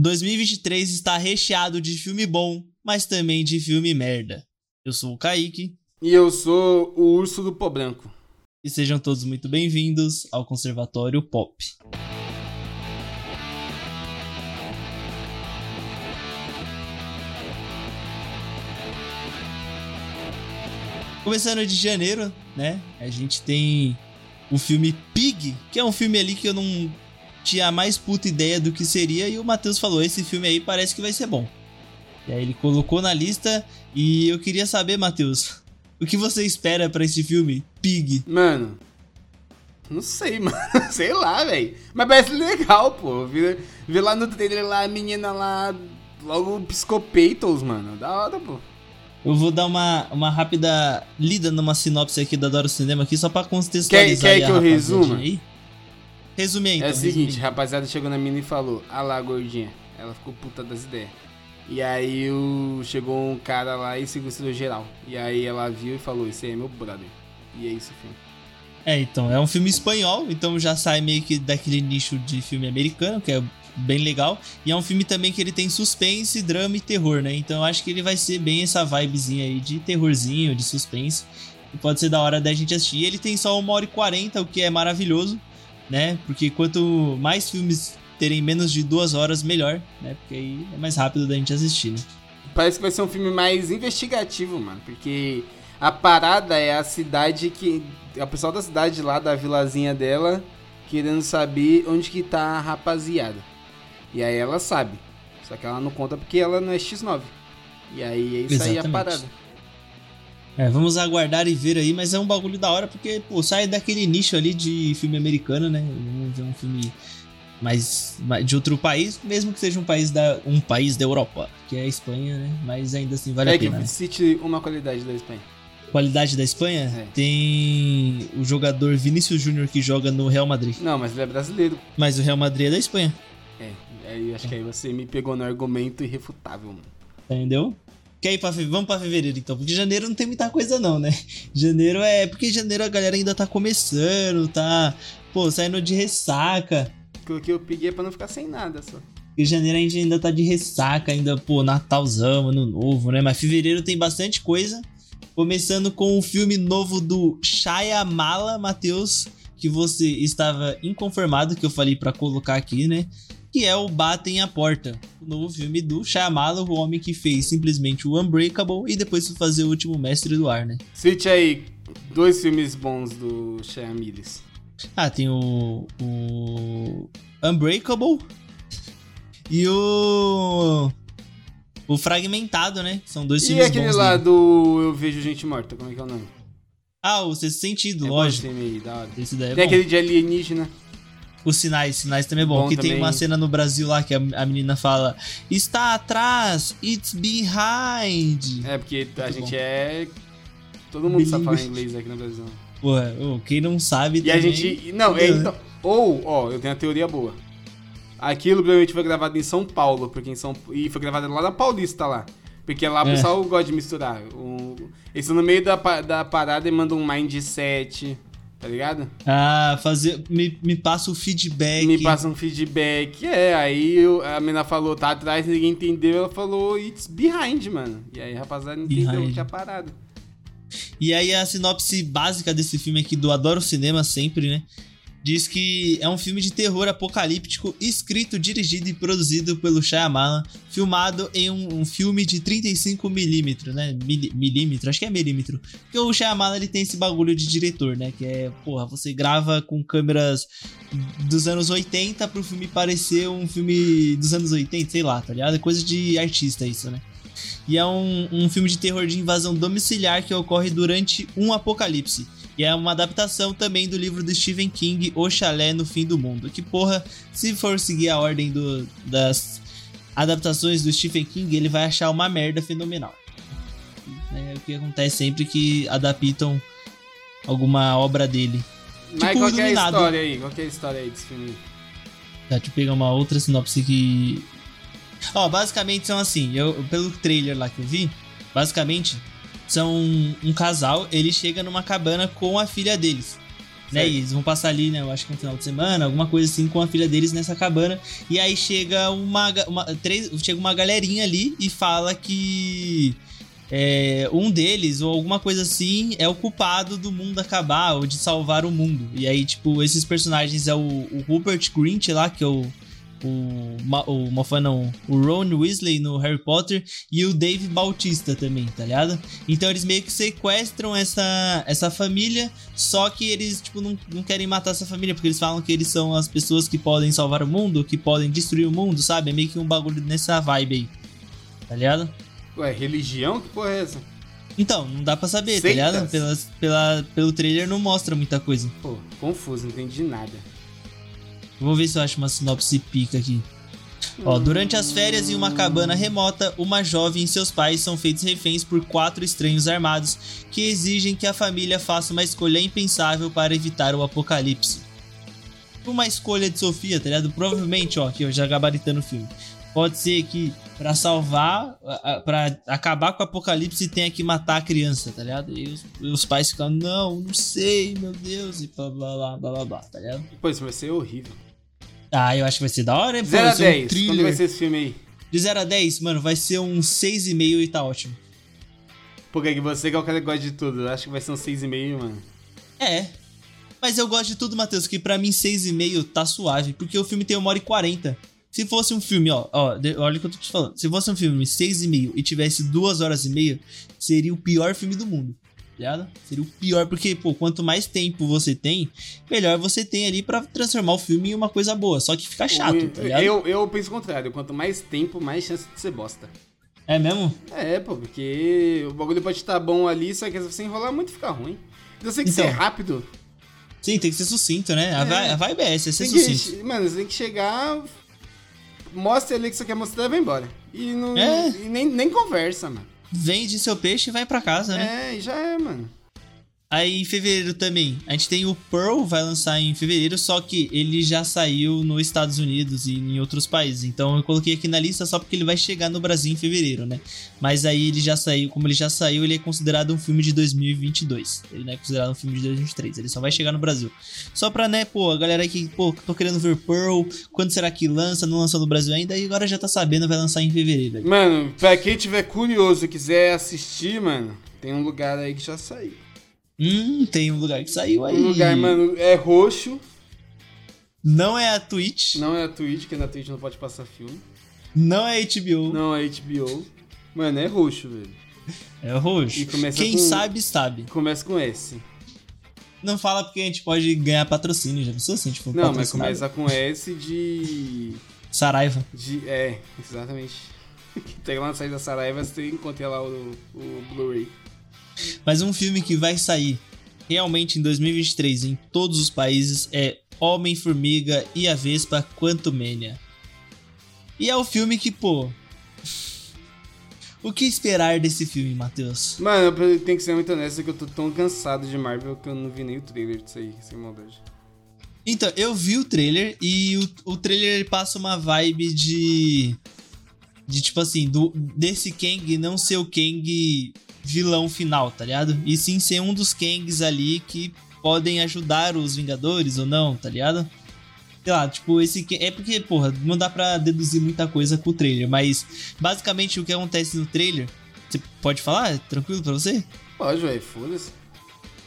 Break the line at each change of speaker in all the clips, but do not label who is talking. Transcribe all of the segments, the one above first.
2023 está recheado de filme bom, mas também de filme merda. Eu sou o Kaique.
E eu sou o Urso do Pó Branco.
E sejam todos muito bem-vindos ao Conservatório Pop. Começando de janeiro, né? A gente tem o filme Pig, que é um filme ali que eu não tinha a mais puta ideia do que seria, e o Matheus falou: esse filme aí parece que vai ser bom. E aí ele colocou na lista e eu queria saber, Matheus, o que você espera pra esse filme Pig?
Mano, não sei, mano. Sei lá, velho. Mas parece legal, pô. Vi, vi lá no trailer lá a menina lá, logo piscopeitos, mano. Da hora, pô. É
Eu vou dar uma, uma rápida lida numa sinopse aqui da Dora Cinema aqui só pra
Quer,
contextualizar. aí
quer
a
que eu
rapaziada
resuma?
aí. Resume aí, então.
é o
resume
seguinte,
aí.
rapaziada chegou na mina e falou, ah lá, gordinha. Ela ficou puta das ideias. E aí o, chegou um cara lá e sequestrou geral. E aí ela viu e falou, esse aí é meu brother. E é isso, filho.
É, então, é um filme espanhol, então já sai meio que daquele nicho de filme americano, que é bem legal. E é um filme também que ele tem suspense, drama e terror, né? Então eu acho que ele vai ser bem essa vibezinha aí de terrorzinho, de suspense. E pode ser da hora da gente assistir. E ele tem só 1 hora e 40, o que é maravilhoso, né? Porque quanto mais filmes terem menos de duas horas, melhor, né? Porque aí é mais rápido da gente assistir, né?
Parece que vai ser um filme mais investigativo, mano, porque a parada é a cidade que. É o pessoal da cidade lá, da vilazinha dela, querendo saber onde que tá a rapaziada. E aí ela sabe. Só que ela não conta porque ela não é X9. E aí é isso aí a
Exatamente.
parada.
É, vamos aguardar e ver aí, mas é um bagulho da hora porque, pô, sai daquele nicho ali de filme americano, né? Vamos ver um filme mais, mais- de outro país, mesmo que seja um país da um país da Europa, que é a Espanha, né? Mas ainda assim vale
é
a pena.
que cite uma qualidade da Espanha.
Qualidade da Espanha
É.
tem o jogador Vinícius Júnior que joga no Real Madrid,
Não, mas ele é brasileiro.
mas o Real Madrid é da Espanha,
É, aí acho que aí você me pegou no argumento irrefutável, mano.
entendeu? Quer ir pra, fe- vamos pra fevereiro então, porque janeiro não tem muita coisa não, né? Janeiro é porque janeiro a galera ainda tá começando, tá, pô, saindo de ressaca.
Coloquei o Pig é pra não ficar sem nada só.
Rio de Janeiro a gente ainda tá de ressaca, ainda, pô, Natalzão, Ano Novo, né? Mas fevereiro tem bastante coisa. Começando com o filme novo do Shyamala, Matheus, que você estava inconformado, que eu falei pra colocar aqui, né? Que é o Batem a Porta, o novo filme do Shyamala, o homem que fez simplesmente o Unbreakable e depois foi fazer o Último Mestre do Ar, né?
Cite aí dois filmes bons do Shyamilis.
Ah, tem o, o Unbreakable e o o Fragmentado, né? São dois
E
filmes
aquele
bons.
lá
né?
do Eu Vejo Gente Morta, como é que é o nome?
Ah, o Sexto Sentido,
É bom esse
lógico.
filme aí, da hora.
Esse daí é
Tem
bom.
aquele de alienígena.
Os sinais, sinais também é bom.
Bom
que tem
também.
uma cena no Brasil lá que a, a menina fala: Está atrás, it's behind.
É, porque a
Muito
gente
bom.
é. Todo mundo sabe
Bilíngue.
falar inglês aqui no Brasil.
Porra, ô, quem não sabe
E a
também-
gente. Não, é,
Entendeu, né?
então. Ou, ó, eu tenho uma teoria boa. Aquilo provavelmente foi gravado em São Paulo, porque em São E foi gravado lá na Paulista lá. Porque lá o
É.
pessoal gosta de misturar. O... Eles estão no meio da, pa- da parada e mandam um mindset, tá ligado?
Ah, fazer. Me, me passa o feedback.
Me passa um feedback. É, aí eu- a menina falou, tá atrás, ninguém entendeu. Ela falou, it's behind, mano. E aí, rapaziada, entendeu
Behind.
que é a parada.
E aí a sinopse básica desse filme aqui do Adoro Cinema sempre, né? Diz que é um filme de terror apocalíptico, escrito, dirigido e produzido pelo Shyamalan, filmado em um, um filme de 35mm, né? Mili- milímetro, acho que é milímetro. Porque o Shyamalan, ele tem esse bagulho de diretor, né? Que é, porra, você grava com câmeras dos anos 80 pro filme parecer um filme dos anos 80, sei lá, tá ligado? É coisa de artista isso, né? E é um, um filme de terror de invasão domiciliar que ocorre durante um apocalipse. E é uma adaptação também do livro do Stephen King, O Chalé no Fim do Mundo. Que, porra, se for seguir a ordem do- das adaptações do Stephen King, ele vai achar uma merda fenomenal. É o que acontece sempre que adaptam alguma obra dele.
Mas
Tipo
qual que é a
Iluminado.
história aí? Qual que é a história aí desse filme?
Tá, deixa eu pegar uma outra sinopse que. Ó, basicamente são assim, eu, pelo trailer lá que eu vi, basicamente são um casal, ele chega numa cabana com a filha deles. Né? E eles vão passar ali, né? Eu acho que no final de semana, alguma coisa assim, com a filha deles nessa cabana. E aí chega uma, uma três, chega uma galerinha ali e fala que é, um deles, ou alguma coisa assim, é o culpado do mundo acabar, ou de salvar o mundo. E aí, tipo, esses personagens é o, o Rupert Grint lá, que é o. O, o, Mofã não, o Ron Weasley no Harry Potter e o Dave Bautista também, tá ligado? Então eles meio que sequestram essa, essa família, só que eles, tipo, não, não querem matar essa família, porque eles falam que eles são as pessoas que podem salvar o mundo, que podem destruir o mundo, sabe? É meio que um bagulho nessa vibe aí, tá ligado?
Ué, religião? Que porra é essa?
Então, não dá pra saber, Seitas. tá ligado? Pela, pela, pelo trailer não mostra muita coisa.
Pô, confuso, não entendi nada.
Vou ver se eu acho uma sinopse pica aqui. Ó,
Hum.
durante as férias em uma cabana remota, uma jovem e seus pais são feitos reféns por quatro estranhos armados que exigem que a família faça uma escolha impensável para evitar o apocalipse. Uma escolha de Sofia, tá ligado? Provavelmente, ó, aqui eu já gabaritando o filme pode ser que para salvar, para acabar com o apocalipse, tenha que matar a criança, tá ligado? E os, e os pais ficam, não, não sei, meu Deus, e blá blá blá blá blá, blá tá ligado?
Pô, isso vai ser horrível.
Ah, eu acho que vai ser da hora, hein?
0 a 10, um quando vai ser esse filme aí?
De 0 a 10, mano, vai ser um 6,5 e tá ótimo.
Pô, que você que é o cara que gosta de tudo, eu acho que vai ser um 6,5, mano.
É, mas eu gosto de tudo, Matheus, que para mim 6,5 tá suave, porque o filme tem 1 hora e 40. Se fosse um filme, ó, ó, olha o que eu tô te falando. Se fosse um filme 6,5 e tivesse 2 horas e meia, seria o pior filme do mundo. tá Ligado? Seria o pior, porque, pô, quanto mais tempo você tem, melhor você tem ali para transformar o filme em uma coisa boa. Só que fica chato,
eu,
tá ligado?
Eu, eu penso o contrário, quanto mais tempo, mais chance de ser bosta.
É mesmo?
É, pô, porque o bagulho pode estar tá bom ali, só que se você enrolar muito, fica ruim. Então você tem que então, ser rápido.
Sim, tem que ser sucinto, né? A, é. vai, a vibe é essa, é ser
tem
sucinto.
Que, mano, você tem que chegar, mostra ali que você quer mostrar e vai embora. E, não, é. e nem, nem conversa, mano.
Vende seu peixe e vai para casa, né?
É, e já é, mano.
Aí em fevereiro também, a gente tem o Pearl, vai lançar em fevereiro, só que ele já saiu nos Estados Unidos e em outros países. Então eu coloquei aqui na lista só porque ele vai chegar no Brasil em fevereiro, né? Mas aí ele já saiu, como ele já saiu, ele é considerado um filme de 2022. Ele não é considerado um filme de 2023, ele só vai chegar no Brasil. Só pra, né, pô, a galera que, pô, tô querendo ver Pearl, quando será que lança? Não lançou no Brasil ainda, e agora já tá sabendo, vai lançar em fevereiro. Ali.
Mano, pra quem tiver curioso e quiser assistir, mano, tem um lugar aí que já saiu.
Hum, tem um lugar que saiu aí.
Um lugar, mano, é roxo.
Não é a Twitch.
Não é a Twitch, porque na Twitch não pode passar filme.
Não é HBO.
Não é HBO. Mano, é roxo, velho.
É roxo. Quem
com, um.
sabe, sabe.
Começa com S.
Não fala porque a gente pode ganhar patrocínio, já pensou assim? Tipo,
não, mas começa com S de.
Saraiva.
De, é, exatamente. Tem lá na saída da Saraiva, você encontra lá o, o Blu-ray.
Mas um filme que vai sair realmente em 2023 em todos os países é Homem-Formiga e a Vespa Quantumania. E é o filme que, pô. O que esperar desse filme, Matheus?
Mano, eu tenho que ser muito honesto que eu tô tão cansado de Marvel que eu não vi nem o trailer disso aí, sem maldade.
Então, eu vi o trailer e o, o trailer passa uma vibe de. De tipo assim, do, desse Kang não ser o Kang vilão final, tá ligado? E sim ser um dos Kangs ali que podem ajudar os Vingadores ou não, tá ligado? Sei lá, tipo, esse. É porque, porra, não dá pra deduzir muita coisa com o trailer, mas basicamente o que acontece no trailer. Você pode falar? É Tranquilo pra você?
Pode, velho, foda-se.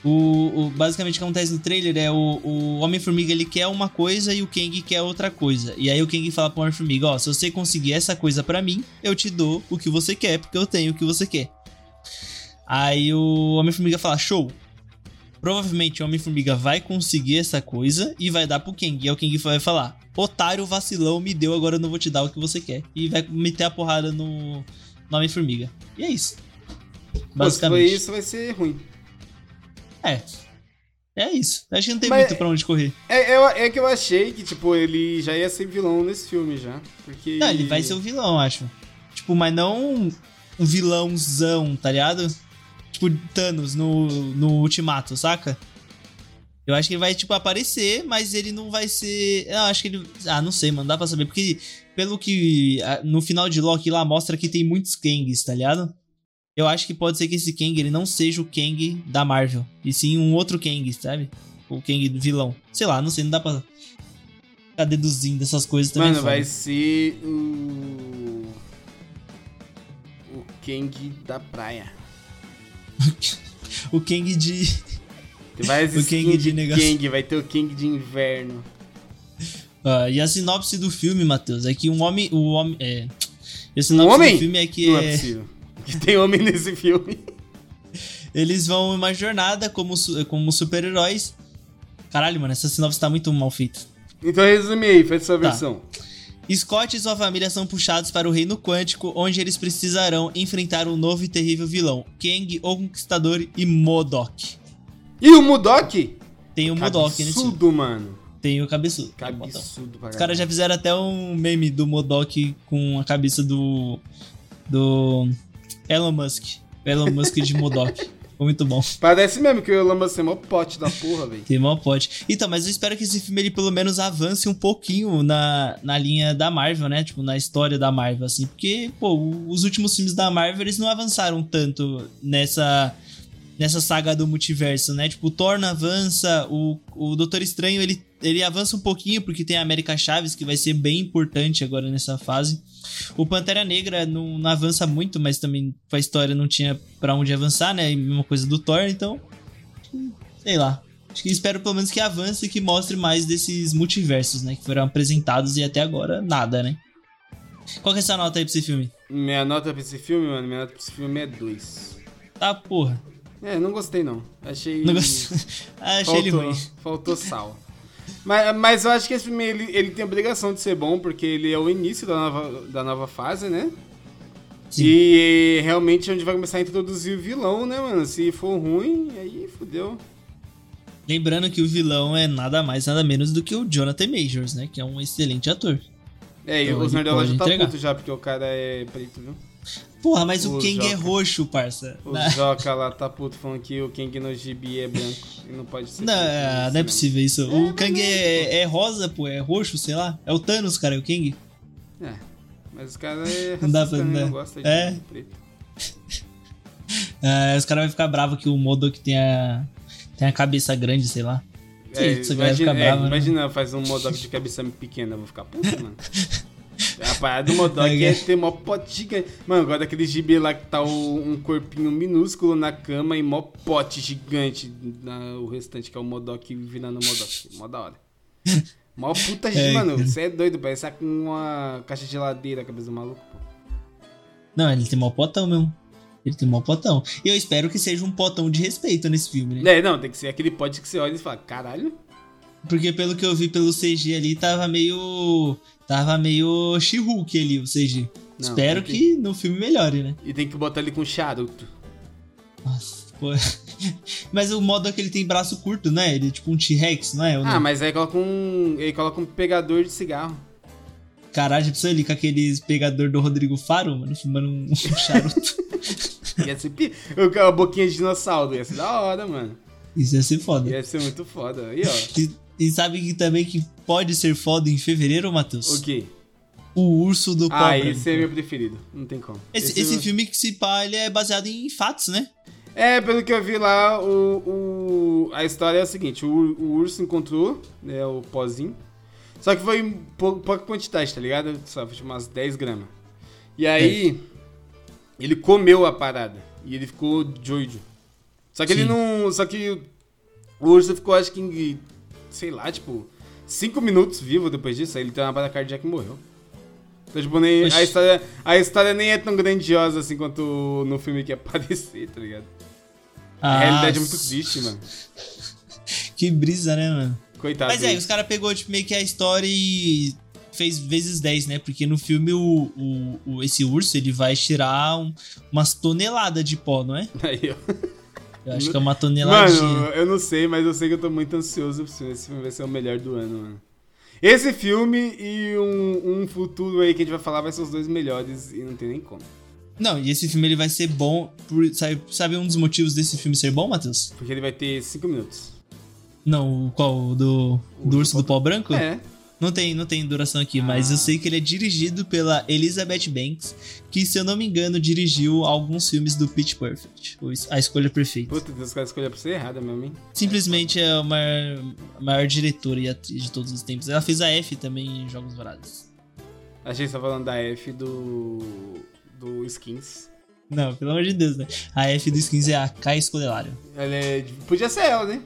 O, o, basicamente o que acontece no trailer é o, o Homem-Formiga ele quer uma coisa e o Kang quer outra coisa. E aí o Kang fala pro Homem-Formiga: Ó, se você conseguir essa coisa para mim, eu te dou o que você quer, porque eu tenho o que você quer. Aí o Homem-Formiga fala: show. Provavelmente o Homem-Formiga vai conseguir essa coisa e vai dar pro Kang. E aí o Kang vai falar: otário vacilão me deu, agora eu não vou te dar o que você quer. E vai meter a porrada no, no Homem-Formiga. E é isso. Basicamente.
Pô, se isso, vai ser ruim.
É. É isso. Acho que não tem Mas muito pra onde correr.
É, é, é, que eu achei que, tipo, ele já ia ser vilão nesse filme já. Porque...
Não, ele vai ser o vilão, acho. Tipo, mas não um vilãozão, tá ligado? tipo Thanos no, no Ultimato, saca? Eu acho que ele vai, tipo, aparecer, mas ele não vai ser. Eu acho que ele. Ah, não sei, mano, dá pra saber. Porque, pelo que. ah, No final de Loki lá mostra que tem muitos Kangs, tá ligado? Eu acho que pode ser que esse Kang ele não seja o Kang da Marvel. E sim um outro Kang, sabe? Tipo, quem vilão. Sei lá, não sei, não dá pra ficar deduzindo essas coisas também.
Mano,
é foda.
vai ser o. O Kang da praia.
O Kang de.
Vai
O Kang
existir um
de negação.
Kang, vai ter o Kang de inverno.
Ah, e a sinopse do filme, Matheus, é que um homem. O homem. É. E a
Um
sinopse
homem?
do filme é que
Não é
é,
possível. Que tem homem nesse filme.
eles vão em uma jornada como, su- como super-heróis. Caralho, mano, essa sinopse tá muito mal feita.
Então resume aí, faz sua
Tá.
versão.
Scott e sua família são puxados para o reino quântico, onde eles precisarão enfrentar um novo e terrível vilão, Kang, o Conquistador e Modok.
E o Mudok?
Tem o Modok nesse filme.
Cabeçudo, mano.
né, Tem o cabeçudo.
Cabeçudo pra
Os caras já fizeram até um meme do Modok com a cabeça do. do. Elon Musk. Elon Musk de Modok. Ficou muito bom.
Parece mesmo que o Elon Musk é mó pote da porra, velho.
Tem mal pote. Então, mas eu espero que esse filme ele pelo menos avance um pouquinho na, na linha da Marvel, né? Tipo, na história da Marvel, assim. Porque, pô, o- os últimos filmes da Marvel eles não avançaram tanto nessa. Nessa saga do multiverso, né? Tipo, o Thor avança, o, o Doutor Estranho ele, ele avança um pouquinho, porque tem a América Chaves, que vai ser bem importante agora nessa fase. O Pantera Negra não, não avança muito, mas também a história não tinha pra onde avançar, né? E mesma coisa do Thor, então. Sei lá. Acho que espero pelo menos que avance e que mostre mais desses multiversos, né? Que foram apresentados e até agora nada, né? Qual que é essa nota aí pra esse filme?
Minha nota pra esse filme, mano, minha nota pra esse filme é 2.
Tá, porra.
É, não gostei não. Achei.
Não gostei. Ah, achei ele
faltou,
ruim.
Faltou sal. Mas, mas eu acho que esse filme ele, ele tem a obrigação de ser bom, porque ele é o início da nova, da nova fase, né?
Sim.
E realmente é onde vai começar a introduzir o vilão, né, mano? Se for ruim, aí fudeu.
Lembrando que o vilão é nada mais, nada menos do que o Jonathan Majors, né? Que é um excelente ator.
É, e
Então,
os
ele
nerdolas
pode
já tá
entregar.
puto já, porque o cara é preto, viu?
Porra, mas
O
o, Kang é
Joker.
roxo, parça.
O
Na-
Joca lá tá puto falando que o Kang no gibi é branco e não pode ser.
Não,
preto,
é,
isso
não é
mesmo.
possível isso.
É,
O
mas
Kang
não é,
é, é rosa, pô, é roxo, sei lá. É o Thanos, cara, é o Kang.
É, mas os caras é
Não dá
racista,
pra-
né?
né?
não gosta de
É.
preto.
Ah, os caras vão ficar bravos que o Modok tem a, tem a cabeça grande, sei lá. Sim,
É,
isso vai
imagina,
ficar
é,
bravo, né?
imagina, faz um Modok de cabeça pequena, eu vou ficar puto, mano. A parada do Modok é ter mó pote gigante. Mano, agora daquele gibi lá que tá o- um corpinho minúsculo na cama e mó pote gigante. na- o restante que é o Modok virando o Modok. Mó da hora. Mó puta,
É,
mano.
cara.
Você é doido, parece uma caixa de geladeira a cabeça do maluco. pô.
Não, ele tem mó potão mesmo. Ele tem mó potão. E eu espero que seja um potão de respeito nesse filme, né?
É, não, tem que ser aquele pote que você olha e fala, caralho.
Porque pelo que eu vi pelo CG ali, tava meio. Tava meio She-Hulk ali, o CG.
Não,
espero
tem
que no filme melhore, né?
E tem que botar ele com charuto.
Nossa, pô. Mas o modo é que ele tem braço curto, né? Ele é tipo um T-Rex, não é? Ou
Ah,
não?
mas aí coloca um. Ele coloca um pegador de cigarro.
Caralho, já pensou ele com aqueles pegador do Rodrigo Faro, mano, fumando um um charuto.
Ia ser pi... o ca- A boquinha de dinossauro. Ia ser da hora, mano.
Isso ia ser foda.
Ia ser muito foda. Aí, ó.
E, e sabe que também que pode ser foda em fevereiro, Matheus?
O quê?
O Urso do
Ah,
Cobra.
esse é meu preferido. Não tem como.
Esse,
é
esse
meu-
filme que se pá, ele é baseado em fatos, né?
É, pelo que eu vi lá, o, o- a história é a seguinte: o, o urso encontrou né, o pozinho. Só que foi em pou- pouca quantidade, tá ligado? Só foi tipo umas 10 gramas. E aí, ele comeu a parada. E ele ficou doido. Só que ele
Sim.
não. Só que o urso ficou, acho que, em, sei lá, tipo, 5 minutos vivo depois disso. Aí ele teve uma parada cardíaca e morreu. Então, tipo, nem, a,
Oxi.
história, a história nem é tão grandiosa assim quanto no filme que aparecer, tá ligado? A realidade é muito triste, mano.
Ah, Que brisa, né, mano?
Coitado.
Mas é, os caras pegou tipo, meio que a história e fez vezes 10, né? Porque no filme o, o- o- esse urso ele vai tirar um- umas toneladas de pó, não é?
Aí, ó.
Eu acho que é uma toneladinha.
Mano, eu não sei, mas eu sei que eu tô muito ansioso pra esse filme. Esse filme vai ser o melhor do ano, mano. Esse filme e um, um futuro aí que a gente vai falar vai ser os dois melhores e não tem nem como.
Não, e esse filme ele vai ser bom. Por, sabe, sabe um dos motivos desse filme ser bom, Matheus?
Porque ele vai ter 5 minutos.
Não, o qual? O do, do urso do pó branco?
É.
Não tem, não tem duração aqui,
Ah.
mas eu sei que ele é dirigido pela Elizabeth Banks, que, se eu não me engano, dirigiu alguns filmes do Pitch Perfect, o Es- A Escolha Perfeita.
Puta, Deus, a escolha pra ser errada mesmo, hein?
Simplesmente é a maior, a maior diretora e atriz de todos os tempos. Ela fez a F também em Jogos Vorazes.
Achei que você tava tá falando da F do. do Skins.
Não, pelo amor de Deus, né? A F do Skins é a Kai Escodelário.
Ela é. Podia ser ela, né?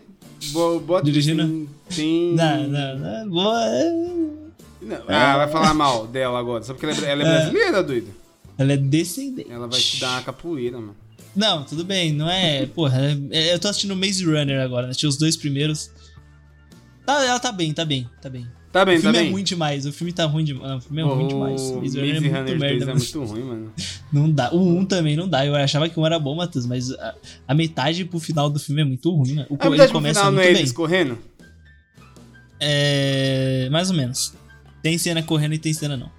Boa, boa
Dirigindo?
Tem.
Não, não, não. Boa. é-
Não, Ah, vai falar mal dela agora. Só porque ela é, ela é brasileira, doido.
Ela é descendente.
Ela vai te dar uma capoeira, mano.
Não, tudo bem, não é. Porra, é- é- eu tô assistindo Maze Runner agora, né? Assisti os dois primeiros. Tá, ela tá bem, tá bem, tá bem.
Tá
o
bem, tá
filme
bem.
é ruim demais, o filme tá ruim demais. Não, o filme é ruim demais.
O
Maze
Maze
Runner é
Runner
muito
2
merda. tipo,
é
mano.
muito ruim, mano.
Não dá. O 1 também não dá. Eu achava que um era bom, Matheus, mas a, a metade pro final do filme é muito ruim, né? O
A
co-
verdade
ele
no
começa
final não
muito
é
bem.
eles correndo?
É. Mais ou menos. Tem cena correndo e tem cena não.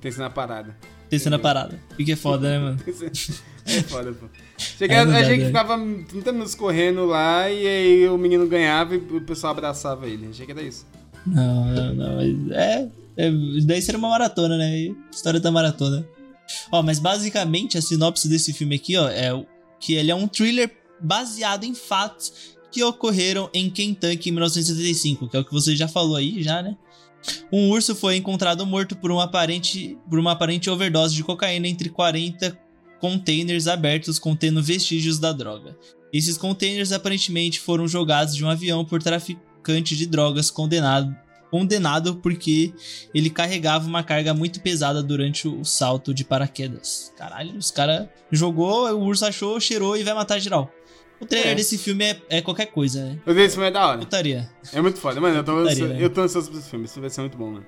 Tem isso na parada.
Tem
Uhum.
cena parada. Fica é foda, né, mano?
É foda, pô.
É
Cheguei, a
verdade,
gente
é.
ficava 30 minutos correndo lá e aí o menino ganhava e o pessoal abraçava ele. Achei que era isso.
Não, não, não. mas É, é, daí seria uma maratona, né? E História da maratona. Ó, mas basicamente a sinopse desse filme aqui, ó, é o- que ele é um thriller baseado em fatos que ocorreram em Kentucky em 1975, que é o que você já falou aí, já, né? Um urso foi encontrado morto por uma aparente, por uma aparente overdose de cocaína entre 40 containers abertos contendo vestígios da droga. Esses containers aparentemente foram jogados de um avião por traficante de drogas condenado, condenado porque ele carregava uma carga muito pesada durante o salto de paraquedas. Caralho, os caras jogou, o urso achou, cheirou e vai matar geral. O trailer
É.
desse filme é, é qualquer coisa, né?
Mas esse filme é da hora.
Putaria.
É muito foda, mano. Eu tô,
Putaria,
ansioso,
né?
eu tô ansioso pra esse filme. Esse filme vai ser muito bom, mano.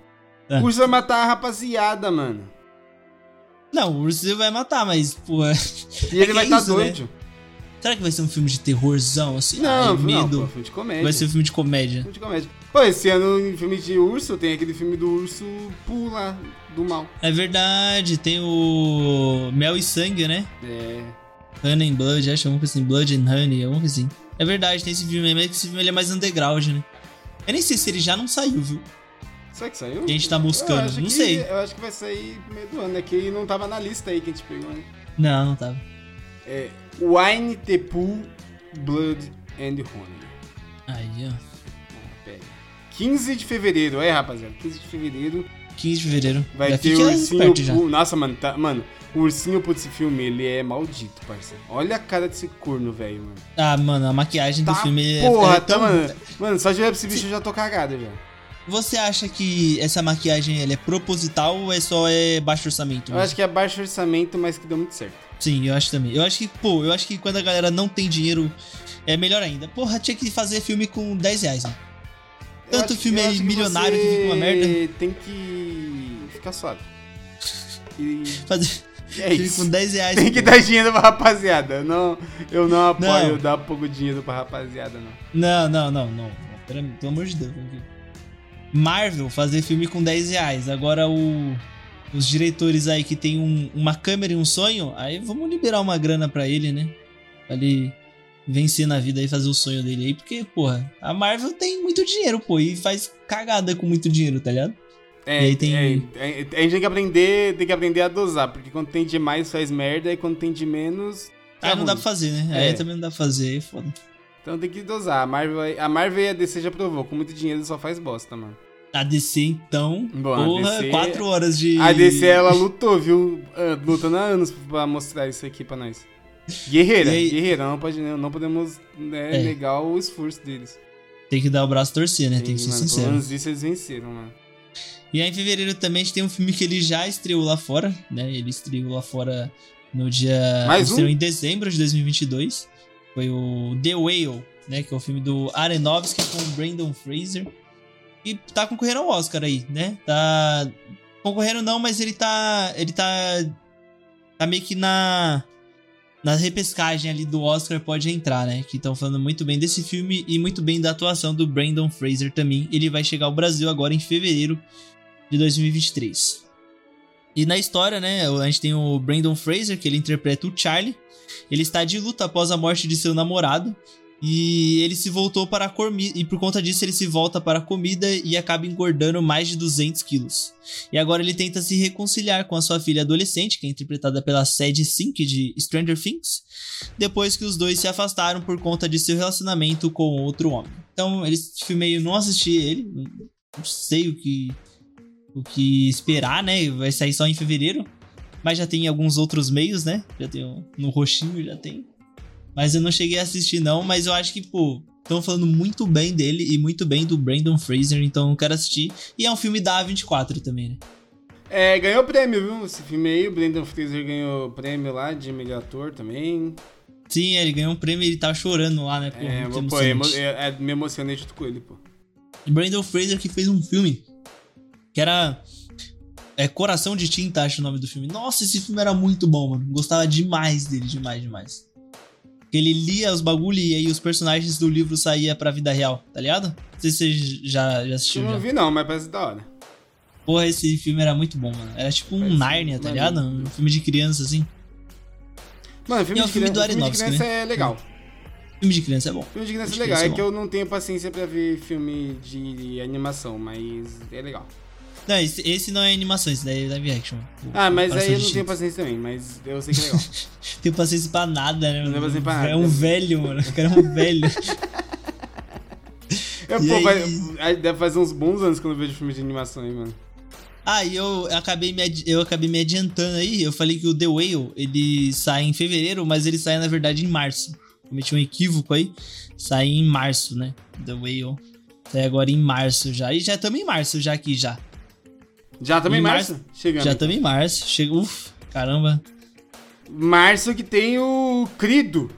É.
O Urso vai matar a rapaziada, mano.
Não, o urso vai matar, mas, pô. é
E ele
que
vai
é
estar tá
isso, né?
doido.
Será que vai ser um filme de terrorzão, assim?
Não,
Ai,
não,
medo.
pô, filme de comédia.
vai ser um filme de comédia.
Filme Tipo de comédia. Pô, esse ano em filme de urso tem aquele filme do urso pula do mal.
É verdade, tem o. Mel e Sangue, né?
É.
Honey and Blood, acho alguma coisa assim. Blood and Honey, alguma coisa assim. É verdade, tem esse filme, mas esse filme ele é mais underground, né? Eu nem sei se ele já não saiu, viu?
Será que saiu?
Que a gente tá
Eu
buscando,
acho
não
que-
sei.
Eu acho que vai sair no meio do ano, né? Que não tava na lista aí que a gente pegou, né?
Não, não tava.
É Wine, The Pool, Blood and Honey.
Aí, ó.
Ah, pera. 15 de fevereiro, é rapaziada, 15 de fevereiro
15 de fevereiro.
vai
já
ter
fica
o ursinho
perto já.
Pooh. Nossa, mano, tá- mano, o ursinho Pooh desse filme, ele é maldito, parceiro. Olha a cara desse corno, velho, mano.
Ah, mano, a maquiagem
Tá
do filme é-
porra,
é
tá,
tão...
mano. Mano, só de olhar pra esse bicho eu já tô cagado já.
Você acha que essa maquiagem ela é proposital ou é só é baixo orçamento?
Eu acho que é baixo orçamento, mas que deu muito certo.
Sim, eu acho também. Eu acho que, pô, eu acho que quando a galera não tem dinheiro, é melhor ainda. Porra, tinha que fazer filme com 10 reais, né?
Eu
Tanto
acho que-
filme
eu
aí
acho
milionário que
você
fica uma merda.
Tem que ficar suave. E
Fazer
é
filme
isso.
com 10 reais.
Tem que
pô.
dar dinheiro pra rapaziada. Eu Não, eu não apoio
Não.
dar pouco dinheiro pra rapaziada, não.
Não, não, não, não. Pera, pelo amor de Deus. vamos ver. Marvel fazer filme com 10 reais. Agora o- os diretores aí que tem um- uma câmera e um sonho, aí vamos liberar uma grana pra ele, né? Pra ele vencer na vida e fazer o sonho dele aí. Porque, porra, a Marvel tem muito dinheiro, pô, e faz cagada com muito dinheiro, tá ligado?
É,
E aí tem-
é, é, a gente tem que aprender, tem que aprender a dosar, porque quando tem demais faz merda e quando tem de menos. tá
Aí não dá
ruim.
pra fazer, né?
É.
Aí também não dá pra fazer, aí foda.
Então tem que dosar. A Marvel, a Marvel e a DC já provou, com muito dinheiro só faz bosta, mano.
A DC, então,
Bom, a
porra,
DC
4 horas de...
A é DC ela lutou, viu? Ah, Lutando há anos pra mostrar isso aqui pra nós. Guerreira,
E aí-
guerreira, não, pode, não podemos né,
É.
negar o esforço deles.
Tem que dar o braço a torcer, né? Tem, que ser
mano,
sincero.
Pelo menos isso eles venceram, mano.
E aí em fevereiro também a gente tem um filme que ele já estreou lá fora, né? Ele estreou lá fora no dia.
Mais um?
estreou em dezembro de 2022. Foi o The Whale, né? Que é o filme do Aronofsky com o Brandon Fraser. E tá concorrendo ao Oscar aí, né? Tá. Concorrendo não, mas ele tá. Ele tá. Tá meio que na. Na repescagem ali do Oscar pode entrar, né? Que estão falando muito bem desse filme e muito bem da atuação do Brandon Fraser também. Ele vai chegar ao Brasil agora em fevereiro de 2023. E na história, né, a gente tem o Brandon Fraser, que ele interpreta o Charlie. Ele está de luta após a morte de seu namorado. E ele se voltou para a comida, e por conta disso ele se volta para a comida e acaba engordando mais de 200 quilos. E agora ele tenta se reconciliar com a sua filha adolescente, que é interpretada pela Sadie Sink de Stranger Things, depois que os dois se afastaram por conta de seu relacionamento com outro homem. Então, esse filme aí eu não assisti ele, não sei o que, o que esperar, né? Vai sair só em fevereiro, mas já tem alguns outros meios, né? Já tem um, no roxinho, já tem. Mas eu não cheguei a assistir, não. Mas eu acho que, pô, estão falando muito bem dele e muito bem do Brandon Fraser, então eu quero assistir. E é um filme da A24 também, né?
É, ganhou prêmio, viu? Esse filme aí, o Brandon Fraser ganhou prêmio lá de melhor ator também.
Sim, ele ganhou um prêmio e ele tava chorando lá, né? Pô,
é,
muito
pô, pô,
emocionante.
emo- é- é- me emocionei junto com ele, pô.
Brandon Fraser que fez um filme que era. É Coração de Tinta, acho o nome do filme. Nossa, esse filme era muito bom, mano. Gostava demais dele, demais, demais. Porque ele lia os bagulho e aí os personagens do livro saía pra vida real, tá ligado? Não sei se você já, já
Eu
assistiu.
não
Já.
vi não, mas parece da hora.
Porra, esse filme era muito bom, mano. Era tipo um
Parece
Narnia, tá
maneiro.
ligado? Um filme de criança, assim.
Mano, filme,
É o
de,
filme
criança,
do
filme de
Aronofsky,
criança é legal.
Filme de criança é bom.
Filme de criança é
Acho que
legal.
esse é
É
bom.
que eu não tenho paciência pra ver filme de animação, mas é legal.
Não, esse, esse não é animação, esse daí é live action. O-
Ah,
o
mas
Coração
aí eu
de
não
Tinta.
tenho paciência também, mas eu sei que é legal.
Tem paciência pra nada, né?
Não tem
mano?
paciência pra
É
nada.
um velho, mano. O cara é um velho.
Eu,
E
pô,
aí?
vai- aí deve fazer uns bons anos que eu não vejo filme de animação aí, mano.
Ah, e eu acabei, me adi- eu acabei me adiantando aí. Eu falei que o The Whale ele sai em fevereiro, mas ele sai na verdade em março. Cometi um equívoco aí. Sai em março, né? The Whale. Sai agora em março já. E já estamos em março, já aqui já.
Já também
Em
março? Chegando.
Já estamos em março. Chega. Uf, caramba.
Março que tem o Crido.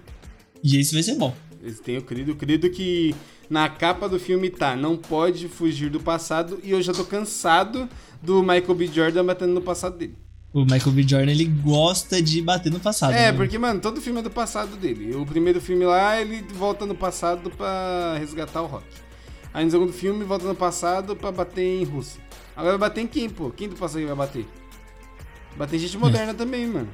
E esse vai ser bom.
Esse tem o Crido. O Crido que na capa do filme tá, não pode fugir do passado. E eu já tô cansado do Michael B. Jordan batendo no passado dele.
O Michael B. Jordan ele gosta de bater no passado.
É,
né?
porque, mano, todo filme é do passado dele. O primeiro filme lá, ele volta no passado pra resgatar o Rock. Aí no segundo filme, volta no passado pra bater em Rússia. Agora vai bater em quem, pô? Quem do passado que vai bater? Bater em gente moderna também, mano.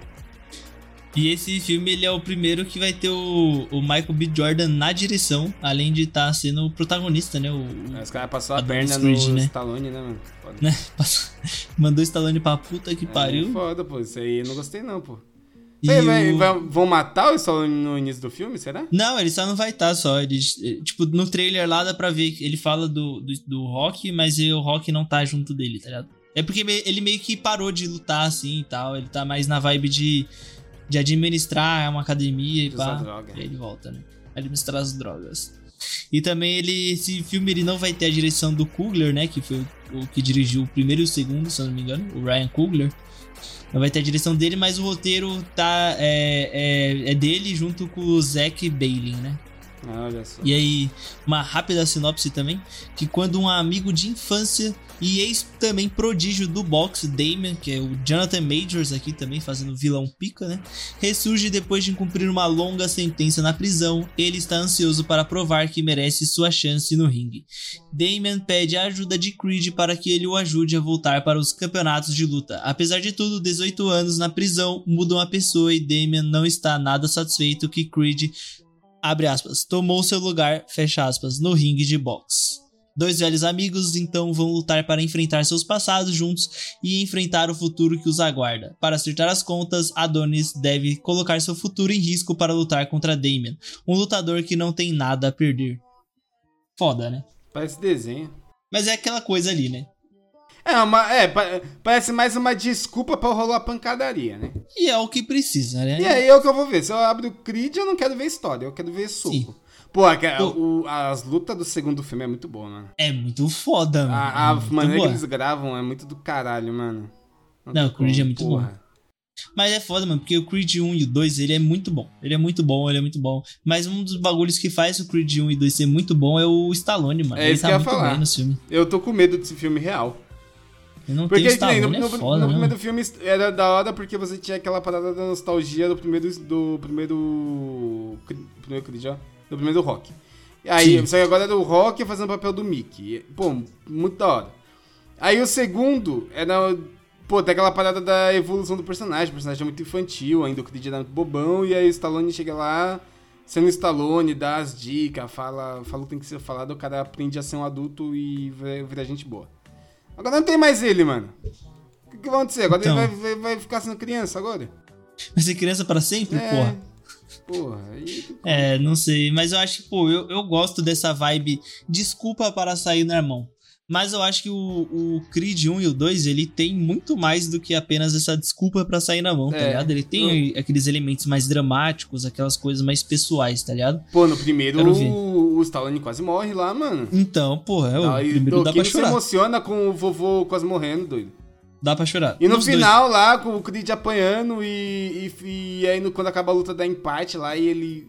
E esse filme ele é o primeiro que vai ter o, o Michael B. Jordan na direção, além de estar sendo o protagonista, né? O, o-
Aí É, Os caras passaram a
Adam
perna
Scrooge,
no
né?
Stallone, né, mano? Foda.
né? Passou- Mandou Stallone pra puta que
É,
pariu.
foda, pô. Isso aí eu não gostei, não, pô.
E
Ei,
o-
É, vai- vai- vão matar o Stallone no início do filme, será?
Não, ele só não vai estar só. Ele, eh, tipo, no trailer lá dá pra ver que ele fala do, do, do Rock, mas eh, o Rock não tá junto dele, tá ligado? É porque me- ele meio que parou de lutar assim e tal. Ele tá mais na vibe de, de administrar uma academia e
De usar
pá.
droga.
E aí ele volta, né? Administrar as drogas. E também ele, esse filme ele não vai ter a direção do Coogler, né? Que foi o, o que dirigiu o primeiro e o segundo, se eu não me engano, o Ryan Coogler. Não vai ter a direção dele, mas o roteiro tá é, é, é dele junto com o Zack Bailey, né?
Ah, olha só.
E aí, uma rápida sinopse também, que quando um amigo de infância e ex também prodígio do boxe, Damien, que é o Jonathan Majors aqui também fazendo vilão pica, né? Ressurge depois de cumprir uma longa sentença na prisão, ele está ansioso para provar que merece sua chance no ringue. Damien pede a ajuda de Creed para que ele o ajude a voltar para os campeonatos de luta. Apesar de tudo, 18 anos na prisão mudam a pessoa e Damien não está nada satisfeito que Creed abre aspas, tomou seu lugar, fecha aspas, no ringue de boxe. Dois velhos amigos então vão lutar para enfrentar seus passados juntos e enfrentar o futuro que os aguarda. Para acertar as contas, Adonis deve colocar seu futuro em risco para lutar contra Damien, um lutador que não tem nada a perder. Foda, né?
Parece desenho.
Mas é aquela coisa ali, né?
É, uma, é pa- parece mais uma desculpa pra rolar pancadaria, né?
E é o que precisa, né?
E aí é o que eu vou ver. Se eu abro o Creed, eu não quero ver história, eu quero ver soco. Pô, a- a- o- as lutas do segundo filme é muito boa, mano.
É muito foda, mano.
A, a
é muito
maneira
boa.
que eles gravam é muito do caralho, mano.
Não,
tem
o Creed é
como,
muito Mas é foda, mano, porque o Creed 1 e o 2, ele é muito bom. Ele é muito bom, ele é muito bom. Mas um dos bagulhos que faz o Creed 1 e 2 ser muito bom é o Stallone, mano.
É
ele
isso
tá
que eu ia
muito
falar.
bem no filme.
Eu tô com medo desse filme real.
Eu não
Porque tipo,
tenho
que
Stallone,
nem, no,
é
no-
foda,
no
né,
primeiro
mano?
filme era da hora porque você tinha aquela parada da nostalgia do primeiro. Do primeiro. Cri- primeiro Creed, ó. Do primeiro rock. Aí,
Sim.
só que agora era o rock fazendo o papel do Mickey. Pô, muito da hora. Aí o segundo era. Pô, tem aquela parada da evolução do personagem. O personagem é muito infantil, ainda o Creed era muito bobão. E aí o Stallone chega lá, sendo Stallone, dá as dicas, fala, fala o que tem que ser falado, o cara aprende a ser um adulto e vira, vira gente boa. Agora não tem mais ele, mano. O que, que vai acontecer? Agora
Então.
ele vai, vai, vai ficar sendo criança agora?
Vai ser criança pra sempre,
É.
porra.
Porra, aí.
É, não sei. Mas eu acho que, pô, eu, eu gosto dessa vibe. Desculpa para sair na mão. Mas eu acho que o, o Creed 1 e o 2, ele tem muito mais do que apenas essa desculpa pra sair na mão, tá
É.
ligado? Ele tem aqueles elementos mais dramáticos, aquelas coisas mais pessoais, tá ligado?
Pô, no
Quero
primeiro
ver.
o, o Stallone quase morre lá, mano.
Então, porra, é o
Aí,
primeiro
o
dá
Keanu
pra
se
chorar.
emociona com o vovô quase morrendo, doido.
Dá pra chorar.
E no
Os dois.
final lá, com o Creed apanhando e, e, e aí no- quando acaba a luta dá empate lá e ele.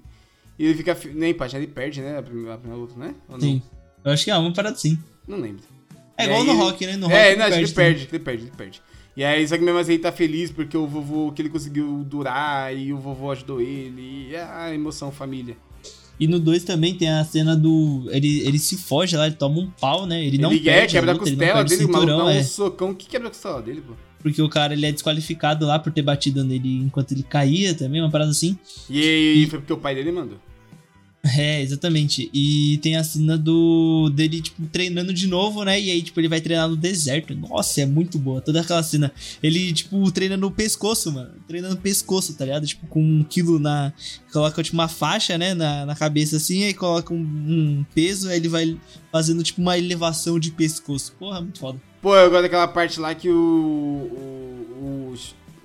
e ele fica. fi- Não é empate, ele perde, né? A primeira, a primeira luta, né? Ou não?
Sim. Eu acho que é uma parada sim.
Não lembro.
É
E
igual
aí
no
ele-
rock, né? No rock
é,
ele
não, acho que
perde
ele perde, ele perde, ele perde. E aí, só que mesmo assim ele tá feliz porque o vovô, que ele conseguiu durar e o vovô ajudou ele. E a emoção, família.
E no 2 também tem a cena do. Ele, ele se foge lá, ele toma um pau, né? Ele não
ele
perde.
é, quebra
a
a
luta, ele não
costela
perde o
dele, o maluco dá
cinturão,
um
é.
socão. O que quebra a costela dele, pô?
Porque o cara ele é desqualificado lá por ter batido nele enquanto ele caía também, uma parada assim.
E, aí foi porque o pai dele mandou.
É, exatamente. E tem a cena do dele, tipo, treinando de novo, né? E aí, tipo, ele vai treinar no deserto. Nossa, é muito boa. Toda aquela cena. Ele, tipo, treina no pescoço, mano. Treina no pescoço, tá ligado? Tipo, com um quilo na. Coloca, tipo, uma faixa, né? Na, na cabeça assim, aí coloca um, um peso, aí ele vai fazendo, tipo, uma elevação de pescoço. Porra, muito foda.
Pô, eu gosto daquela parte lá que o. O, o,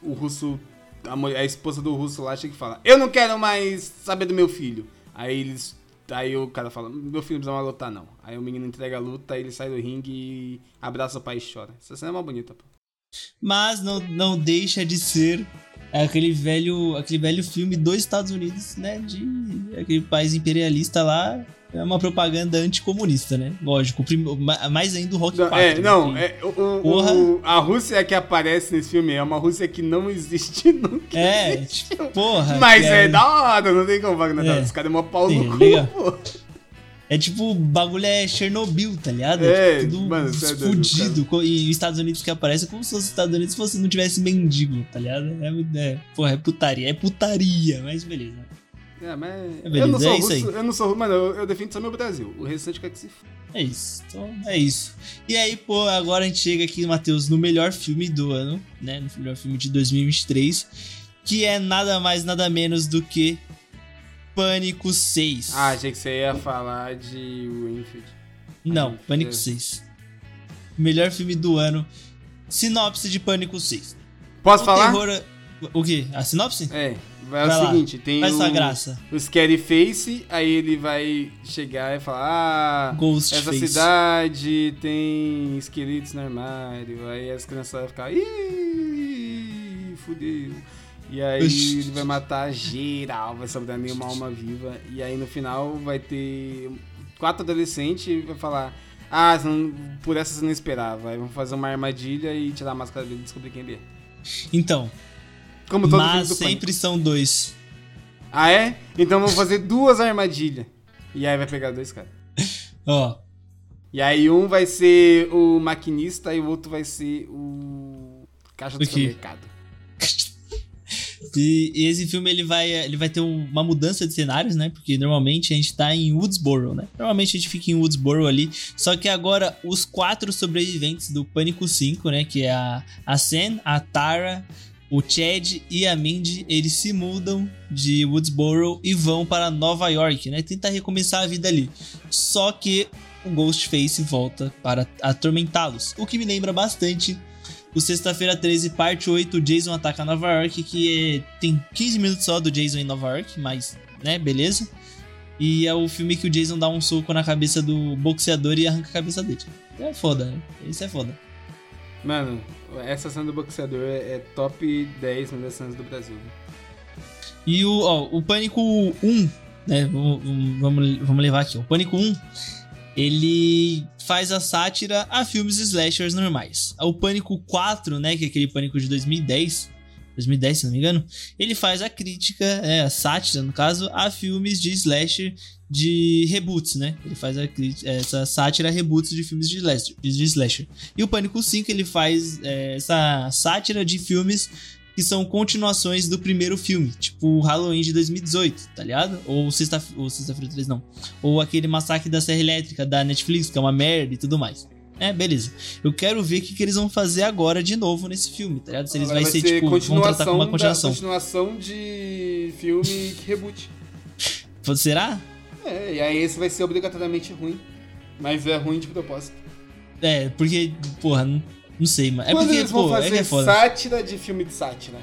o russo. A, mulher- a esposa do russo lá chega e fala: Eu não quero mais saber do meu filho. Aí eles. Aí o cara fala: Meu filho não precisa mais lutar, não. Aí o menino entrega a luta, aí ele sai do ringue e abraça o pai e chora. Essa cena é uma bonita, pô.
mas não, não deixa de ser aquele velho aquele velho filme dos Estados Unidos, né? De aquele país imperialista lá, é uma propaganda anticomunista, né? Lógico, o prim- ma- mais ainda o Rock
Não,
4.
é,
né?
não,
Que-
é, o, o-
Porra.
o- a Rússia que aparece nesse filme é uma Rússia que não existe nunca.
É, tipo, porra.
Mas
que
é, da hora, não tem como falar que não é da
É.
hora. Os caras é mó pau
Sim,
no
liga.
cu, pô.
É tipo, o bagulho é Chernobyl, tá ligado?
É,
tipo, tudo
mano, cê é doido,
fudido. co- E os Estados Unidos que aparece é como se os Estados Unidos fosse não tivesse mendigo, tá ligado? É, muito- é, porra, é putaria, é putaria, mas beleza.
É, mas.
É,
eu
beleza,
não sou
é isso aí.
russo, eu não sou russo, mano, eu, eu defendo só meu Brasil. O restante quer que se f...
É isso. Então, é isso. E aí, pô, agora a gente chega aqui, Matheus, no melhor filme do ano, né? No melhor filme de 2023, que é nada mais, nada menos do que Pânico 6.
Ah, achei que você ia falar de Winfield.
Não, Pânico
é.
6. Melhor filme do ano. Sinopse de Pânico 6.
Posso falar?
terror- é- O quê? A sinopse?
É, vai
Vai
é o
lá.
seguinte, tem
Faz sua
o,
graça.
o Scary Face, aí ele vai chegar e falar, ah, essa
Ghostface.
cidade tem esqueletos no armário, aí as crianças vão ficar, ih, fudeu. E aí
Oxi.
ele vai matar geral, vai sobrar nenhuma alma viva, e aí no final vai ter quatro adolescentes e vai falar, ah, você não- por essa você não esperava, aí vão fazer uma armadilha e tirar a máscara dele e descobrir quem ele é.
Então,
Como todo filme
mas
do Pânico.
sempre são dois.
Ah, é? Então vamos fazer duas armadilhas. E aí vai pegar dois caras.
Ó,
E aí um vai ser o maquinista e o outro vai ser o caixa do
O quê?
supermercado.
E, e esse filme ele vai, ele vai ter um- uma mudança de cenários, né? Porque normalmente a gente tá em Woodsboro, né? Normalmente a gente fica em Woodsboro ali. Só que agora os quatro sobreviventes do Pânico 5, né? Que é a, a Sam, a Tara, o Chad e a Mindy, eles se mudam de Woodsboro e vão para Nova York, né? Tentar recomeçar a vida ali. Só que o Ghostface volta para atormentá-los. O que me lembra bastante o Sexta-feira 13, parte 8, o Jason ataca Nova York, que é- tem 15 minutos só do Jason em Nova York, mas, né, beleza. E é o filme que o Jason dá um soco na cabeça do boxeador e arranca a cabeça dele. É foda, né? Isso é foda.
Mano, essa cena do boxeador é é top 10 melhores cenas do Brasil.
E o, ó, o Pânico 1, né? Vamos, vamos- vamos, vamos levar aqui. O Pânico 1, ele faz a sátira a filmes slashers normais. O Pânico 4, né? Que é aquele Pânico de 2010. 2010, se não me engano, ele faz a crítica, é, a sátira, no caso, a filmes de slasher de reboots, né? Ele faz a crítica, essa sátira a reboots de filmes de slasher, de slasher. E o Pânico 5, ele faz é, essa sátira de filmes que são continuações do primeiro filme, tipo o Halloween de 2018, tá ligado? Ou Sexta- ou Sexta-feira 3, não. Ou aquele Massacre da Serra Elétrica da Netflix, que é uma merda e tudo mais. É, beleza. Eu quero ver o que, que eles vão fazer agora de novo nesse filme, tá ligado? Se eles
Agora
vai, ser, tipo, vão tratar com uma
da-
continuação.
continuação de filme que reboot.
Será?
É, e aí esse vai ser obrigatoriamente ruim. Mas é ruim de propósito.
É, porque, porra, não, não sei, mano. É
Quando
porque,
eles vão
pô, é que
fazer
é foda.
sátira de filme de sátira?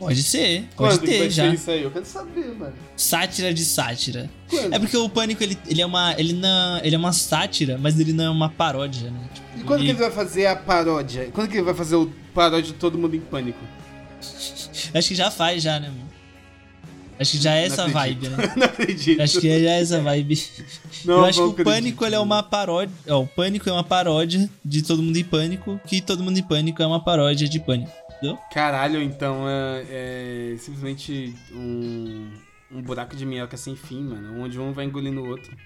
Pode ser, pode
Quando que
ter
vai
já.
ser isso aí? Eu quero saber, mano.
Sátira de sátira.
Quando?
É porque o Pânico, ele, ele é uma. Ele, não, ele é uma sátira, mas ele não é uma paródia, né? Tipo,
E quando que
ele-
ele vai fazer a paródia? Quando que ele vai fazer o paródia de Todo Mundo em Pânico?
Acho que já faz, já, né, mano? Acho que já é
Não
essa vibe,
acredito.
né?
Não acredito.
Acho que é já é essa vibe.
Não,
Eu acho que
não
o
acredito.
Pânico ele é uma paródia. Ó, o Pânico é uma paródia de Todo Mundo em Pânico, que Todo Mundo em Pânico é uma paródia de Pânico. Entendeu?
Caralho, então é, é simplesmente um, um buraco de minhoca sem fim, mano. Onde um vai engolindo o outro.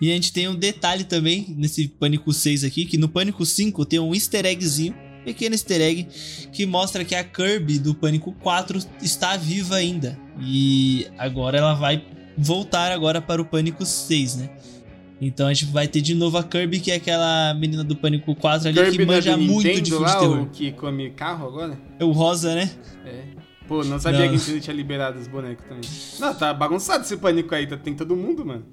E a gente tem um detalhe também nesse Pânico 6 aqui, que no Pânico 5 tem um easter eggzinho, pequeno easter egg, que mostra que a Kirby do Pânico 4 está viva ainda. E agora ela vai voltar agora para o Pânico 6, né? Então a gente vai ter de novo a Kirby, que é aquela menina do Pânico 4 ali que
não é do
manja muito de
Nintendo
filme de
lá,
terror.
o que come carro agora?
É o rosa, né?
É. Pô, não sabia
Não.
que a Nintendo tinha liberado os bonecos também. Não, tá bagunçado esse pânico aí, tá, tem todo mundo, mano.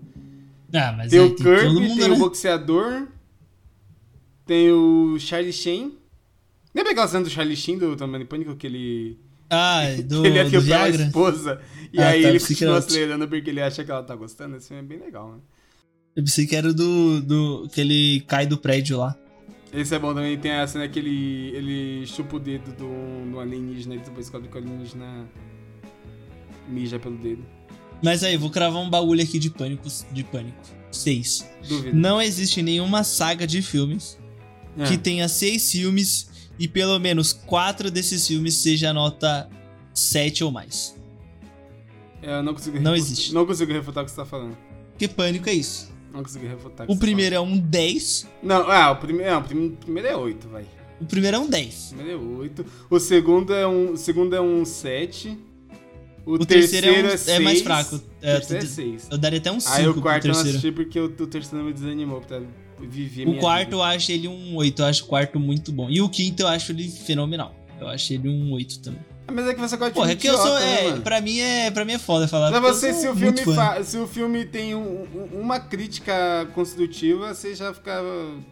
Ah, mas
Tem
aí
o
tem todo
Kirby,
mundo,
tem
né?
o boxeador, tem o Charlie Sheen. Lembra aquela cena do Charlie Sheen do Tamanho Pânico que ele,
Ah, do,
que ele
do
atropela a
Viagra?
esposa e
Ah,
aí
tá, pensei
ele
que
continua
era outro.
acelerando porque ele acha que ela tá gostando? Esse filme é bem legal, né?
Eu pensei que era do, do. que ele cai do prédio lá.
Esse é bom também, tem a cena que ele, ele chupa o dedo do, do alienígena e depois descobre que o alienígena mija pelo dedo.
Mas aí, vou cravar um bagulho aqui de pânico. De pânico. 6.
Duvido.
Não existe nenhuma saga de filmes
Ah.
que tenha seis filmes e pelo menos quatro desses filmes seja nota 7 ou mais.
Eu não consigo
Não
refutar-
existe.
Não consigo refutar o que você tá falando.
Porque pânico é isso.
Não consigo refutar que
O
você
primeiro é um 10.
tá falando. Não, ah, o primeiro. Não, o prim- primeiro é 8, vai.
O primeiro é um
O
10.
primeiro é 8. O segundo é um. O segundo é um 7. O,
O terceiro, é, um-
é,
é mais
seis.
fraco.
o
É,
terceiro é
tu-
6.
eu daria até um 5
Aí o quarto
pro
eu não
terceiro.
assisti porque o, o terceiro me desanimou pra viver
O
minha
quarto
vida.
eu acho ele um 8, eu acho o quarto muito bom. E o quinto eu acho ele fenomenal. Eu acho ele um 8 também.
Ah, Mas é que você gosta de
Porra, é
filme
que eu sou.
idiota, né,
É,
mano?
pra mim é. Pra mim é foda falar.
Pra
porque eu
você,
sou
se o,
muito
filme
fã.
fa- se o filme tem um- um- uma crítica construtiva, você já fica.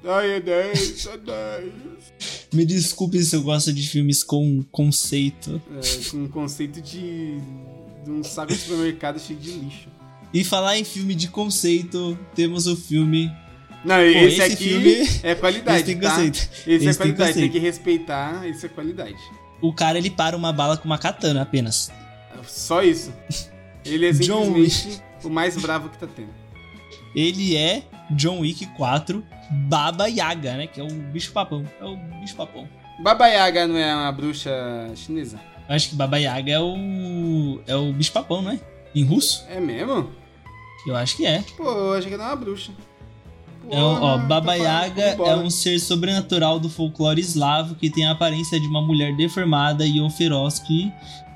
Ai, é 10, é 10.
Me desculpe se eu gosto de filmes com conceito.
É, com um conceito de, de um saco de supermercado cheio de lixo.
E falar em filme de conceito, temos o filme.
Não, esse,
esse
aqui
filme-
é
Esse
qualidade,
tem
tá?
conceito.
Esse,
esse
é
tem
qualidade, tem,
conceito.
que respeitar, esse é qualidade.
O cara ele para uma bala com uma katana apenas.
Só isso. Ele é
John
simplesmente o mais bravo que tá tendo.
Ele é John Wick 4 Baba Yaga, né? Que é o bicho papão. É o bicho papão.
Baba Yaga não é uma bruxa chinesa?
Eu acho que Baba Yaga é o. É o bicho papão, não é? Em russo?
É mesmo?
Eu acho que é.
Pô, eu achei que era uma bruxa. Pô,
É um- ó,
tá
Baba
falando
Yaga
de bola.
é um ser sobrenatural do folclore eslavo que tem a aparência de uma mulher deformada e ou feroz que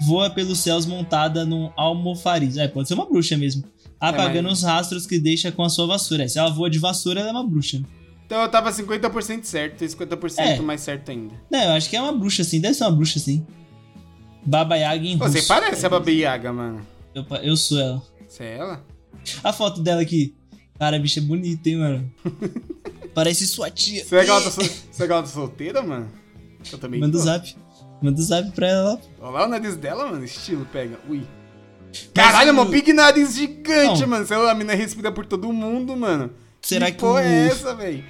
voa pelos céus montada num almofariz. É, pode ser uma bruxa mesmo. Apagando
É, mas-
os rastros que deixa com a sua vassoura. É, Se ela voa de vassoura, ela é uma bruxa.
Então eu tava 50% certo, e 50%
É.
mais certo ainda.
Não, eu acho que é uma bruxa, assim. Deve ser uma bruxa, assim. Baba Yaga em
Pô, você
russo.
parece a Baba Yaga, mano.
Eu, pa- eu sou ela.
Você é ela?
A foto dela aqui. Cara, a bicha é bonita, hein, mano? Parece sua tia.
Será que ela tá, sol... Será que ela tá solteira, mano? Eu também
Manda o
tô.
zap. Manda o zap pra ela lá,
Olha lá o nariz dela, mano. Estilo, pega. Ui.
Mas
Caralho,
o-
mano, big nariz gigante,
Não.
mano. Sei lá, a mina respira por todo mundo, mano.
Será
que
que
porra
o,
é essa, velho?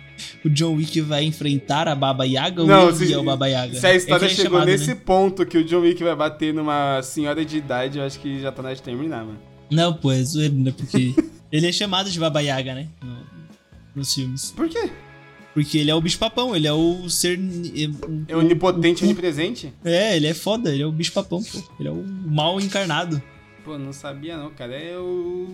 o John Wick vai enfrentar a Baba Yaga
Não,
ou ele
se-
é o Baba Yaga?
Se a história
É que ele é
chegou
chamado,
nesse
né?
ponto que o John Wick vai bater numa senhora de idade, eu acho que já tá na hora de terminar, mano.
Não, pô, é zoeira, né? Porque ele é chamado de Baba Yaga, né? No- nos filmes.
Por quê?
Porque ele é o bicho papão, ele é o ser... é-
É onipotente, onipresente?
É, ele é foda, ele é o bicho papão, pô. Ele é o mal encarnado.
Pô, não sabia não, cara. É o.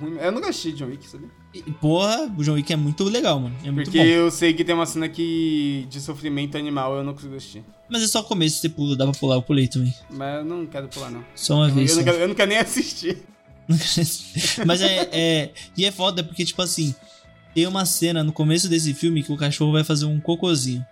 ruim. Eu nunca assisti John Wick, sabe?
E, Porra, o John Wick é muito legal, mano. É muito
Porque
bom.
eu sei que tem uma cena que de sofrimento animal eu não consigo assistir.
Mas é só o começo, você pula, dá pra pular, eu pulei também.
Mas eu não quero pular, não.
Só uma vez.
eu,
só.
não quero, eu não quero nem assistir.
Mas é, é- E é foda porque, tipo assim, tem uma cena no começo desse filme que o cachorro vai fazer um cocôzinho.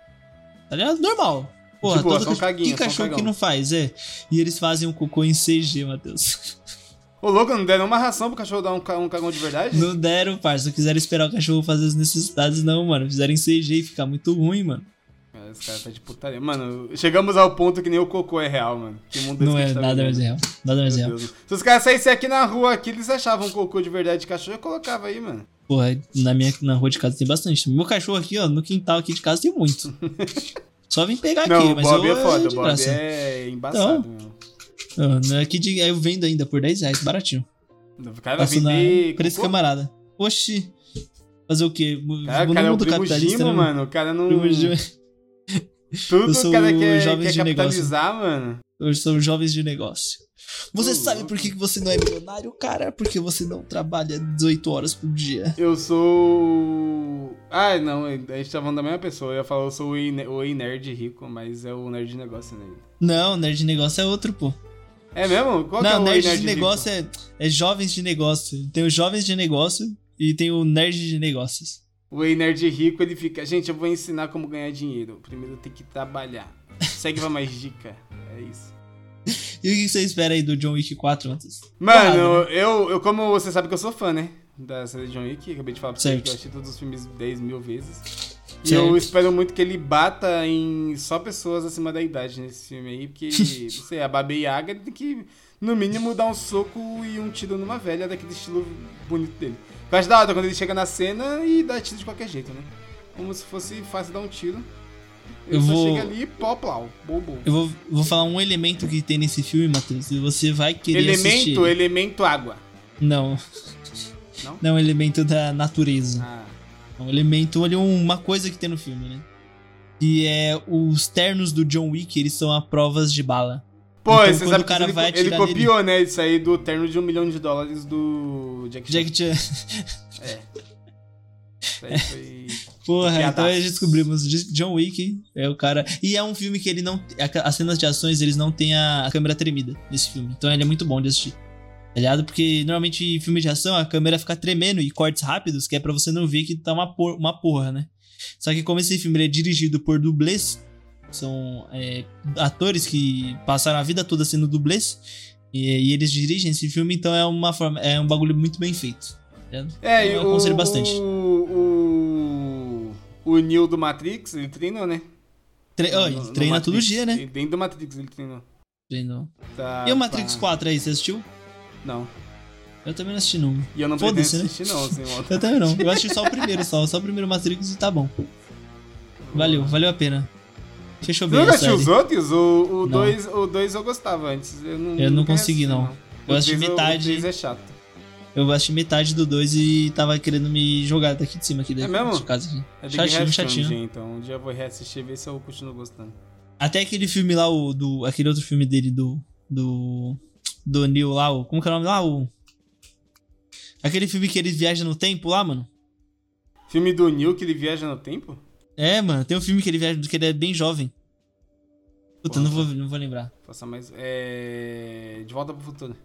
Tá ligado? Normal. Porra,
De boa,
todo
só um
cachorro-
caguinho,
que
só um
cachorro que
cagão.
não faz, é. E eles fazem um cocô em CG, Matheus.
Ô, louco, não deram uma ração pro cachorro dar um, ca- um cagão de verdade?
Não deram, parça. Quiseram esperar o cachorro fazer as necessidades, não, mano. Fizeram em CG e fica muito ruim, mano.
Cara, Esse cara tá de putaria. Mano, chegamos ao ponto que nem o cocô é real, mano. Que mundo
não
desse que a
é
gente tá
nada mais
vivendo.
real. Nada mais
Meu
real.
Deus. Se os caras saíssem aqui na rua aqui, eles achavam cocô de verdade de cachorro, eu colocava aí, mano.
Porra, na minha na rua de casa tem bastante. Meu cachorro aqui, ó, no quintal aqui de casa tem muito. Só vim pegar
não,
aqui,
o
mas
Bob
eu
é foda,
de
o Bob
graça. Então,
é embaçado, meu.
Ah, não, Aqui de, aí eu vendo ainda por 10 reais, baratinho.
O cara vai
Passo na
vender
preço
cocô?
camarada. Oxi. Fazer o quê? O
Cara, o cara é o
mundo
primo
capitalista,
Gimo,
né,
mano. O cara não...
Primo Gimo. Eu
Tudo
sou
o cara
o
quer,
jovem
quer
de negócio.
capitalizar, mano.
Hoje são jovens de negócio. Você
Ô,
sabe
louco.
por que que você não é milionário, cara? Porque você não trabalha 18 horas por dia.
Eu sou... Ah, não, a gente tá falando da mesma pessoa. Eu ia falar, eu sou o ei- o ei nerd rico, mas é o nerd de negócio, né?
Não, nerd de negócio é outro, pô.
É mesmo? Qual que é
não,
o ei
nerd,
nerd
de
rico?
negócio é, é jovens de negócio. Tem os jovens de negócio e tem o nerd de negócios.
O ei nerd rico, ele fica, gente, eu vou ensinar como ganhar dinheiro. Primeiro tem que trabalhar. Segue pra mais dica. É isso.
E o que você espera aí do John Wick 4, Matheus?
Mano,
né?
eu, eu, como você sabe que eu sou fã, né? Da série John Wick, acabei de falar pra você
Certo.
que eu achei todos os filmes 10 mil vezes. E
Certo.
eu espero muito que ele bata em só pessoas acima da idade nesse filme aí, porque, não sei, a Babi Yaga ele tem que, no mínimo, dar um soco e um tiro numa velha daquele estilo bonito dele. Eu acho da hora quando ele chega na cena e dá tiro de qualquer jeito, né? Como se fosse fácil dar um tiro. Ele
Eu
só
vou-
chega ali e pó, plau, bom, bom.
Eu vou, vou falar um elemento que tem nesse filme, Matheus, e você vai querer assistir.
Elemento,
ele.
elemento água.
Não.
Não?
Não, é um elemento da natureza.
Ah,
É um elemento, olha, uma coisa que tem no filme, né? Que é os ternos do John Wick, eles são a provas de bala.
Pô,
Então,
você
quando
sabe
o cara
que ele,
vai
ele
atirar
copiou, né? Isso aí do terno de um milhão de dólares do Jack Chan.
Jack Chan.
Isso aí foi-
Porra,
Piadaço.
então aí descobrimos. J- John Wick é o cara. E é um filme que ele não. a- As cenas de ações, eles não têm a a câmera tremida nesse filme. Então ele é muito bom de assistir. Tá ligado? Porque normalmente em filme de ação a câmera fica tremendo e cortes rápidos, que é pra você não ver que tá uma, por- uma porra, né? Só que como esse filme ele é dirigido por dublês, são é, atores que passaram a vida toda sendo dublês, e, e eles dirigem esse filme, então é uma forma. É um bagulho muito bem feito. tá ligado?
É,
eu
o-
aconselho bastante.
O, o, o Neo do Matrix, ele treinou, né?
Tre- É, ó,
No-
ele
no
treina
Matrix.
todo dia, né?
Ele- Dentro do Matrix ele treinou.
Treinou.
Tá,
E o Matrix
pá.
4 aí, você assistiu?
Não.
Ah, Eu também não assisti, não.
E eu não pretendo
Foda-se, né?
assistir, não, assim, Walter.
Eu também não. Eu assisti só o primeiro, só. Só o primeiro Matrix e tá bom. Valeu, valeu a pena. Fechou
Você
bem
nunca
a
assistiu
série.
os outros?
Não.
O 2 o dois, o dois eu gostava antes. Eu não,
Eu não
nunca
consegui,
assisti,
não. Eu assisti
O três
metade.
O 3 é chato.
Eu assisti metade do 2 e tava querendo me jogar daqui de cima aqui da
É mesmo?
de casa aqui.
É
Chatinho, chatinho.
então um dia eu vou reassistir e ver se eu continuo gostando.
Até aquele filme lá, o do. Aquele outro filme dele do. Do. Do Neil lá, o. Como que é o nome lá? O. Aquele filme que ele viaja no tempo lá, mano.
Filme do Neil que ele viaja no tempo?
É, mano, tem um filme que ele viaja que ele é bem jovem. Puta,
Porra.
não vou, não vou lembrar.
Passa mais. É. De volta pro futuro.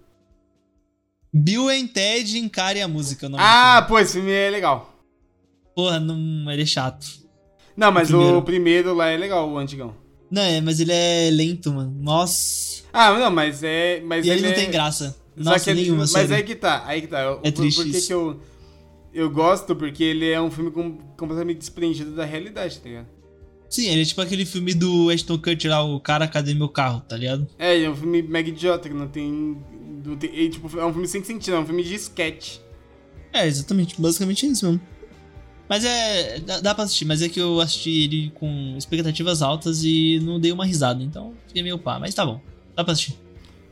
Bill and Ted encare a música. o nome
ah, pô, esse filme é legal.
Porra, não, ele é chato.
Não, mas o primeiro.
primeiro.
lá é legal, o antigão.
Não, é, mas ele é lento, mano. Nossa.
Ah, não, mas é. Mas
e ele não
é-
tem graça.
Só
Nossa,
que ele-
nenhuma,
Mas
sério.
aí que tá, aí que tá. Eu-
É
por-
triste
por que
isso.
que eu. Eu gosto porque ele é um filme com- completamente desprendido da realidade, tá ligado?
Sim, ele é tipo aquele filme do Ashton Kutcher lá, o cara, cadê meu carro, tá ligado?
É, ele é um filme mega idiota, que não tem. Não tem e, tipo, é um filme sem sentido, é um filme de sketch.
É, exatamente. Basicamente é isso mesmo. Mas é. Dá, dá pra assistir, mas é que eu assisti ele com expectativas altas e não dei uma risada, então fiquei meio pá. Mas tá bom. Dá pra assistir.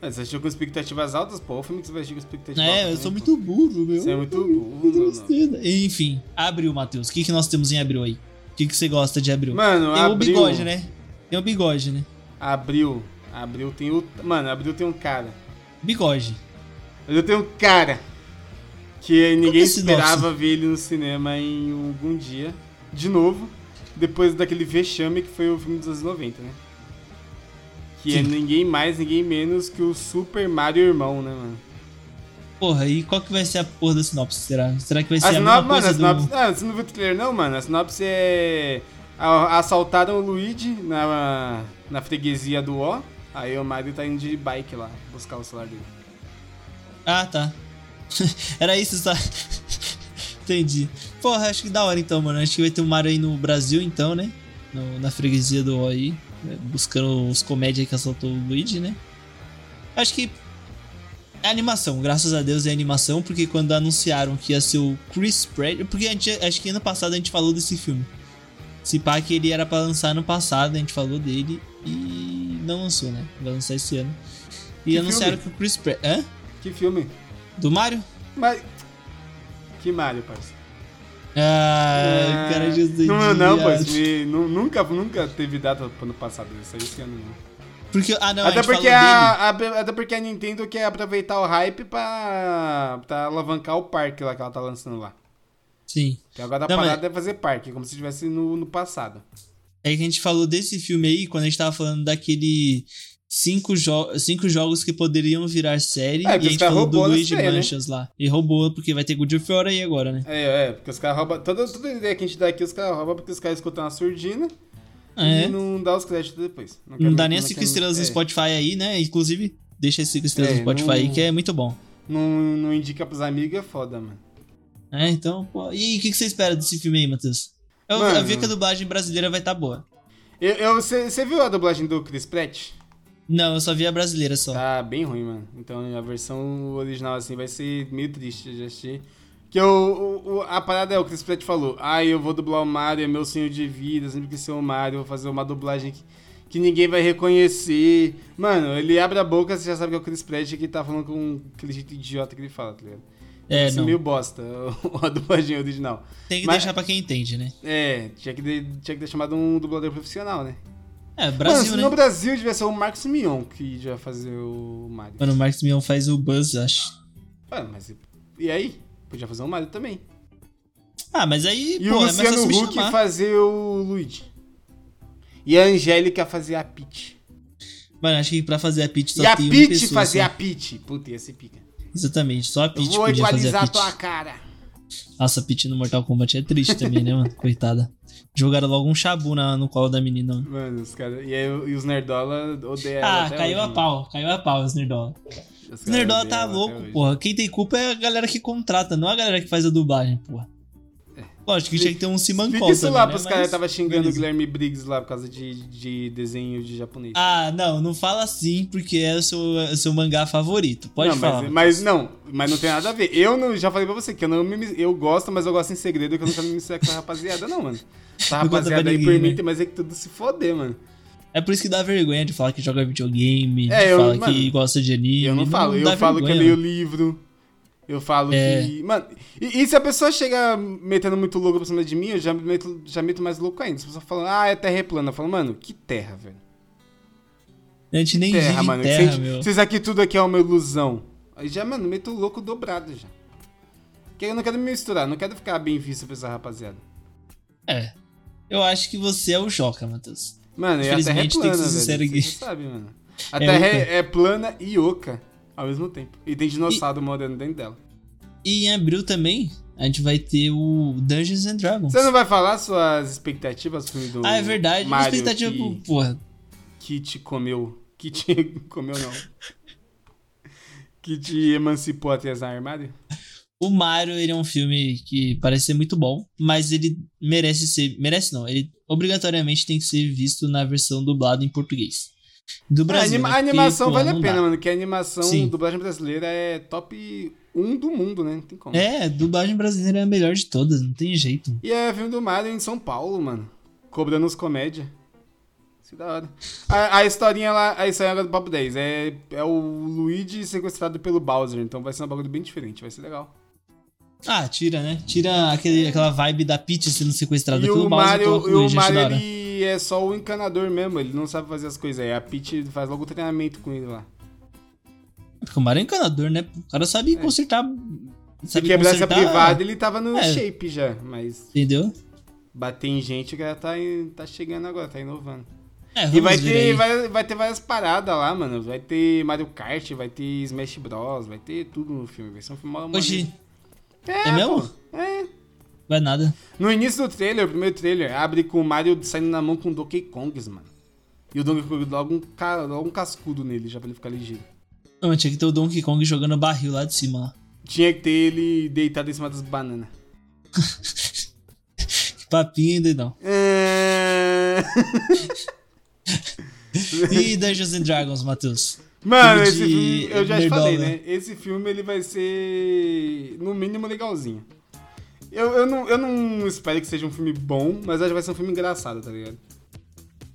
É, você assistiu com expectativas altas, pô, o filme que você vai assistir com expectativas altas.
É, eu
né,
sou
pô?
muito burro, meu.
Você é muito
Que
burro, mano.
tristeza. Enfim, abril, Matheus. O que, que nós temos em abril aí? O que, que você gosta de abril?
Mano,
Tem o
abril.
bigode, né? Tem o bigode, né?
Abril. Abril tem o. Mano, abril tem um cara.
Bigode.
Abril tem um cara. Que ninguém
é esse
esperava ver ele no cinema em algum dia. De novo, depois daquele vexame que foi o filme dos anos 90, né? Que é
Sim.
ninguém mais, ninguém menos que o Super Mario Irmão, né, mano?
Porra, e qual que vai ser a porra da sinopse, será? Será que vai ser
A
é a mesma
sinopse, mano, a
coisa
sinopse,
do...
ah, você não viu o trailer não, mano? A sinopse é... a- Assaltaram o Luigi na, na freguesia do O. Aí o Mario tá indo de bike lá, buscar o celular dele.
Ah, tá. Era isso, só... Entendi. Porra, acho que da hora então, mano. Acho que vai ter um Mario aí no Brasil então, né? No- na freguesia do O aí. né? Buscando os comédias que assaltou o Luigi, né? Acho que... É animação, graças a Deus é animação, porque quando anunciaram que ia ser o Chris Pratt... Porque a gente- acho que ano passado a gente falou desse filme. Se pá que ele era pra lançar ano passado, a gente falou dele e não lançou, né? Vai lançar esse ano. E
Que
anunciaram que
filme?
o Chris Pratt... Hã?
Que filme?
Do Mario?
Mas... Que Mario, parceiro.
Ah,
É,
cara de doidinha.
Não, não, pois me- nu- nunca, nunca teve data pro ano passado, isso aí esse ano não.
Porque, ah, não,
até,
a gente
porque
falou
a,
dele.
a- até porque a Nintendo quer aproveitar o hype pra, pra alavancar o parque lá que ela tá lançando lá.
Sim.
Que agora a
Não, mas-
parada é fazer parque, como se tivesse no, no passado.
É que a gente falou desse filme aí, quando a gente tava falando daquele... Cinco, jo cinco jogos que poderiam virar série. e a
É, porque
gente
tá
falou do
roubou na
Luigi
série, né?
Manchas lá. E roubou, porque vai ter Good of War aí agora, né?
É, é, porque os caras roubam. Toda, toda ideia que a gente dá aqui, os caras roubam porque os caras escutam a surdina
É.
e não dá os créditos depois.
Não
quer-
dá nem as
quer-
5 estrelas no
é,
Spotify aí, né? Inclusive, deixa as 5 estrelas
É,
no Spotify aí,
não-
que é muito bom.
Não, não indica pros amigos, é foda, mano.
É, então, pô. E aí, o que, que você espera desse filme aí, Matheus? Eu, eu
Mano.
vi que a dublagem brasileira vai tá boa.
Eu, você viu a dublagem do Chris Pratt?
Não, eu só vi a brasileira só.
Tá bem ruim, mano. Então a versão original assim vai ser meio triste de assistir. Que eu, o- o- a parada é o que o Chris Pratt falou. Ah, eu vou dublar o Mario, é meu sonho de vida, sempre que ser o Mario, vou fazer uma dublagem que, que ninguém vai reconhecer. Mano, ele abre a boca, você já sabe que é o Chris Pratt que tá falando com aquele jeito idiota que ele fala, tá ligado?
É,
Isso
não.
meio bosta, a dublagem original.
Tem que
Mas-
deixar pra quem entende, né?
É, tinha que, de- tinha que ter chamado um dublador profissional, né?
É, Brasil,
Mano, se no
né?
Brasil devia ser o Marcos Mion que já fazer o Mario.
Mano, o Marcos Mion faz o Buzz, acho.
Ué, Ah, mas e- e aí? Podia fazer o Mario também.
Ah, mas aí,
E
pô,
o
é mais fácil
Luciano
me
Huck
chamar.
fazer o Luigi. E a Angélica fazer a Peach.
Mano, acho que pra fazer a Peach só
e a
tem uma
Peach
pessoa.
fazer
só.
a Peach. Puta, ia ser pica.
Exatamente, só a
Eu
Peach
vou
podia fazer
equalizar
a
a
Peach.
tua cara.
Nossa, a Peach no Mortal Kombat é triste também, né, mano? Coitada. Jogaram logo um chabu na, no colo da menina. mano.
Mano, os caras... E, aí, e os Nerdola odeiam ela
Ah,
até
caiu
hoje,
a
né?
pau, caiu a pau, os Nerdola.
Os
Os
caras
Nerdola
odeiam
tá
ela até
louco,
hoje.
porra. Quem tem culpa é a galera que contrata, não a galera que faz a dublagem, porra. Lógico que tinha que ter um
Fica
Simancol
isso lá,
também,
pros
né?
caras
Mas-
tava xingando
beleza.
o Guilherme Briggs lá por causa de, de desenho de japonês.
Ah, não, não fala assim, porque é o seu, é o seu mangá favorito. Pode
não,
falar.
Mas, mas não, mas não tem nada a ver. Eu não, já falei pra você que eu não me, eu gosto, mas eu gosto em segredo que eu não quero me misturar com essa rapaziada, não, mano. Essa
Não conta pra
rapaziada aí
ninguém, né?
permite, mas é que tudo se foder, mano.
É por isso que dá vergonha de falar que joga videogame, de
É, eu-
falar
mano,
que gosta de anime.
E eu não falo,
dá
eu falo
vergonha,
que é eu leio
mano.
livro. Eu falo
É.
que. Mano, e, e se a pessoa chega metendo muito louco pra cima de mim, eu já meto, já meto mais louco ainda. Se a pessoa fala, ah, é terra é plana. Eu falo, mano, que terra, velho.
A gente nem vive
Terra,
em
mano.
terra,
Vocês-
meu.
Vocês aqui tudo aqui é uma ilusão. Aí já, mano, meto o louco dobrado já. Porque eu não quero me misturar, não quero ficar bem visto pra essa rapaziada.
É. Eu acho que você é o Joca, Matheus.
Mano, e a Terra é
Infelizmente, tem que
plana,
ser
velho.
sincero
Você
aqui.
sabe, mano. A
É
Terra
oca.
é, é plana e oca ao mesmo tempo. E tem dinossauro morando dentro dela.
E em abril também, a gente vai ter o Dungeons and Dragons.
Você não vai falar suas expectativas pro filme do
Ah, é verdade. Minha
Mario
expectativa, é
que,
porra.
que te comeu... Que te comeu, não. que te emancipou até as armário?
O Mario, ele é um filme que parece ser muito bom, mas ele merece ser. Merece não, ele obrigatoriamente tem que ser visto na versão dublada em português. Do
A,
Brasil. né?
Ah, anima- a
Porque,
animação
pô,
vale a
não
pena, né?
dá.
mano. Que a animação,
Sim.
dublagem brasileira é top 1 do mundo, né? Não tem como.
É, dublagem brasileira é a melhor de todas, não tem jeito.
E é filme do Mario em São Paulo, mano. Cobrando os comédia. Isso é da hora. A, a historinha lá, a historinha agora do Papo 10. É, é o Luigi sequestrado pelo Bowser. Então vai ser um bagulho bem diferente, vai ser legal.
Ah, tira, né? Tira aquele, aquela vibe da Peach sendo sequestrada
e
pelo Tá
o
Bowser e
Mario,
coloca
e o
Luigi, acho
Mario
da hora.
ele é só o encanador mesmo. Ele não sabe fazer as coisas. Aí a Peach faz logo o treinamento com ele lá.
um Porque o Mario é encanador, né? O cara sabe consertar
Se
sabe
quebrasse a
consertar,
privada, ele tava no
É.
shape já. Mas
Entendeu?
bater em gente, o cara tá, tá chegando agora, tá inovando.
É,
E
vamos
vai
ver
ter,
aí.
vai, vai ter várias paradas lá, mano. Vai ter Mario Kart, vai ter Smash Bros, vai ter tudo no filme. Vai ser um filme mó- mó-
Hoje,
É,
é mesmo?
pô. É.
vai nada.
No início do trailer, o primeiro trailer, abre com o Mario saindo na mão com o Donkey Kongs, mano. E o Donkey Kong logo um, ca- logo um cascudo nele, já pra ele ficar ligeiro.
Não, tinha que ter o Donkey Kong jogando barril lá de cima. Lá.
Tinha que ter ele deitado em cima das bananas.
Que papinho ainda não.
É...
E Dungeons and Dragons, Matheus?
Mano,
Filme
esse
de
filme, eu já te
nerdola.
falei, né? Esse filme ele vai ser, no mínimo, legalzinho. Eu, eu, não, eu não espero que seja um filme bom, mas acho que vai ser um filme engraçado, tá ligado?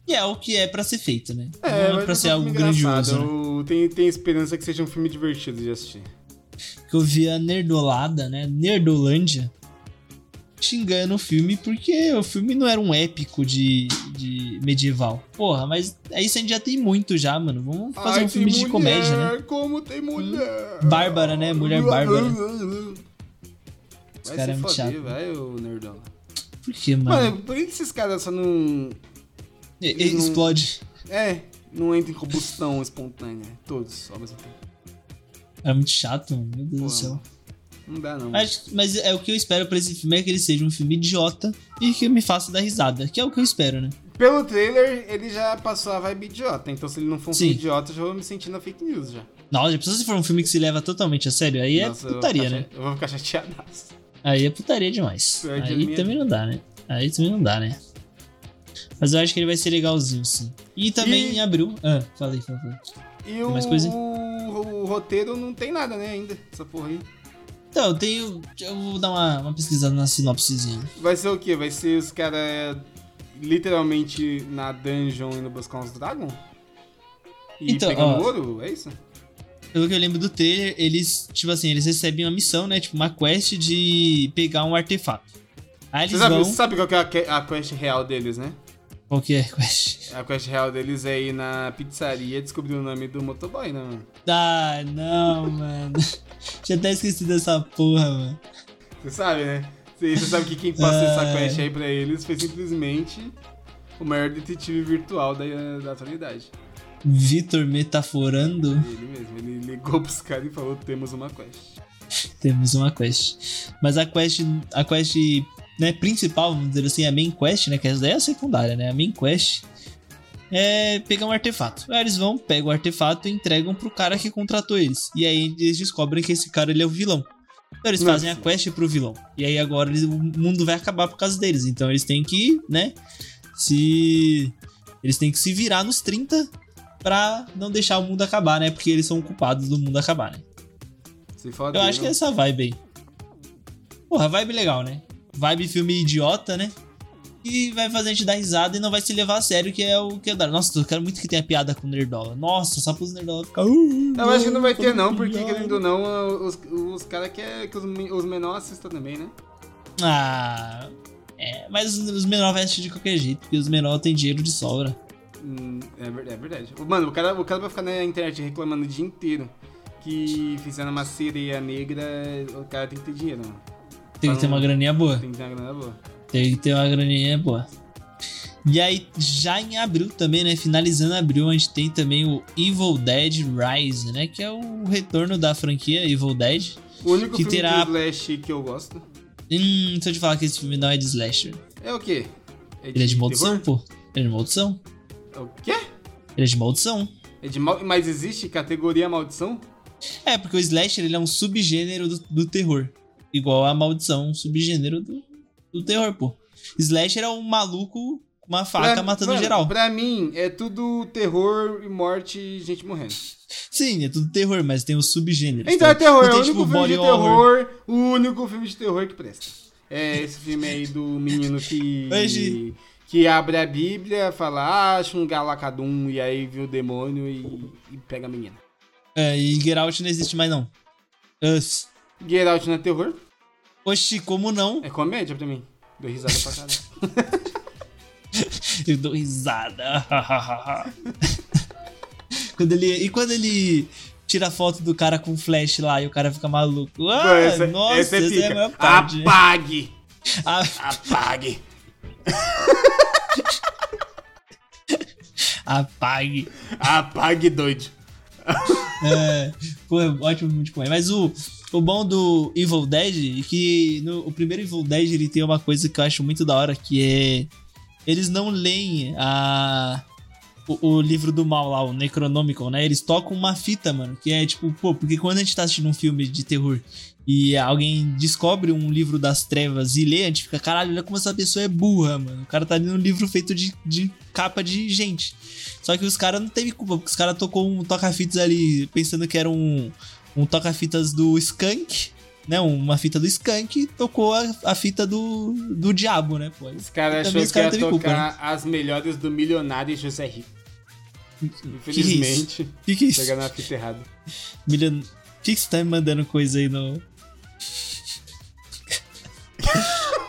E é o que é pra ser feito, né? não
vai
é pra
ser
ser
um
algo
filme
grandioso. né?
engraçado. Eu tenho, tenho esperança que seja um filme divertido de assistir.
que eu vi a Nerdolada, né? Nerdolândia. Xingando o filme porque o filme não era um épico de, de medieval. Porra, mas aí você já tem muito já, mano. Vamos fazer
Ai,
um
tem é.
filme de
mulher,
comédia, né?
Como tem mulher.
Bárbara, né? Mulher bárbara.
Vai
cara é
se
muito
foder,
chato.
vai, ô nerdão.
Por que, mano?
Mano, por que esses caras só não.
E- e-
eles não-
Explode.
É, não entra em combustão espontânea. Todos, ao mesmo tempo.
É muito chato, mano. Meu Deus do
Pô,
céu.
Não dá, não.
Mas, mas é o que eu espero pra esse filme é que ele seja um filme idiota e que me faça dar risada. Que é o que eu espero, né?
Pelo trailer, ele já passou a vibe idiota. Então, se ele não for um
Sim.
filme idiota, eu já vou me sentir na fake news já.
Nossa, já precisa se for um filme que se leva totalmente a sério. Aí
Nossa,
é putaria,
eu vou
né?
ficar, cha- Eu vou ficar chateadaço.
Aí é putaria demais.
Pior que
Aí
a minha.
também não dá, né? Aí também não dá, né? Mas eu acho que ele vai ser legalzinho, sim. E também
E-
em abril. Ah, falei, falei. falei.
E o,
mais coisa?
o roteiro não tem nada, né, ainda. Essa porra aí.
Então, eu tenho. Eu vou dar uma, uma pesquisada na sinopsezinha.
Vai ser o quê? Vai ser os caras literalmente na dungeon indo buscar uns dragons? E
Então, ó.
pegando ouro? É isso?
Pelo que eu lembro do trailer, eles, tipo assim, eles recebem uma missão, né? Tipo, uma quest de pegar um artefato. Aí
Você
eles
sabe,
vão.
você sabe qual que é a que- a quest real deles, né?
Qual que é a quest?
A quest real deles é ir na pizzaria e descobrir o nome do motoboy, né, mano?
Ah, não, mano. Tinha até esquecido dessa porra, mano.
Você sabe, né? Você, você sabe que quem passou essa
É.
quest aí pra eles foi simplesmente o maior detetive virtual da, da atualidade.
Vitor metaforando.
Ele mesmo, ele ligou pros caras e falou, temos uma quest.
Temos uma quest. Mas a quest, a quest né, principal, vamos dizer assim, a main quest, né? Que essa daí é a secundária, né? A main quest é pegar um artefato. Aí eles vão, pegam o artefato e entregam pro cara que contratou eles. E aí eles descobrem que esse cara ele é o vilão. Então eles
Nossa.
fazem a quest pro vilão. E aí agora eles- o mundo vai acabar por causa deles. Então eles têm que, né? Se. Eles têm que se virar nos 30 pra não deixar o mundo acabar, né? Porque eles são culpados do mundo acabar, né?
Se foda,
Eu acho que é essa vibe aí. Porra, vibe legal, né? Vibe filme idiota, né? E vai fazer a gente dar risada e não vai se levar a sério, que é o que eu dar. Nossa, eu quero muito que tenha piada com Nerdola. Nossa, só pros Nerdola ficar. "Uh,
Eu acho que não vai ter não, porque querendo ou não, os, os caras querem que os, men- os menores assistam também, né?
uh." Ah. É, mas os menores vestem de qualquer jeito, porque os menores têm dinheiro de sobra.
Hum, É verdade, é verdade. Mano, o cara, o cara vai ficar na internet reclamando o dia inteiro que fizeram uma sereia negra, o cara tem que ter dinheiro, mano.
Tem que ter
Então,
uma graninha boa.
Tem que ter uma grana boa.
Tem que ter uma graninha boa. E aí, já em abril também, né? Finalizando abril, a gente tem também o Evil Dead Rise, né? Que é o retorno da franquia Evil Dead.
O único
Que
filme
terá-
de Slash que eu gosto
Hum, deixa eu te falar que esse filme não é de slasher.
é o quê?
Ele é de maldição,
terror?
pô. Ele é de maldição.
É o quê?
Ele é de maldição.
É de mal... Mas existe categoria maldição?
É, porque o slasher ele é um subgênero do, do terror. Igual a maldição, um subgênero do, do terror, pô. Slasher é um maluco com uma faca
Pra-
Tá, matando
É, mano,
geral.
Pra mim, é tudo terror e morte e gente morrendo.
Sim, é tudo terror, mas tem os subgêneros.
Então é
Tem-
terror,
não
é o
tem,
único
tipo,
filme de
body horror.
terror, o único filme de terror que presta. É esse filme aí do menino que.
Hoje-
Que abre a Bíblia, fala, acha um galacadum, e aí vê o demônio e, e pega a menina.
É, e Get Out não existe mais, não. Us.
Get Out não é terror?
Oxi, como não?
É comédia pra mim. Deu risada pra caralho.
Eu dou risada. quando ele, e quando ele tira foto do cara com flash lá e o cara fica maluco. Ah,
Pô, essa-
nossa,
essa
essa,
é
é a
pica.
maior parte.
Apague!
Ah,
Apague!
apague.
Apague, doido.
É, pô, é ótimo muito bom. Mas o, o bom do Evil Dead é que no, o primeiro Evil Dead ele tem uma coisa que eu acho muito da hora, que é. Eles não leem a. O, o livro do mal lá, o Necronomicon, né? Eles tocam uma fita, mano. Que é tipo, pô, porque quando a gente tá assistindo um filme de terror e alguém descobre um livro das trevas e lê, a gente fica, caralho, olha como essa pessoa é burra, mano. O cara tá lendo um livro feito de, de capa de gente. Só que os caras não teve culpa, porque os caras tocou um toca-fitas ali, pensando que era um, um toca-fitas do Skunk, né? Uma fita do Skunk e tocou a, a fita do, do diabo, né, pô?
Esse cara
Também
achou
esse
que
cara
ia
teve
tocar
culpa, né?
as melhores do milionário José Rico. Infelizmente,
O que, que é isso?
pegar na fita errada.
Milion... Por que, que você tá me mandando coisa aí no.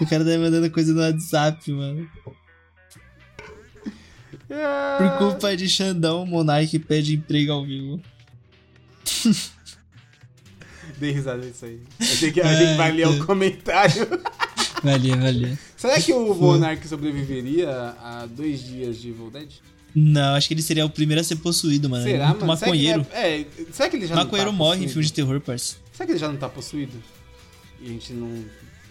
o cara tá me mandando coisa no WhatsApp, mano.
Ah,
Por culpa de Xandão, Monark pede emprego ao vivo.
Dei risada disso aí. Achei que, achei que valia o comentário.
Valeu, valeu.
Será que o
Hum.
Monark sobreviveria a dois dias de Evil Dead?
Não, acho que ele seria o primeiro a ser possuído, mano. Ele é
Será,
muito
mano?
Maconheiro.
Será que, ele é- é, será que ele já
Maconheiro
não tá
morre em
possuído?
filme de terror, parça.
Será que ele já não tá possuído? E a gente não...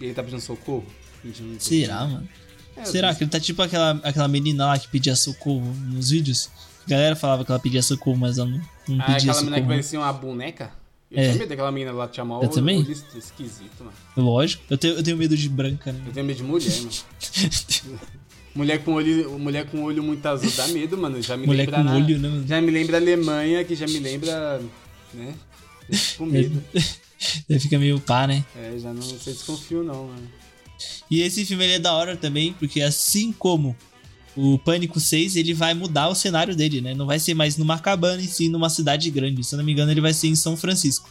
E ele tá pedindo socorro? A gente não-
Será, mano?
É,
Será que ele tá tipo aquela, aquela menina lá que pedia socorro nos vídeos? A galera falava que ela pedia socorro, mas ela não, não
Ah,
pedia
aquela menina que
socorro. né?
parecia uma boneca? Eu
É.
tinha medo daquela menina lá te chamar
Eu
o-
também.
o listo esquisito, mano.
Lógico. Eu tenho, eu tenho medo de branca, né?
Eu tenho medo de mulher, mano. mulher com olho, mulher com olho muito azul dá medo, mano. Já me
Mulher
lembra
com
na-
olho, né, mano?
Já me lembra Alemanha, que já me lembra, né?
É.
Com medo.
Daí fica meio pá, né?
É, já não sei desconfio não, mano.
E esse filme ele é da hora também, porque assim como o Pânico 6, ele vai mudar o cenário dele, né? Não vai ser mais numa cabana e sim numa cidade grande. Se eu não me engano, ele vai ser em São Francisco.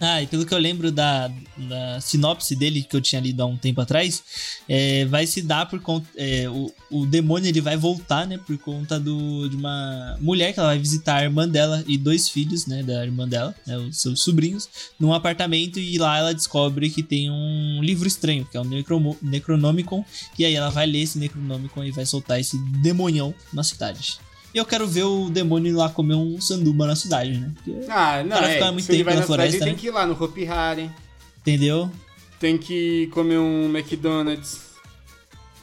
Ah, e pelo que eu lembro da, da sinopse dele, que eu tinha lido há um tempo atrás, é, vai se dar por conta. é, o, o demônio ele vai voltar, né? Por conta do, de uma mulher que ela vai visitar a irmã dela e dois filhos, né? Da irmã dela, né, os seus sobrinhos, num apartamento e lá ela descobre que tem um livro estranho, que é o Necromo- Necronomicon. E aí ela vai ler esse Necronomicon e vai soltar esse demonhão na cidade. E eu quero ver o demônio lá comer um sanduba na cidade, né? porque-
Ah, não,
cara
é.
ficar muito
se ele
tempo
vai
na
na cidade,
floresta,
ele tem
né?
que ir lá no Hopi Hari.
Entendeu?
Tem que comer um McDonald's.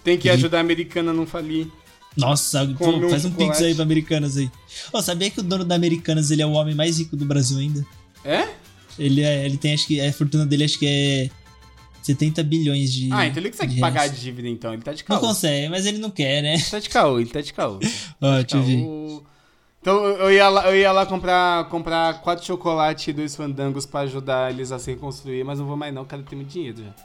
Tem que
E-
ajudar a americana a não falir.
Nossa, pô,
Come um
faz um
chocolate.
pix aí pra Americanas aí. Ô, sabia que o dono da Americanas ele é o homem mais rico do Brasil ainda?
É?
Ele é, ele tem, acho que a fortuna dele acho que é 70 bilhões de.
Ah, então ele consegue
de
pagar a
reais.
dívida então. Ele tá de
Não
caô.
consegue, mas ele não quer, né?
Ele tá de caô, ele tá de caô.
Ó, deixa eu ver.
Caô. Então eu eu ia lá, eu ia lá comprar, comprar quatro chocolates e dois fandangos pra ajudar eles a se reconstruir, mas não vou mais não, cara, eu tenho muito dinheiro já.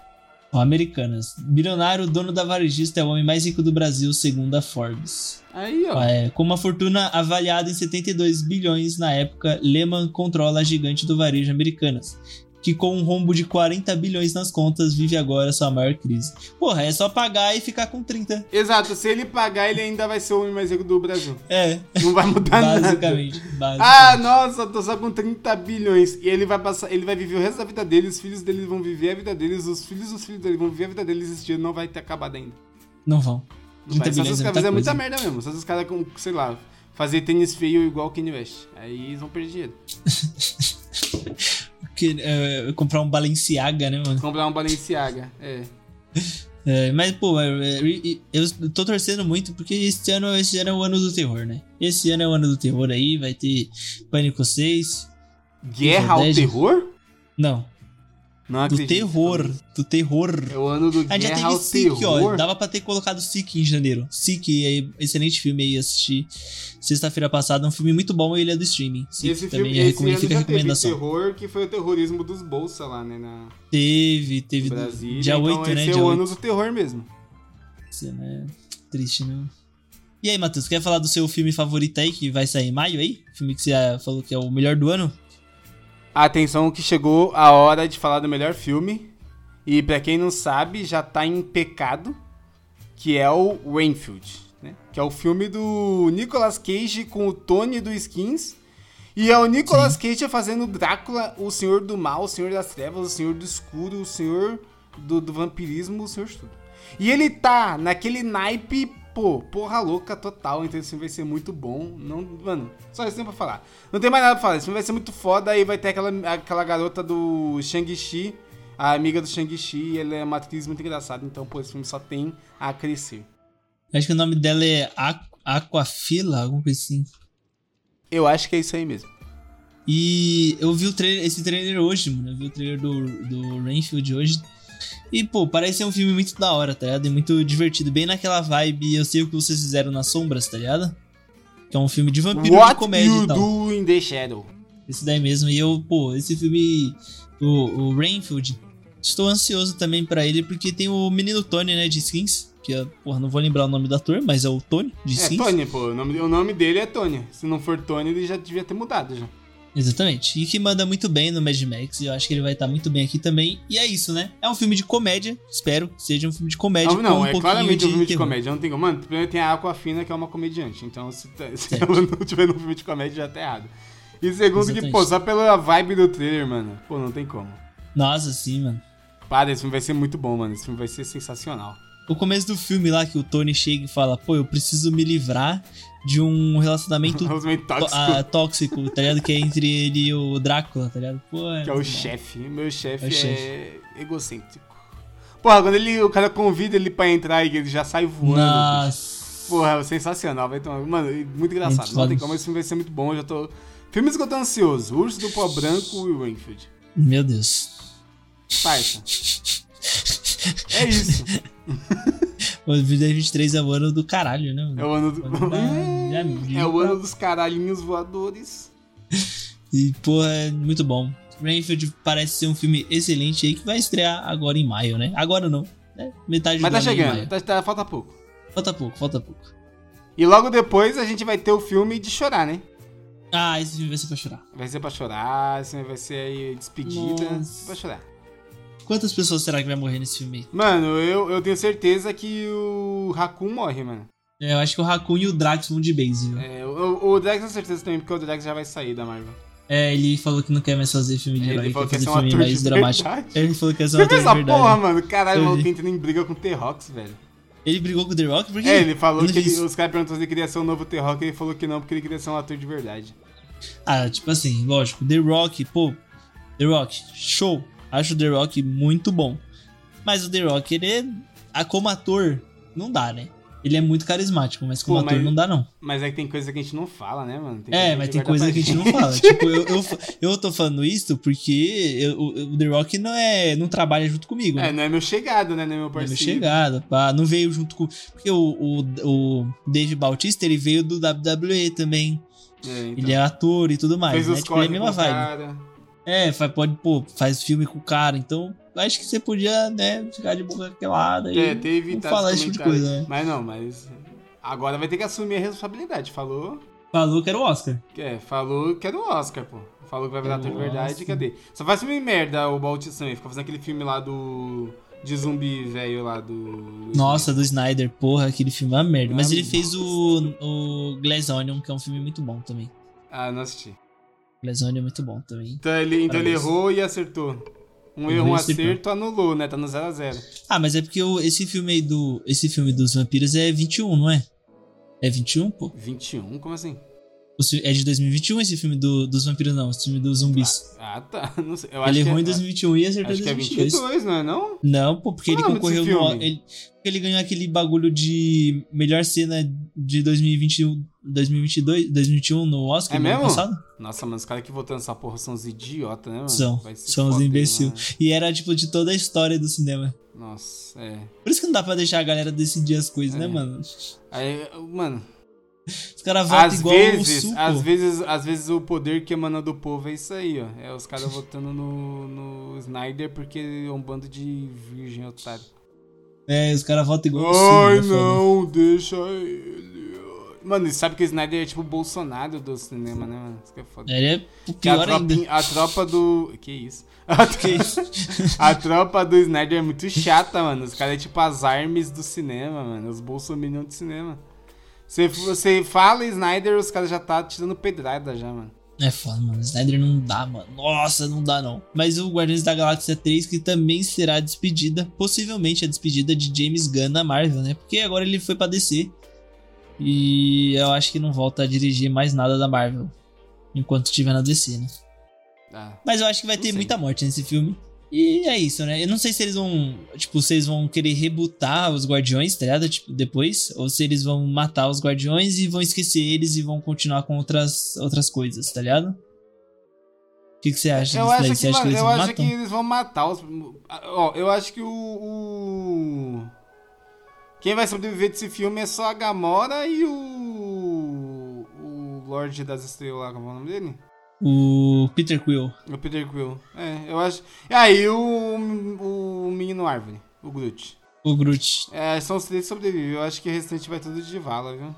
Ó, Americanas. Bilionário, dono da varejista, é o homem mais rico do Brasil, segundo a Forbes.
Aí, ó.
Ó, é, com uma fortuna avaliada em 72 bilhões na época, Lehman controla a gigante do varejo Americanas. Que com um rombo de 40 bilhões nas contas vive agora sua maior crise. Porra, é só pagar e ficar com 30.
Exato, se ele pagar, ele ainda vai ser o homem mais rico do Brasil.
É,
Não vai mudar nada.
basicamente.
Ah,
basicamente.
nossa, tô só com 30 bilhões. E ele vai passar, ele vai viver o resto da vida dele, os filhos dele vão viver a vida deles, os filhos dos filhos dele vão viver a vida deles, esse dinheiro não vai ter acabado ainda.
Não vão.
Não vai.
30
Só se os
bilhões é
caras
muita
fizerem muita
coisa.
merda mesmo. Só se os caras com, sei lá, fazer tênis feio igual o Kanye West. Aí eles vão perder dinheiro.
que, é, comprar um Balenciaga, né, mano?
Comprar um Balenciaga, é.
É, mas, pô, é, é, e- eu tô torcendo muito porque esse ano, esse ano é o ano do terror, né? Esse ano é o ano do terror aí, vai ter Pânico 6.
Guerra ao
Dead.
terror?
Não,
Não
do terror, do terror.
É o ano do
A gente já
Guerra
teve
ao
Sick, ó. um
terror.
Dava pra ter colocado Sick em janeiro. Sick é excelente filme aí, assisti sexta-feira passada. É um filme muito bom e ele é do streaming. Sick
Esse
também
filme,
é,
esse
recomendo-
ano
fica a
já teve
recomendação.
terror, que foi o terrorismo dos bolsa lá, né, na
Teve,
no
teve.
Brasília.
dia
então
8,
esse
né?
é
Dia
o
8.
ano do terror mesmo.
Você, né? Triste, né? E aí, Matheus, quer falar do seu filme favorito aí, que vai sair em maio aí? Filme que você ah, falou que é o melhor do ano?
Atenção que chegou a hora de falar do melhor filme. E pra quem não sabe, já tá em pecado, que é o Wainfield, né? Que é o filme do Nicolas Cage com o Tony do Skins. E E é o Nicolas Cage fazendo Drácula, o Senhor do Mal, o Senhor das Trevas, o Senhor do Escuro, o Senhor do, do Vampirismo, o Senhor de tudo. E ele tá naquele naipe, pô, porra louca total, então esse filme vai ser muito bom. Não, mano, só isso tem pra falar. Não tem mais nada pra falar, esse filme vai ser muito foda, aí vai ter aquela, aquela garota do Shang-Chi, a amiga do Shang-Chi, ela é uma atriz muito engraçada, então, pô, esse filme só tem a crescer.
Acho que o nome dela é Aqu- Aquafila, alguma coisa assim.
Eu acho que é isso aí mesmo.
E eu vi o trailer, esse trailer hoje, mano. Eu vi o trailer do, do Renfield hoje. E, pô, parece ser um filme muito da hora, tá ligado? E muito divertido. Bem naquela vibe, eu sei o que vocês fizeram nas sombras, tá ligado? Que é um filme de vampiro de
What
comédia então.
you
e tal.
do in the shadow?
Esse daí mesmo. E eu, pô, esse filme, o, o Rainfield, estou ansioso também pra ele, porque tem o menino Tony, né, de Skins. Que, é- porra, não vou lembrar o nome do ator, mas é o Tony, de
É
Skins.
Tony, pô. O nome, o nome dele é Tony. Se não for Tony, ele já devia ter mudado já.
Exatamente. E que manda muito bem no Mad Max. E eu acho que ele vai estar muito bem aqui também. E é isso, né? É um filme de comédia. Espero que seja um filme de comédia.
Não, não,
com um
é
pouquinho
claramente
de
um filme de
terror.
comédia. Não tem como. Mano, primeiro tem a Aquafina, que é uma comediante. Então, se, tá- se ela não tiver num filme de comédia, já tá errado. E segundo que,
Exatamente.
pô, só pela vibe do trailer, mano. Pô, não tem como.
Nossa, sim, mano.
Para, esse filme vai ser muito bom, mano. Esse filme vai ser sensacional.
O começo do filme lá que o Tony chega e fala: pô, eu preciso me livrar de um relacionamento tó-
Relacionamento tóxico,
ah, tóxico, tá ligado? Que é entre ele e o Drácula, tá ligado? Pô,
que é
muito
o
bom.
chefe. Meu chefe
É
é,
o
egocêntrico. Porra, quando ele, o cara convida ele pra entrar e ele já sai voando. bicho.
Nossa.
Porra, sensacional, vai tomar. Mano, e muito engraçado.
Muito
não tem
foda.
como, esse filme vai ser muito bom. Eu já tô. Filmes que eu tô ansioso: Urso do Pó Branco e Winfield.
Meu Deus.
Parça. É isso.
O 2023 é o ano do caralho, né?
É
Mano?
o ano do.
Já- já-
é o ano dos caralhinhos voadores.
E, porra, é muito bom. Rainfield parece ser um filme excelente aí que vai estrear agora em maio, né? Agora não. né? Metade
Mas
do
tá
ano em
chegando,
maio.
tá, tá- falta pouco.
Falta pouco, falta pouco.
E logo depois a gente vai ter o filme de chorar, né?
Ah, esse filme vai ser pra chorar.
Vai ser pra chorar, esse filme vai ser aí despedida.
Nossa.
Pra chorar.
Quantas pessoas será que vai morrer nesse filme aí?
Mano, eu, eu tenho certeza que o Raccoon morre, mano.
É, Eu acho que o Raccoon e o Drax vão de base, viu? É.
É, o, o Drax com certeza também, porque o Drax já vai sair da Marvel.
É, ele falou que não quer mais fazer filme de
Ele
herói,
falou
quer
que
fazer
ia ser
filme
um ator
mais
de
dramático.
verdade.
Ele falou que ia ser um
Você viu
ator de
essa
verdade.
porra, mano? Caralho,
Eu
o maluco
vi.
entra em briga com o T-Rox, velho.
Ele brigou com o The Rock porque...
É, ele falou
Eu não
que ele-
vi isso.
os caras perguntaram se ele queria ser o novo T-Rock, ele falou que não, porque ele queria ser um ator de verdade.
Ah, tipo assim, lógico, The Rock, pô, The Rock, show. Acho o The Rock muito bom. Mas o The Rock, ele é. ah, Como ator, não dá, né? Ele é muito carismático, mas como
Pô,
ator
mas-
não dá, não.
Mas é que tem coisa que a gente não fala, né, mano?
É, mas tem coisa que a gente não fala. tipo, eu, eu, fa- eu tô falando isso porque eu- o, o The Rock não é. não trabalha junto comigo,
não. É,
né?
não é meu chegado, né? Não é
Não
meu
é
parceiro.
meu chegado, pá, não veio junto com. Porque o, o, o Dave Bautista, ele veio do WWE também.
É, então.
Ele é ator e tudo mais.
Fez
né?
os
Tipo, ele é a
corres com
mesma
o
vibe.
cara.
É, faz, pode, pô, faz filme com o cara, então acho que você podia, né, ficar de boca pelada e
É, ter
não
evitado
falar
esse
esse tipo de
comentário.
coisa, né?
Mas não, mas... Agora vai ter que assumir a responsabilidade. Falou...
Falou que era o Oscar.
É, falou que era o Oscar, pô. Falou que vai virar ator de
Nossa.
verdade, cadê? Só faz filme merda o Bautista, ele fica fazendo aquele filme lá do... De zumbi velho lá do...
Nossa, do Snyder, porra, aquele filme é uma merda. Mas ele
Nossa.
fez o, o Glass Onion, que é um filme muito bom também.
Ah, não assisti.
Glass Onion é muito bom também.
Então ele, então ele
Parabéns.
errou e acertou. Um
Errou
erro,
e
um
acertou.
acerto, anulou, né? Tá no 0x0.
Ah, mas é porque o- esse filme aí do. Esse filme dos vampiros é 21, não é? É 21, pô?
21? Como assim?
O fi- É de 2021 esse filme do, dos vampiros, não. Esse filme dos zumbis.
Ah, tá. Não sei. Eu acho
ele
que
errou
é,
em 2021 e acertou em
Acho que é
2022.
22, não é não?
Não, pô, porque
Qual
ele
é o nome
concorreu
desse
no.
filme?
Ele, porque ele ganhou aquele bagulho de melhor cena de 2021, 2022, 2021 no Oscar
É
no ano
mesmo?
passado.
Nossa, mano, os caras que votaram nessa porra são os idiotas, né, mano?
São.
Vai se
São os
foder,
imbecil.
mano.
E era, tipo, de toda a história do cinema.
Nossa, é.
Por isso que não dá pra deixar a galera decidir as coisas,
É.
né, mano?
Aí, mano,
Os caras votam
às
igual o
vezes,
suco.
às vezes, às vezes o poder que emana do povo é isso aí, ó. É os caras votando no, no Snyder porque é um bando de virgem otário.
É, os caras votam igual
Ai,
o suco. né, foda.
não, deixa ele. Mano, e sabe que o Snyder é tipo o Bolsonaro do cinema, né, mano? Isso que é foda.
Ele é o
Que a,
pior
tropa,
ainda.
a tropa do. Que isso? A, tro-
Que isso?
a tropa do Snyder é muito chata, mano. Os caras é tipo as armes do cinema, mano. Os bolsominions do cinema. Você, você fala Snyder, os caras já tá tirando pedrada já, mano.
É foda, mano. Snyder não dá, mano. Nossa, não dá não. Mas o Guardiões da Galáxia 3, que também será a despedida, possivelmente a despedida de James Gunn da Marvel, né? Porque agora ele foi pra DC. E eu acho que não volta a dirigir mais nada da Marvel. Enquanto estiver na DC, né?
Ah,
Mas eu acho que vai
Não
ter
sei.
muita morte nesse filme. E é isso, né? Eu não sei se eles vão. Tipo, se eles vão querer rebutar os Guardiões, tá ligado? Tipo, depois. Ou se eles vão matar os Guardiões e vão esquecer eles e vão continuar com outras, outras coisas, tá ligado? O que, que você acha
eu
disso
acho
daí?
que,
Você acha que
mano,
eles
eu
vão
acho que
matam?
eles vão matar os. Ó, eu acho que o, o- Quem vai sobreviver desse filme é só a Gamora e o. O Lorde das Estrelas lá, como é o nome dele?
O Peter Quill.
O Peter Quill. É, eu acho. E aí o. O menino Árvore, o Groot.
O Groot.
É, são os três que sobrevivem. Eu acho que o restante vai tudo de vala, viu?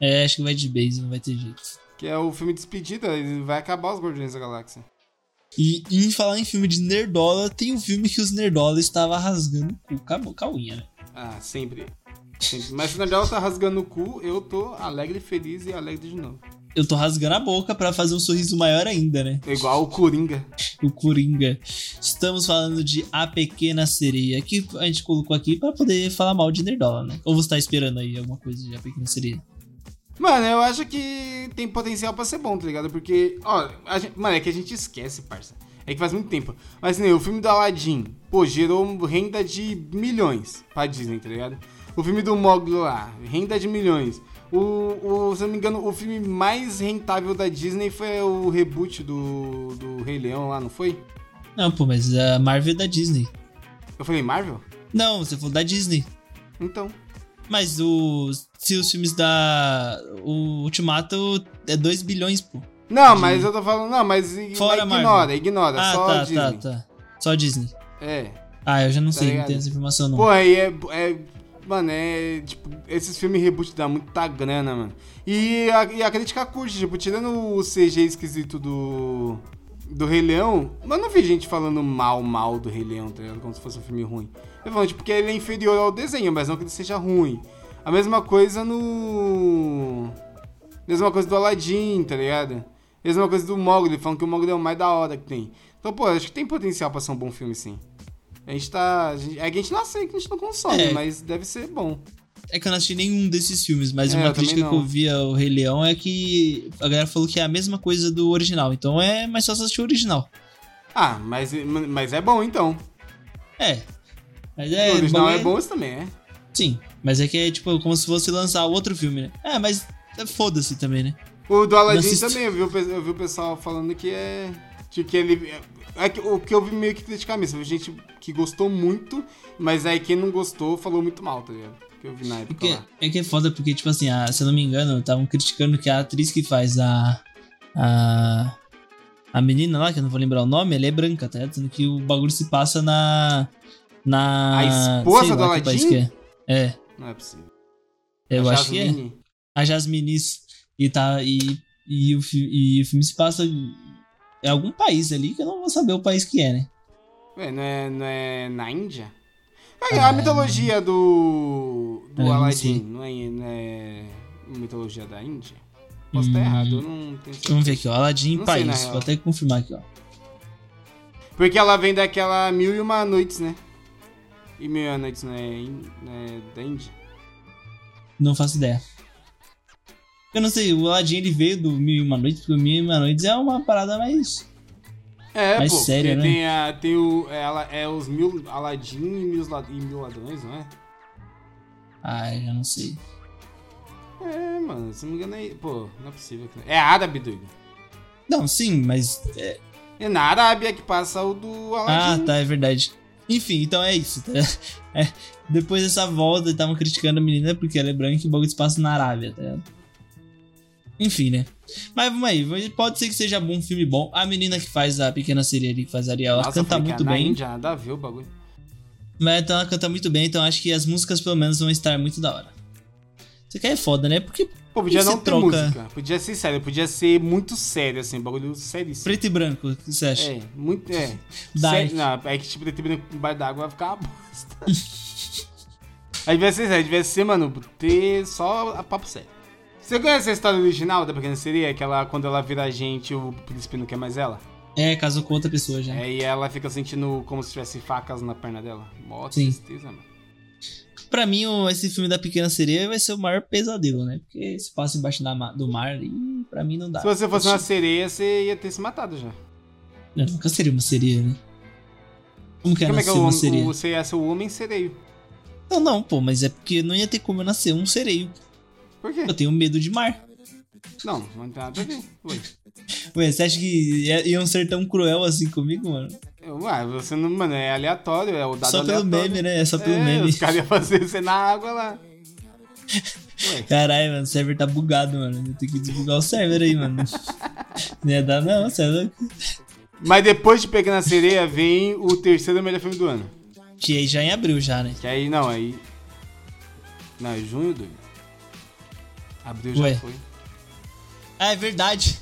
É, acho que vai de base, não vai ter jeito.
Que é o filme de despedida, ele vai acabar os Guardiões da Galáxia.
E em falar em filme de Nerdola, tem um filme que os Nerdola estavam rasgando o cu com a unha, né?
Ah, sempre. sempre. Mas se o Nerdal tá rasgando o cu, eu tô alegre, feliz e alegre de novo.
Eu tô rasgando a boca pra fazer um sorriso maior ainda, né?
É Igual o Coringa.
o Coringa. Estamos falando de A Pequena Sereia, que a gente colocou aqui pra poder falar mal de Nerdola, né? Ou você tá esperando aí alguma coisa de A Pequena Sereia?
Mano, eu acho que tem potencial pra ser bom, tá ligado? Porque, ó, a gente- mano, é que a gente esquece, parça. É que faz muito tempo. Mas, né, o filme do Aladdin, pô, gerou renda de milhões pra Disney, tá ligado? O filme do Mogli lá, renda de milhões. O, o, se eu não me engano, o filme mais rentável da Disney foi o reboot do, do Rei Leão lá, não foi?
Não, pô, mas a Marvel é da Disney.
Eu falei Marvel?
Não, você falou da Disney.
Então.
Mas o. Se os filmes da. O Ultimato é 2 bilhões, pô.
Não,
Disney.
mas eu tô falando, não, mas i-
Fora
ignora,
Marvel.
ignora,
Ah,
só a
tá,
Disney.
tá, tá. Só Disney.
É.
Ah, eu já não
Tá
sei, não
ligado?
tenho essa informação não.
Pô, aí é, é. Mano, é. Tipo, esses filmes reboot dá muita grana, mano. E a, e a crítica curte, tipo, tirando o CG esquisito do. Do Rei Leão, mas eu não vi gente falando mal, mal do Rei Leão, tá ligado? Como se fosse um filme ruim. Eu falo, tipo, porque ele é inferior ao desenho, mas não que ele seja ruim. A mesma coisa no. Mesma coisa do Aladdin, tá ligado? Mesma coisa do Mogli, falando que o Mogli é o mais da hora que tem. Então, pô, acho que tem potencial pra ser um bom filme, sim. A gente tá. a gente- É que a gente não aceita, a gente não consome,
É.
mas deve ser bom.
É que eu não assisti nenhum desses filmes, mas
É,
uma
eu também
crítica que eu
não.
vi ao Rei Leão é que a galera falou que é a mesma coisa do original. Então é mais fácil assistir o original.
Ah, mas, mas é bom então.
É. Mas é.
o original
bagulho
é bom, isso também é.
Sim. Mas é que é tipo como se fosse lançar outro filme, né? É, mas é, foda-se também, né?
O do
Não
Aladdin
assisti.
também, eu vi, o pe- eu vi o pessoal falando que é. Tipo, que ele. é- É que, o que eu vi meio que criticar mesmo. Eu vi Gente que gostou muito, mas aí quem não gostou falou muito mal, tá ligado? Que eu vi na época.
Porque,
Lá.
é que é foda, porque, tipo assim, a- se eu não me engano, estavam criticando que a atriz que faz a. A. A menina lá, que eu não vou lembrar o nome, ela é branca, tá? ligado? Sendo que o bagulho se passa na. Na.
A esposa
sei
do
lá que país
Aladdin?
que é. É,
Não é possível.
eu
A
acho que é.
Jasmine.
a Jasminis e tá e, e, o, fi- e o filme se passa em algum país ali que eu não vou saber o país que é, né?
Ué, não é, não é na Índia? É,
Ah,
a mitologia do. do
Eu não
Aladdin
sei.
não é, não é mitologia da Índia? Posso estar
Hum.
errado, eu não tenho certeza.
Vamos ver aqui, ó, Aladdin
Não sei, na
país.
real.
Vou até confirmar aqui, ó.
Porque ela vem daquela Mil e Uma Noites, né? E Mil e Uma Noites não é, in- não é da Índia?
Não faço ideia. Eu não sei, o Aladdin ele veio do Mil e Uma Noites, porque o Mil e Uma Noites é uma parada mais
É,
Mas
pô.
sério,
porque
né?
Tem, a, tem o. Ela, é os Mil Aladdin e Mil, Lad- e mil Ladrões, não é?
Ai, eu não sei.
É, mano, se não me engano é. Pô, não é possível. que- É árabe, doido.
Não, sim, mas. é-
É na Arábia que passa o do
Ah,
Aladdin.
tá, é verdade. Enfim, então é isso. tá? É, Depois dessa volta, estavam criticando a menina porque ela é branca e o bagulho se passa na Arábia, tá ligado? Enfim, né? Mas vamos aí, pode ser que seja um filme bom. A menina que faz a pequena sereia ali, que faz a Ariel, ela
Nossa,
canta
falei que é
muito
na
bem.
Índia, nada a ver o bagulho.
Mas então ela canta muito bem, então acho que as músicas pelo menos vão estar muito da hora. Isso aqui é foda, né? Porque
Pô, podia
Isso
não ter
troca.
música. Podia ser sério, podia ser muito sério, assim, bagulho seríssimo.
preto e branco, o que você acha?
É, muito. É.
Dark.
Sério, não, é que tipo, determina com bar d'água vai ficar uma bosta. Aí devia ser sério, devia ser, mano, ter só a papo sério. Você conhece a história original da Branceria? Que ela, quando ela vira gente, o príncipe não quer mais ela?
É, casou com outra pessoa já.
É, e ela fica sentindo como se tivesse facas na perna dela. Mó
Sim.
tristeza, mano.
Pra mim, o- esse filme da Pequena Sereia vai ser o maior pesadelo, né? Porque se passa embaixo da ma- do mar, e pra mim não dá.
Se você fosse uma sereia, você ia ter se matado já.
Eu nunca seria uma sereia, né? Como que é
Como é
nascer
que é o,
uma
homem-
sereia?
o, você ia ser o homem sereio?
Não, não, pô, mas é porque não ia ter como eu nascer um sereio.
Por quê?
Eu tenho medo de mar.
Não, tá, não tem nada a ver. Ué.
Ué, você acha que ia- iam ser tão cruel assim comigo, mano?
Ué, você não, mano, é aleatório, é o dado
Só pelo
aleatório.
meme, né? É só pelo
é,
meme.
Os caras iam fazer você na água lá. Ué,
Caralho, mano, o server tá bugado, mano. Eu tenho que desbugar o server aí, mano. Não ia dar, não, você é louco.
Mas depois de Pequena Sereia vem o terceiro melhor filme do ano.
Que aí já em abril, já, né?
Que aí, não, aí. Não, é junho, doido. Abril já
Ué.
foi.
Ah, é verdade.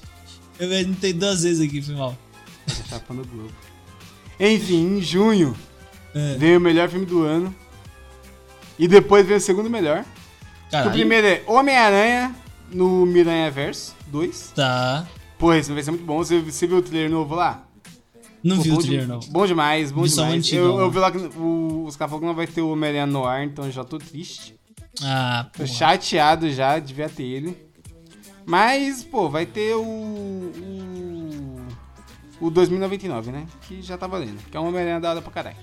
Eu não tenho duas vezes aqui, foi mal.
Já tá no Globo. Enfim, em junho
É.
vem o melhor filme do ano. E depois vem o segundo melhor. Que
Caralho.
o primeiro é Homem-Aranha no Miranha Verso 2.
Tá.
Porra, esse vai ser muito bom. Você, você viu o trailer novo lá?
Não
Pô,
vi
bom
o
de-
trailer, não.
Bom demais, bom
Vi só o
demais.
antigo,
eu,
ó.
eu vi lá que o- os caras falaram que não vai ter o Homem-Aranha no ar, então eu já tô triste.
Ah,
Tô
porra.
chateado já, devia ter ele. Mas, pô, vai ter o. O, o 2099, né? Que já tá valendo. Que é um Homem-Aranha da hora pra caralho.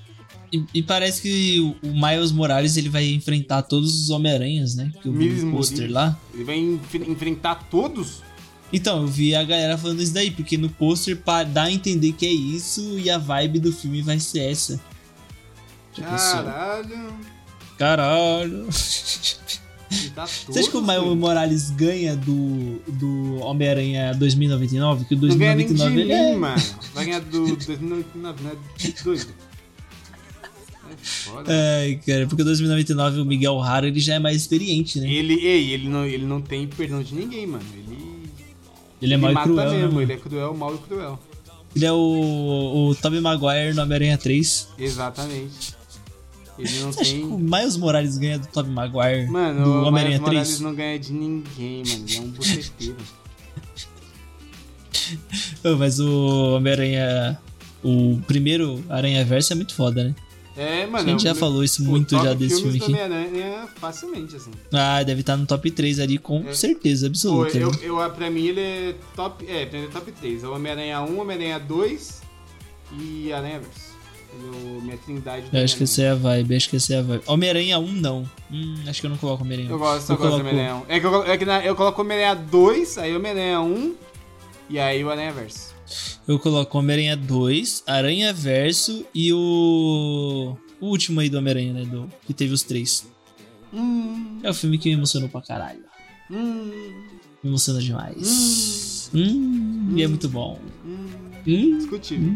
E, e parece que o- o Miles Morales ele vai enfrentar todos os Homem-Aranhas, né? Que eu vi
Miles
o pôster
Morales.
lá.
Ele vai enf- enfrentar todos?
Então, eu vi a galera falando isso daí, porque no pôster pa- dá a entender que é isso e a vibe do filme vai ser essa. Tipo assim. Já pensou?
Caralho.
Caralho.
enfrentar todos,
Você acha que o Miles
doido.
Morales ganha do, do Homem-Aranha 2099? Que o
Não ganha nem de
2099 ele é...
mim, mano. Vai ganhar do 2099, né? Doido. É foda.
Ai, cara, porque o 2099 o Miguel Hara ele já é mais experiente, né?
Ele, ei, ele, não, ele não tem perdão de ninguém, mano. Ele,
Ele é mais
mata
cruel, né,
mesmo,
mano?
ele é cruel, mal e cruel.
Ele é o, o Tobey Maguire no Homem-Aranha 3.
Exatamente. Ele não
Você acha que o
tem.
Miles Morales ganha do Tobey Maguire
Mano,
do
o Miles
Homem-Aranha é
Morales
3?
não ganha de ninguém, mano. Ele é um buceteiro.
Ô, mas o Homem-Aranha... O primeiro Aranha Verso é muito foda, né?
É,
A
mano.
gente
é
já
o-
falou isso
o
muito
top
já desse filme
filmes
aqui.
do Homem-Aranha, facilmente, assim.
Ah, deve estar no top 3 ali com
É.
certeza
Pô,
absoluta.
eu,
né?
eu, pra mim ele é top. É, pra mim ele é top 3. É o Homem-Aranha 1, Homem-Aranha 2 e Aranha Verso. Ele é o- Minha trindade do
Eu acho que
Homem-Aranha.
essa é a vibe, acho que essa é a vibe. Homem-Aranha 1 não. Hum, acho que eu não coloco Homem-Aranha 1.
Eu gosto, eu, gosto do
coloco-
Homem-Aranha 1. É que, eu, colo- é que na- eu coloco Homem-Aranha 2, aí Homem-Aranha 1, e aí o Aranha Verso.
Eu coloco Homem-Aranha 2, Aranha Verso e o. O último aí do Homem-Aranha, né? Do... Que teve os três.
Hum,
É o filme que me emocionou pra caralho.
hum,
Me emociona demais. Hum, e é muito bom.
hum.
Hum,
Discutível.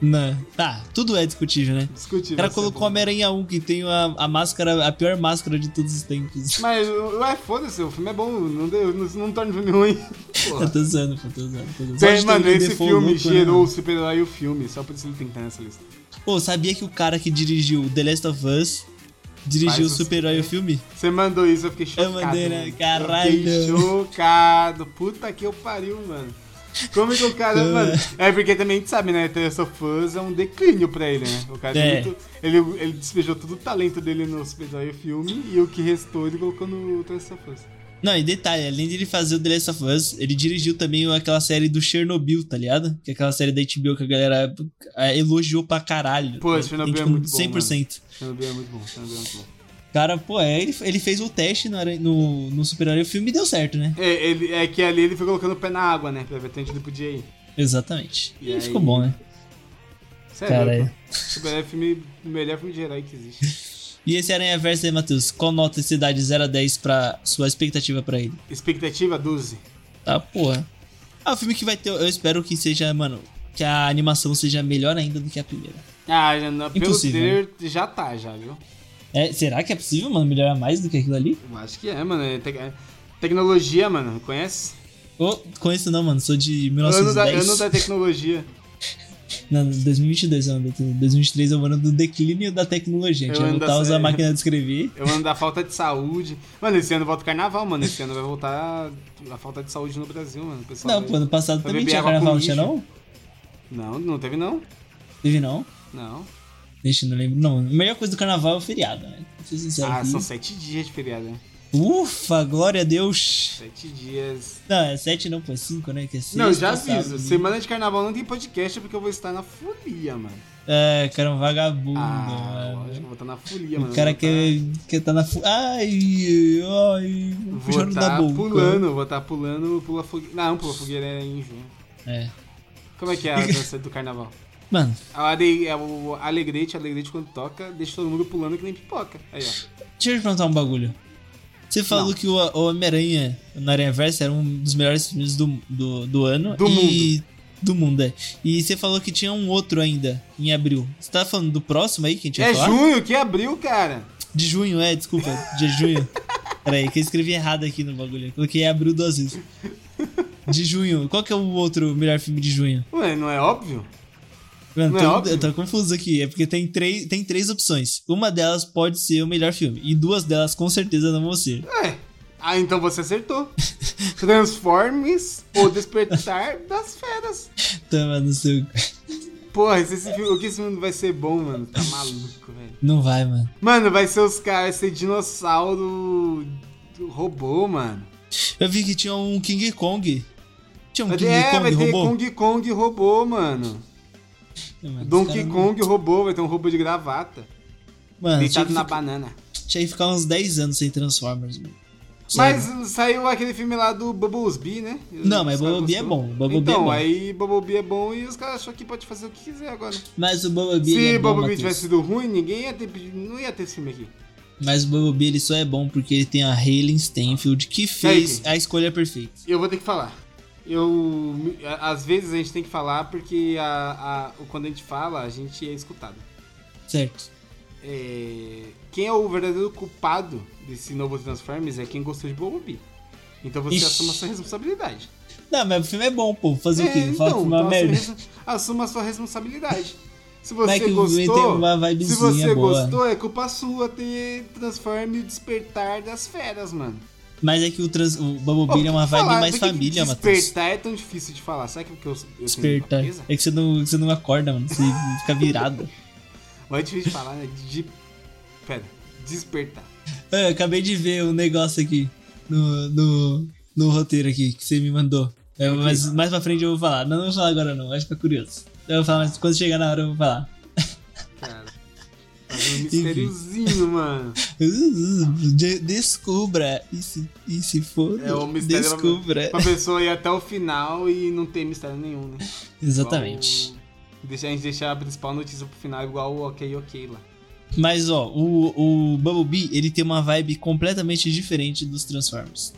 não. Tá, tudo é discutível, né? O
Discutível.
cara
essa
colocou
é boa.
Homem-Aranha 1, que tem a, a máscara, a pior máscara de todos os tempos.
Mas, ué, foda-se, o filme é bom, não, deu, não, não torna o filme ruim.
Tá
Porra.
dançando, pô, tá dançando. Tá
Tem, mano, esse filme
né?
gerou o super-herói e o filme, só por isso ele tem que estar nessa lista.
Pô, sabia que o cara que dirigiu The Last of Us dirigiu
Faz
o
o-
super-herói o filme?
Você mandou isso, eu fiquei chocado.
Eu mandei, né?
mano.
Caralho.
Eu fiquei chocado. Puta que eu pariu, mano. Como que o cara,
Eu-
mano. É porque também a gente sabe, né? The Last of Us é um declínio pra ele, né? O cara tem
É.
muito- ele, ele despejou todo o talento dele no Super-Herói filme e o que restou ele colocou no The Last of Us.
Não, e detalhe, além de ele fazer o The Last of Us, ele dirigiu também aquela série do Chernobyl, tá ligado? Que é aquela série da HBO que a galera eh, elogiou pra caralho.
Pô,
Tem,
esse Chernobyl
tipo,
é muito bom,
100%.
Chernobyl é muito bom, Chernobyl é muito bom.
Cara, pô, é, ele, ele fez o teste no, aran- no, no super-herói o filme e deu certo, né?
É, ele, é que ali ele foi colocando o pé na água, né? Pra ver até onde ele podia ir.
Exatamente.
E
E,
aí?
ficou bom, né?
é
Cara, é.
Sério, Super-Herói é filme, o melhor filme de herói que existe.
E esse Aranha Verso aí, Matheus? Qual nota você dá de 0 a 10 pra sua expectativa pra ele?
Expectativa 12.
Tá, porra. Ah, o filme que vai ter, eu espero que seja, mano, que a animação seja melhor ainda do que a primeira.
Ah, já, não- pelo
Impossível, né?
trailer já tá, já, viu?
É, será que é possível, mano, melhorar mais do que aquilo ali?
Eu acho que é, mano. É tec- é Tecnologia, mano, conhece?
Ô, conheço não, mano, sou de
Ano da,
1910.
ano da tecnologia.
Não, 2022 é o ano da tecnologia. 2023 é o ano do declínio da tecnologia. A gente
Eu
vai
ando
voltar a usar a
assim.
máquina de escrever.
Eu ando da falta de saúde. Mano, esse ano volta o carnaval, mano. Esse ano vai voltar a falta de saúde no Brasil, mano. O Pessoal,
Não,
vai-
pô, ano passado
Pra
também
beber
tinha
água
carnaval,
com
não tinha
lixo.
não?
Não, não teve não.
Teve não?
Não.
Deixa, eu não lembro. Não, a melhor coisa do carnaval é o feriado, né? Vou ser sincero
Ah,
aqui.
são sete dias de feriado, né?
Ufa, glória a Deus.
Sete dias.
Não, é 7 não, pô, é 5, né? Que é
não,
sexta,
já aviso.
sábado,
Semana de carnaval não tem podcast porque eu vou estar na folia, mano.
É, cara, é um vagabundo.
Ah,
mano.
lógico, eu vou estar na folia, mano.
O cara
Eu vou tá-
quer, quer tá na. fu- Ai, ai,
Vou
puxando da
estar
boca.
pulando, vou estar pulando, pula fogueira. Não, pula fogueira é em junho.
É.
Como é que é a dança do carnaval?
Mano,
A ale- é o alegrete, alegrete quando toca, deixa todo mundo pulando que nem pipoca. Aí, ó.
deixa eu te perguntar um bagulho. Você falou
Não.
que o, o Homem-Aranha no Aranha Versa era um dos melhores filmes do, do, do ano.
Do
e... mundo. Do mundo, é. E você falou que tinha um outro ainda, em abril. Você tá falando do próximo aí que a gente vai
É
falar?
junho que abriu, cara.
De junho, é, desculpa, de junho. Peraí, que eu escrevi errado aqui no bagulho. Eu coloquei abril duas vezes. De junho. Qual que é o outro melhor filme de junho?
Ué, não é óbvio?
Mano,
Não é
tô-
óbvio?
eu tô confuso aqui. É porque tem três, tem três opções. Uma delas pode ser o melhor filme. E duas delas com certeza não vão ser.
Ué. Ah, então você acertou. Transformes ou Despertar das Feras.
Toma no seu.
Porra, esse, esse filme, o que esse filme vai ser bom, mano? Tá maluco, velho.
Não vai, mano.
Mano, vai ser os caras, vai ser dinossauro robô, mano.
Eu vi que tinha um King Kong. Tinha um King
é, vai
Kong
ter
robô.
Kong Kong robô, mano.
Mano, os
Donkey
cara não-
Kong robô, vai ter um robô de gravata.
Mano, tinha
deitado
Ah, que,
na
ficar,
banana.
tinha que ficar uns 10 anos sem Transformers, mano. Sério.
Mas saiu aquele filme lá do Bubblesby, né? Os
Não, mas
caras
Bubblebee é
gostou.
bom, Bubblebee é
então,
bom.
aí Bubblebee é bom e os caras acham que pode fazer o que quiser agora.
Mas o Bumblebee ele
Se
é bom,
Bubblebee
Matheus.
tivesse sido ruim, ninguém ia ter pedido, não ia ter esse filme aqui.
Mas o Bumblebee ele só é bom porque ele tem a Halen Stanfield que fez
Kiki.
a escolha perfeita.
Eu vou ter que falar. Eu, às vezes a gente tem que falar porque a, a- quando a gente fala, a gente é escutado.
Certo.
É, quem é o verdadeiro culpado desse novo Transformers é quem gostou de Bumblebee. Então você
Ixi.
assuma sua responsabilidade.
Não, mas o filme é bom, pô. Fazer o quê?
É,
Fala que o filme é uma
assuma,
merda.
res- assuma a sua responsabilidade. Se
Vai
você
que o filme tem
gostou,
uma
se
vibezinha
você
boa.
gostou, é culpa sua ter transforme o despertar das feras, mano.
Mas é que o, trans... o Bumblebee
Pô,
ele é uma
por que
vibe
falar?
mais
Por que que
família, Matheus.
Despertar é tão difícil de falar. Sabe que eu, eu tenho
Despertar.
coisa?
É que você não, você não acorda, mano. Você fica virado.
Mas é difícil de falar, né? De... Pera. Despertar.
Ah, Eu acabei de ver um negócio aqui no, no, no roteiro aqui que você me mandou. É, mas mais pra frente eu vou falar. Não, não vou falar agora não, vai ficar curioso. Eu vou falar, mas quando chegar na hora eu vou falar.
Cara. Fazer um mistériozinho, mano.
Uh, de- descubra. E se, e se for,
É o mistério
descubra.
Pra pessoa ir até o final e não ter mistério nenhum, né?
Exatamente.
Igual o- Deixar, a gente deixar a principal notícia pro final igual o ok ok lá.
Mas, ó, o, o Bumblebee, ele tem uma vibe completamente diferente dos Transformers.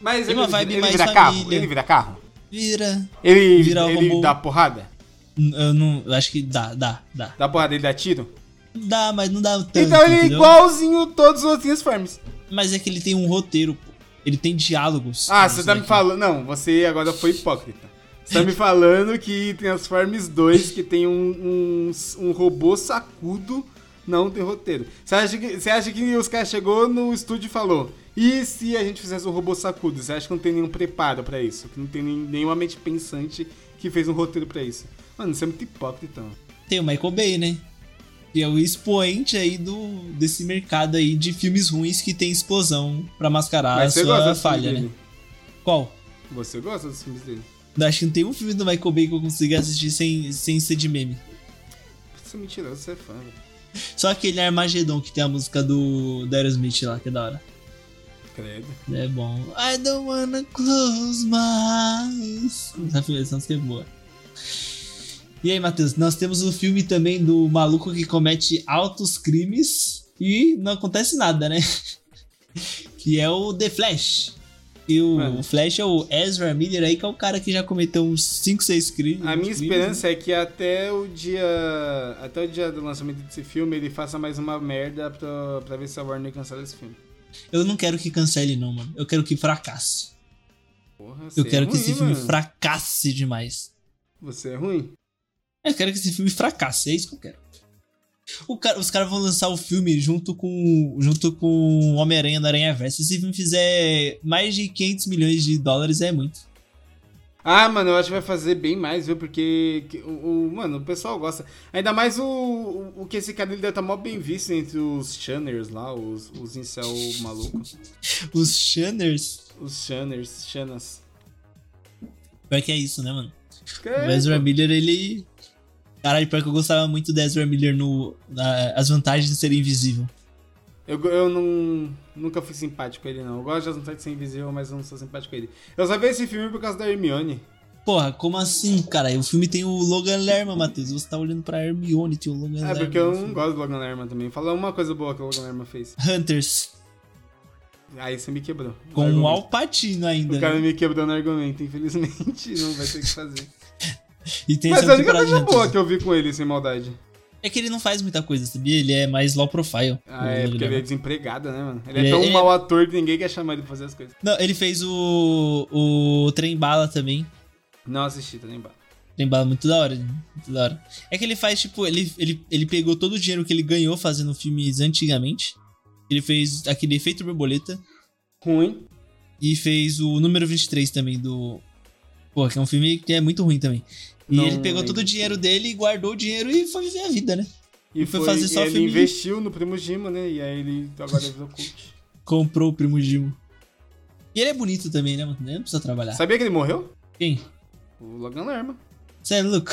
Mas
Tem
ele,
uma vibe
ele
mais
vira
família.
carro? Ele vira carro?
Vira...
Ele,
Vira
ele
robô.
dá porrada?
N- Eu não... eu Acho que dá, dá, dá.
Dá porrada, ele dá tiro?
Dá, mas não dá tanto,
então ele é
entendeu?
igualzinho todos os outros Transformers.
Mas é que ele tem um roteiro, pô. Ele tem diálogos. é
Ah,
Isso
você tá me
daqui.
falando. Não, você agora foi hipócrita. Você tá me falando que Transformers 2, que tem um, um, um robô sacudo, não tem roteiro. Você acha que, você acha que os caras chegou no estúdio e falou: e se a gente fizesse um robô sacudo? Você acha que não tem nenhum preparo pra isso? Que não tem nem- nenhuma mente pensante que fez um roteiro pra isso? Mano, você é muito hipócrita. mano.
Tem o Michael Bay, né? Que é o expoente aí do, desse mercado aí de filmes ruins que tem explosão pra mascarar
Mas
a
você
sua
gosta dos
falha,
filmes
né?
dele.
Qual?
Você gosta dos filmes dele?
Acho que não tem um filme do Michael Bay que eu consiga assistir sem, sem ser de meme.
Você é mentiroso, você é fã. velho.
Só aquele Armagedon que tem a música do do Aerosmith lá, que é da hora.
Credo.
É bom. I don't wanna close my eyes. Essa filha, essa música é boa. E aí, Matheus, nós temos o filme também do maluco que comete altos crimes e não acontece nada, né? que é o The Flash. E o
Mano.
Flash é o Ezra Miller aí, que é o cara que já cometeu uns 5, 6 crimes.
A minha
crimes,
esperança é que até o dia. Até o dia do lançamento desse filme ele faça mais uma merda pra, pra ver se a Warner cancela esse filme.
Eu não quero que cancele, não, mano. Eu quero que fracasse.
Porra,
Eu
você é
quero que
ruim,
esse filme
mano.
fracasse demais.
Você é ruim?
Eu quero que esse filme fracasse, é isso que eu quero. O cara- os caras vão lançar o filme junto com junto com Homem-Aranha no Aranha Verso. Se esse filme fizer mais de 500 milhões de dólares, é muito.
Ah, mano, eu acho que vai fazer bem mais, viu? Porque que- o, o- mano, o pessoal gosta. Ainda mais o, o, o que esse cara ele deve estar mal bem visto entre os Shanners lá, os, os incel malucos.
Os Shanners.
Os Shanners, Shannas.
Pior que é isso, né, mano?
Que-
O Ezra Miller, ele. Caralho, pior que eu gostava muito do Ezra Miller no. na- as vantagens de ser invisível.
Eu, go- eu não, nunca fui simpático com ele, não. Eu gosto de Assunção de ser invisível, mas eu não sou simpático com ele. Eu só vi esse filme por causa da Hermione.
Porra, como assim, cara? O filme tem o Logan Lerman, Matheus. Você tá olhando pra Hermione, tem o Logan Lerman.
É porque eu
no
não
filme.
gosto do Logan Lerman também. Fala uma coisa boa que o Logan Lerman fez.
Hunters.
Aí você me quebrou.
Com
No
o
argumento.
Alpatino ainda. né?
O cara me quebrou no argumento, infelizmente. Não vai ter o que fazer.
E tem
Mas é
essa
a única
temporada de
coisa
Hunters.
boa que eu vi com ele, sem maldade.
É que ele não faz muita coisa, sabia? Ele é mais low profile.
Ah,
o
é,
Logan
porque ele é
Lerman.
desempregado, né, mano? Ele é
Ele-
tão
ele-
mau ator que ninguém quer chamar ele pra fazer as coisas.
Não, ele fez o. o Trem Bala também.
Não assisti, tá nem embaixo.
Trem Bala muito da hora, né? muito da hora. É que ele faz, tipo, ele, ele, ele pegou todo o dinheiro que ele ganhou fazendo filmes antigamente. Ele fez aquele efeito borboleta.
Ruim.
E fez o número 23 também do. Pô, que é um filme que é muito ruim também. E
Não
ele pegou todo
lembro.
o dinheiro dele, guardou o dinheiro e foi viver a vida, né?
E
Foi
foi,
fazer só
ele
filme de-
investiu no Primo Gima, né? E aí ele agora virou cult.
Comprou o primo Gimo. E ele é bonito também, né, mano? Ele Não precisa trabalhar.
Sabia que ele morreu?
Quem?
O Logan Lerman.
Você é louco?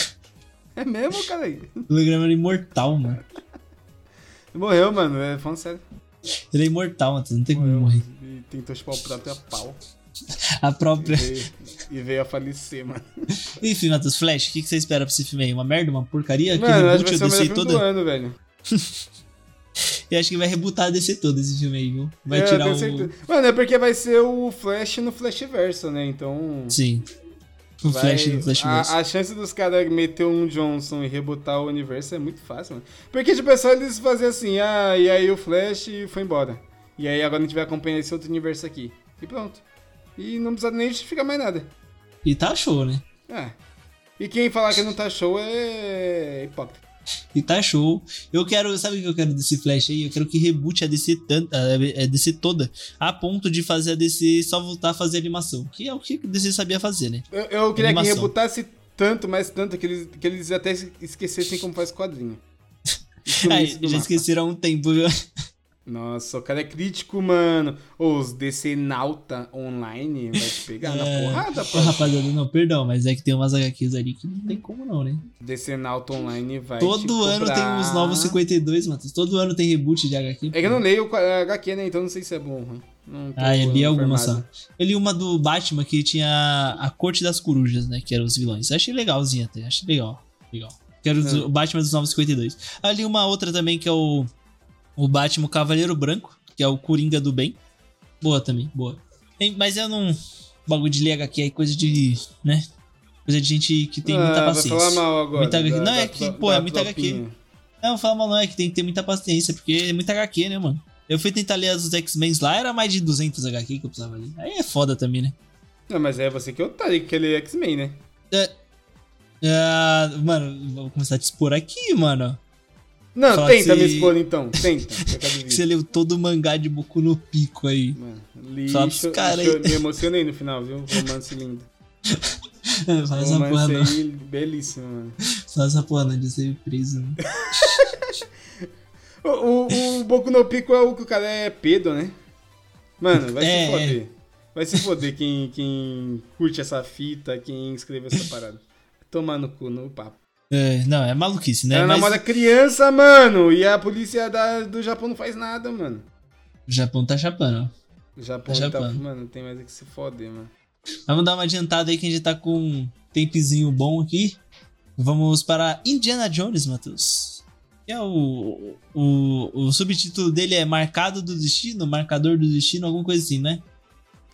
É mesmo, cara aí.
O Legrama é imortal, mano.
Ele morreu, mano. É falando sério.
Ele é imortal, mano. Não tem como
Morreu.
morrer.
E tentou chupar o próprio a pau.
A
E
própria.
veio, e veio a falecer, mano.
Enfim, Matheus Flash, o que que você espera pra esse filme aí? Uma merda, uma porcaria? Que
Mano,
reboot
acho que
eu
vai ser o melhor
descer
filme do
toda?
ano, velho.
Eu acho que vai rebutar a descer todo esse filme aí, viu? Vai
É, eu
tirar
tenho
o.
certeza. Mano, é porque vai ser o Flash no Flashverso, né? Então.
Sim. O
vai- Ah,
Flash do Flash
a, a chance dos caras meter um Johnson e rebotar o universo é muito fácil, mano. Porque, tipo, é só eles fazerem assim, ah, e aí o Flash foi embora. E aí agora a gente vai acompanhar esse outro universo aqui. E pronto. E não precisa nem justificar mais nada.
E tá show, né?
É. E quem falar que não tá show é hipócrita.
E tá show. Eu quero, sabe o que eu quero desse Flash aí? Eu quero que reboot a DC, tanta, a DC toda, a ponto de fazer a DC só voltar a fazer animação. Que é o que a DC sabia fazer, né?
Eu, eu queria que
Animação.
rebutasse tanto, mas tanto, que eles, que eles até es- esquecessem como faz quadrinho. E
Ai,
sumisse do
já
mapa.
esqueceram há um tempo, viu?
Nossa, o cara é crítico, mano. Ô, os DC Nauta online vai te pegar na
É.
porrada,
Ô,
pô.
rapaziada, não, perdão, mas é que tem umas HQs ali que não tem como não, né?
DC Nauta online vai te
Todo ano
cobrar.
tem os novos 52, Matheus. Todo ano tem reboot de HQ.
É que eu não leio o HQ, né? Então não sei se é bom ou ruim. Não tô
Ah, eu li algumas
informado.
só. Eu li uma do Batman que tinha a Corte das Corujas, né? Que eram os vilões. Achei legalzinha até, achei legal. Legal. Que era os-
É.
o Batman dos 952. Ah, li uma outra também que é o, o Batman Cavaleiro Branco, que é o Coringa do Bem. Boa também, boa. Tem- mas eu não. Bagulho de ler HQ é coisa de. né? Coisa de gente que tem muita
Ah, vai falar
paciência.
mal agora.
Muita HQ.
da-
Não, é
da-
que,
da-
pô, é
da
muita HQ.
tropinha.
Não, fala mal não, é que tem que ter muita paciência, porque é muita HQ, né, mano? Eu fui tentar ler as dos X-Men lá, era mais de 200 HQ que eu precisava ler. Aí é foda também, né?
Não, mas é você que é otário, que quer ler X-Men, né?
Ah, É, mano, vou começar a te expor aqui, mano.
Não,
Só se-
tenta me expor então. Tenta. Eu quero ver.
Que você leu todo o mangá de Boku no Pico aí.
Mano, li,
Só pros
cho-
cara aí.
cho- me emocionei no final, viu? Romance lindo.
Fala essa porra não,
Romance aí, belíssimo, mano.
fala essa porra não, de ser preso. né?
O, o, o Boku no Pico é o que o cara é pedo, né? Mano, vai
É,
se foder. Vai se foder quem, quem curte essa fita, quem escreveu essa parada. Tomar no cu, no papo.
É, não, é maluquice, né?
Ela
Mas
namora criança, mano, e a polícia da- do Japão não faz nada, mano.
o Japão tá chapando, ó.
O Japão,
Tá
tá,
chapando.
mano, tem mais é que se foder, mano.
Vamos dar uma adiantada aí que a gente tá com um tempezinho bom aqui. Vamos para Indiana Jones, Matheus. Que é o, o, o subtítulo dele é Marcado do Destino, Marcador do Destino, alguma coisa assim, né?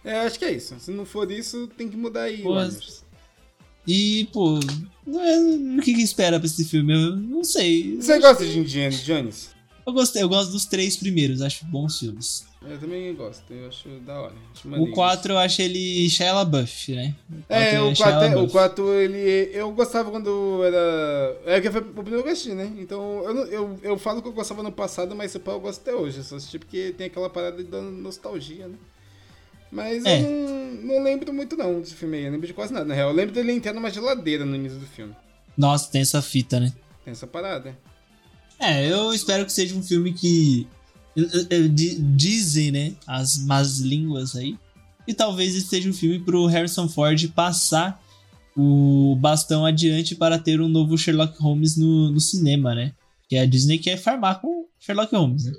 É, acho que é isso. Se não for isso, tem que mudar aí,
Pô,
Warners.
E, pô, não é- o que, que espera pra esse filme? Eu não sei.
Você gosta de Indiana Jones?
Eu gostei, eu gosto dos três primeiros, acho bons filmes.
Eu também gosto, eu acho da hora. Acho
O
maneiro.
4 eu acho ele Shia LaBeouf, né?
É,
quatro
o
Shia
4, é, o
LaBeouf.
4 ele. Eu gostava quando era. É que foi o primeiro que eu assisti, né? Então eu, não- eu, eu falo que eu gostava no passado, mas se pá, eu gosto até hoje. Eu só assisti porque tem aquela parada da nostalgia, né? Mas
É.
eu não, não lembro muito não desse filme aí. Eu lembro de quase nada, na real. Eu lembro dele entrando numa geladeira no início do filme.
Nossa, tem essa fita, né?
Tem essa parada.
É, eu espero que seja um filme que. eu- eu- eu- di- Dizem, né? As más línguas aí. E talvez esse seja um filme pro Harrison Ford passar o bastão adiante para ter um novo Sherlock Holmes no, no cinema, né? Que a Disney quer farmar com Sherlock Holmes, né?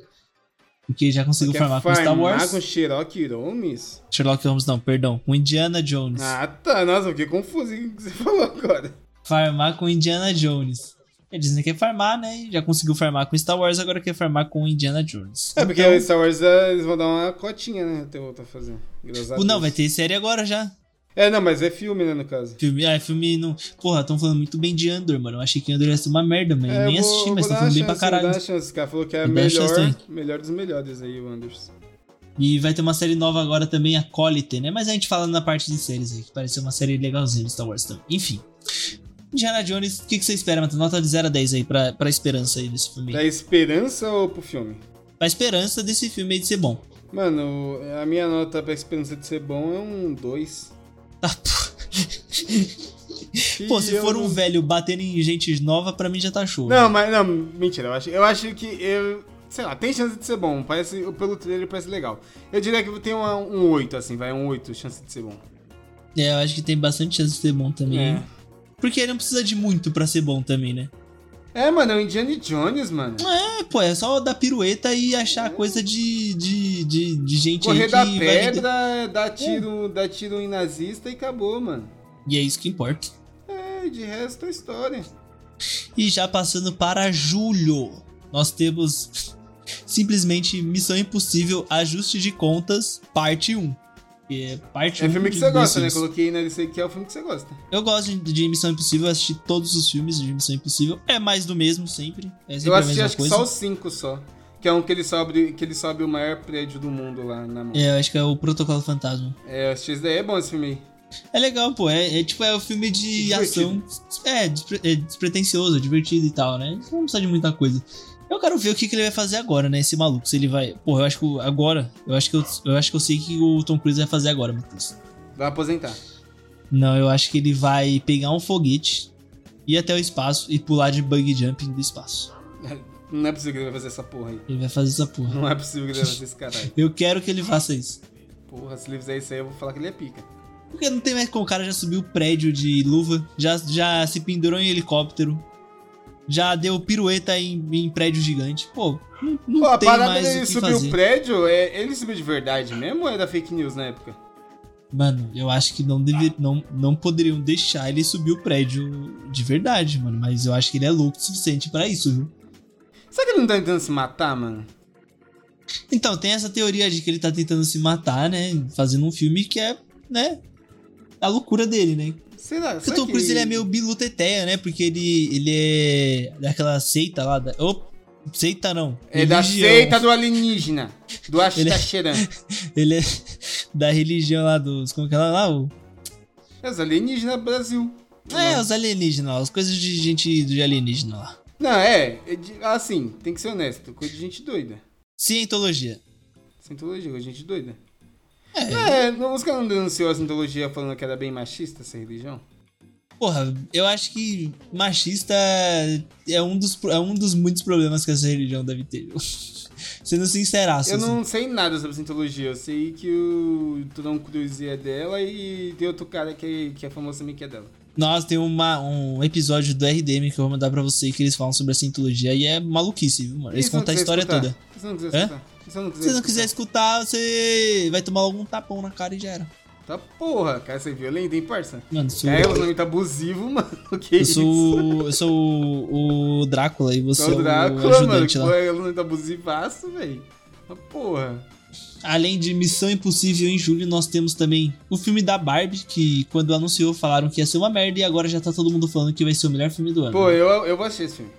Porque já conseguiu
Quer
farmar com Star
farmar
Wars.
é com Cherokee Holmes?
Sherlock Holmes, não, perdão. Com Indiana Jones.
Ah, tá. Nossa, eu fiquei confuso com o que você falou agora.
farmar com Indiana Jones. A Disney quer farmar, né? Já conseguiu farmar com Star Wars, agora quer farmar com Indiana Jones.
É, porque
Então,
o Star Wars eh, eles vão dar uma cotinha, né? Até outra fazer. Graças a
Pô, Tipo, Não,
Deus.
vai ter série agora já.
É, não, mas é filme, né, no caso.
Filme, ah, filme não. Porra, tão falando muito bem de Andor, mano. Eu achei que Andor ia ser uma merda, mano.
É,
Eu nem
vou-
assisti,
vou
mas
dar
tão falando
uma
bem pra
chance, vou dar
caralho.
uma chance, cara falou que é a
Vou dar uma
melhor,
chance
melhor dos melhores aí, o Anderson.
E vai ter uma série nova agora também, a Colite, né? Mas a gente fala na parte de séries aí, que pareceu uma série legalzinha do Star Wars também. Enfim. Indiana Jones, o que, que você espera, Matheus? Nota de 0 a 10 aí pra, pra esperança aí desse filme.
Da esperança ou pro filme?
Pra esperança desse filme aí de ser bom.
Mano, a minha nota pra esperança de ser bom é um 2.
Tá,
E
Pô, se
eu
for um
não-
velho batendo em gente nova, pra mim já tá show.
Não, mas não, mentira, eu acho, eu acho que eu, sei lá, tem chance de ser bom, parece, pelo trailer parece legal. Eu diria que tem uma, um 8 assim, vai um 8, chance de ser bom.
É, eu acho que tem bastante chance de ser bom também.
É.
Porque ele não precisa de muito pra ser bom também, né?
É, mano, é o Indiana Jones, mano.
É, pô, é só dar pirueta e achar coisa de, de, de, de gente aí
Correr
que
da
vai-
pedra,
Hum.
dar tiro, dar tiro em nazista e acabou, mano.
E é isso que importa.
É, de resto é história.
E já passando para julho, nós temos simplesmente Missão Impossível Ajuste de Contas, parte 1. Que é parte
É
1
filme que
de-
você
dos
gosta, né?
filmes.
Coloquei na lista que é o filme que você gosta.
Eu gosto de, de Missão Impossível, eu assisti todos os filmes de Missão Impossível. É mais do mesmo sempre. É sempre
Eu assisti
a mesma
acho que
coisa.
só os cinco só. Que é um que ele sobe, que ele sobe o maior prédio do mundo lá na mão. É,
É, eu acho que é o Protocolo Fantasma.
eu assisti esse daí, é bom esse filme aí.
É legal, pô. É, é tipo, é um filme de
Divertido.
ação. É, despre- é despretensioso, divertido e tal, né? Não precisa de muita coisa. Eu quero ver o que, que ele vai fazer agora, né? Esse maluco. Se ele vai. Porra, eu acho que o- agora. Eu acho que eu, eu acho que eu sei o que o Tom Cruise vai fazer agora, Matheus.
Vai aposentar.
Não, eu acho que ele vai pegar um foguete, ir até o espaço e pular de bug jumping do espaço.
Não é possível que ele vai fazer essa porra aí.
Ele vai fazer essa porra.
Não é possível que ele vai fazer esse caralho.
Eu quero que ele faça isso.
Porra, se ele fizer isso aí, eu vou falar que ele é pica.
Porque não tem mais como o cara já subiu o prédio de luva, já, já se pendurou em helicóptero, já deu pirueta em, em prédio gigante. Pô, não, não
Pô, a
tem
parada
mais
dele
o que
subir o
fazer.
prédio, é, ele subiu de verdade mesmo ou é da fake news na época?
Mano, eu acho que não, deve, não, não poderiam deixar ele subir o prédio de verdade, mano. Mas eu acho que ele é louco o suficiente pra isso, viu?
Será que ele não tá tentando se matar, mano?
Então, tem essa teoria de que ele tá tentando se matar, né? Fazendo um filme que é, né? A loucura dele, né?
Será?
Porque o
será
Tom
que-
Cruise ele é meio biluteteia, né? Porque ele, ele é daquela seita lá. Da... Ô, seita não.
É da
religião.
seita do alienígena. Do
Ele- é-
Astacheran.
Ele é da religião lá dos. Como que é lá? lá o...
É os alienígenas Brasil.
É, os alienígenas lá. As coisas de gente de alienígena lá.
Não, é. é de- Assim, tem que ser honesto. Coisa de gente doida.
Cientologia.
Scientologia, coisa de gente doida.
É.
É, não, os caras não denunciou a Scientologia falando que era bem machista essa religião?
Porra, eu acho que machista é um dos, é um dos muitos problemas que essa religião deve ter. Sendo sinceraço.
eu
assim.
não sei nada sobre Scientologia. Eu sei que o Tom Cruise é dela e tem outro cara que, que é famoso também que é dela.
Nossa, tem uma, um episódio do RDM que eu vou mandar pra você que eles falam sobre a cientologia e é maluquice, viu, mano? Eles
E se não
contam a
quiser
história
escutar?
toda.
E Se não quiser
Hã?
escutar. E Se não quiser
Se você não
escutar?
quiser escutar, você vai tomar algum tapão na cara e já era.
Tá porra, cara, você é violento, hein, parça?
Mano, eu sou,
É, o nome tá abusivo, mano. Que
eu
isso?
sou, eu sou o, o Drácula e você
Só o
é o
Drácula, mano.
ajudante
Que
lá.
foi aluno da Buzivaço, velho. Uma porra.
Além de Missão Impossível em julho, nós temos também o filme da Barbie, que quando anunciou falaram que ia ser uma merda e agora já tá todo mundo falando que vai ser o melhor filme do ano.
Pô, eu, eu vou assistir esse filme.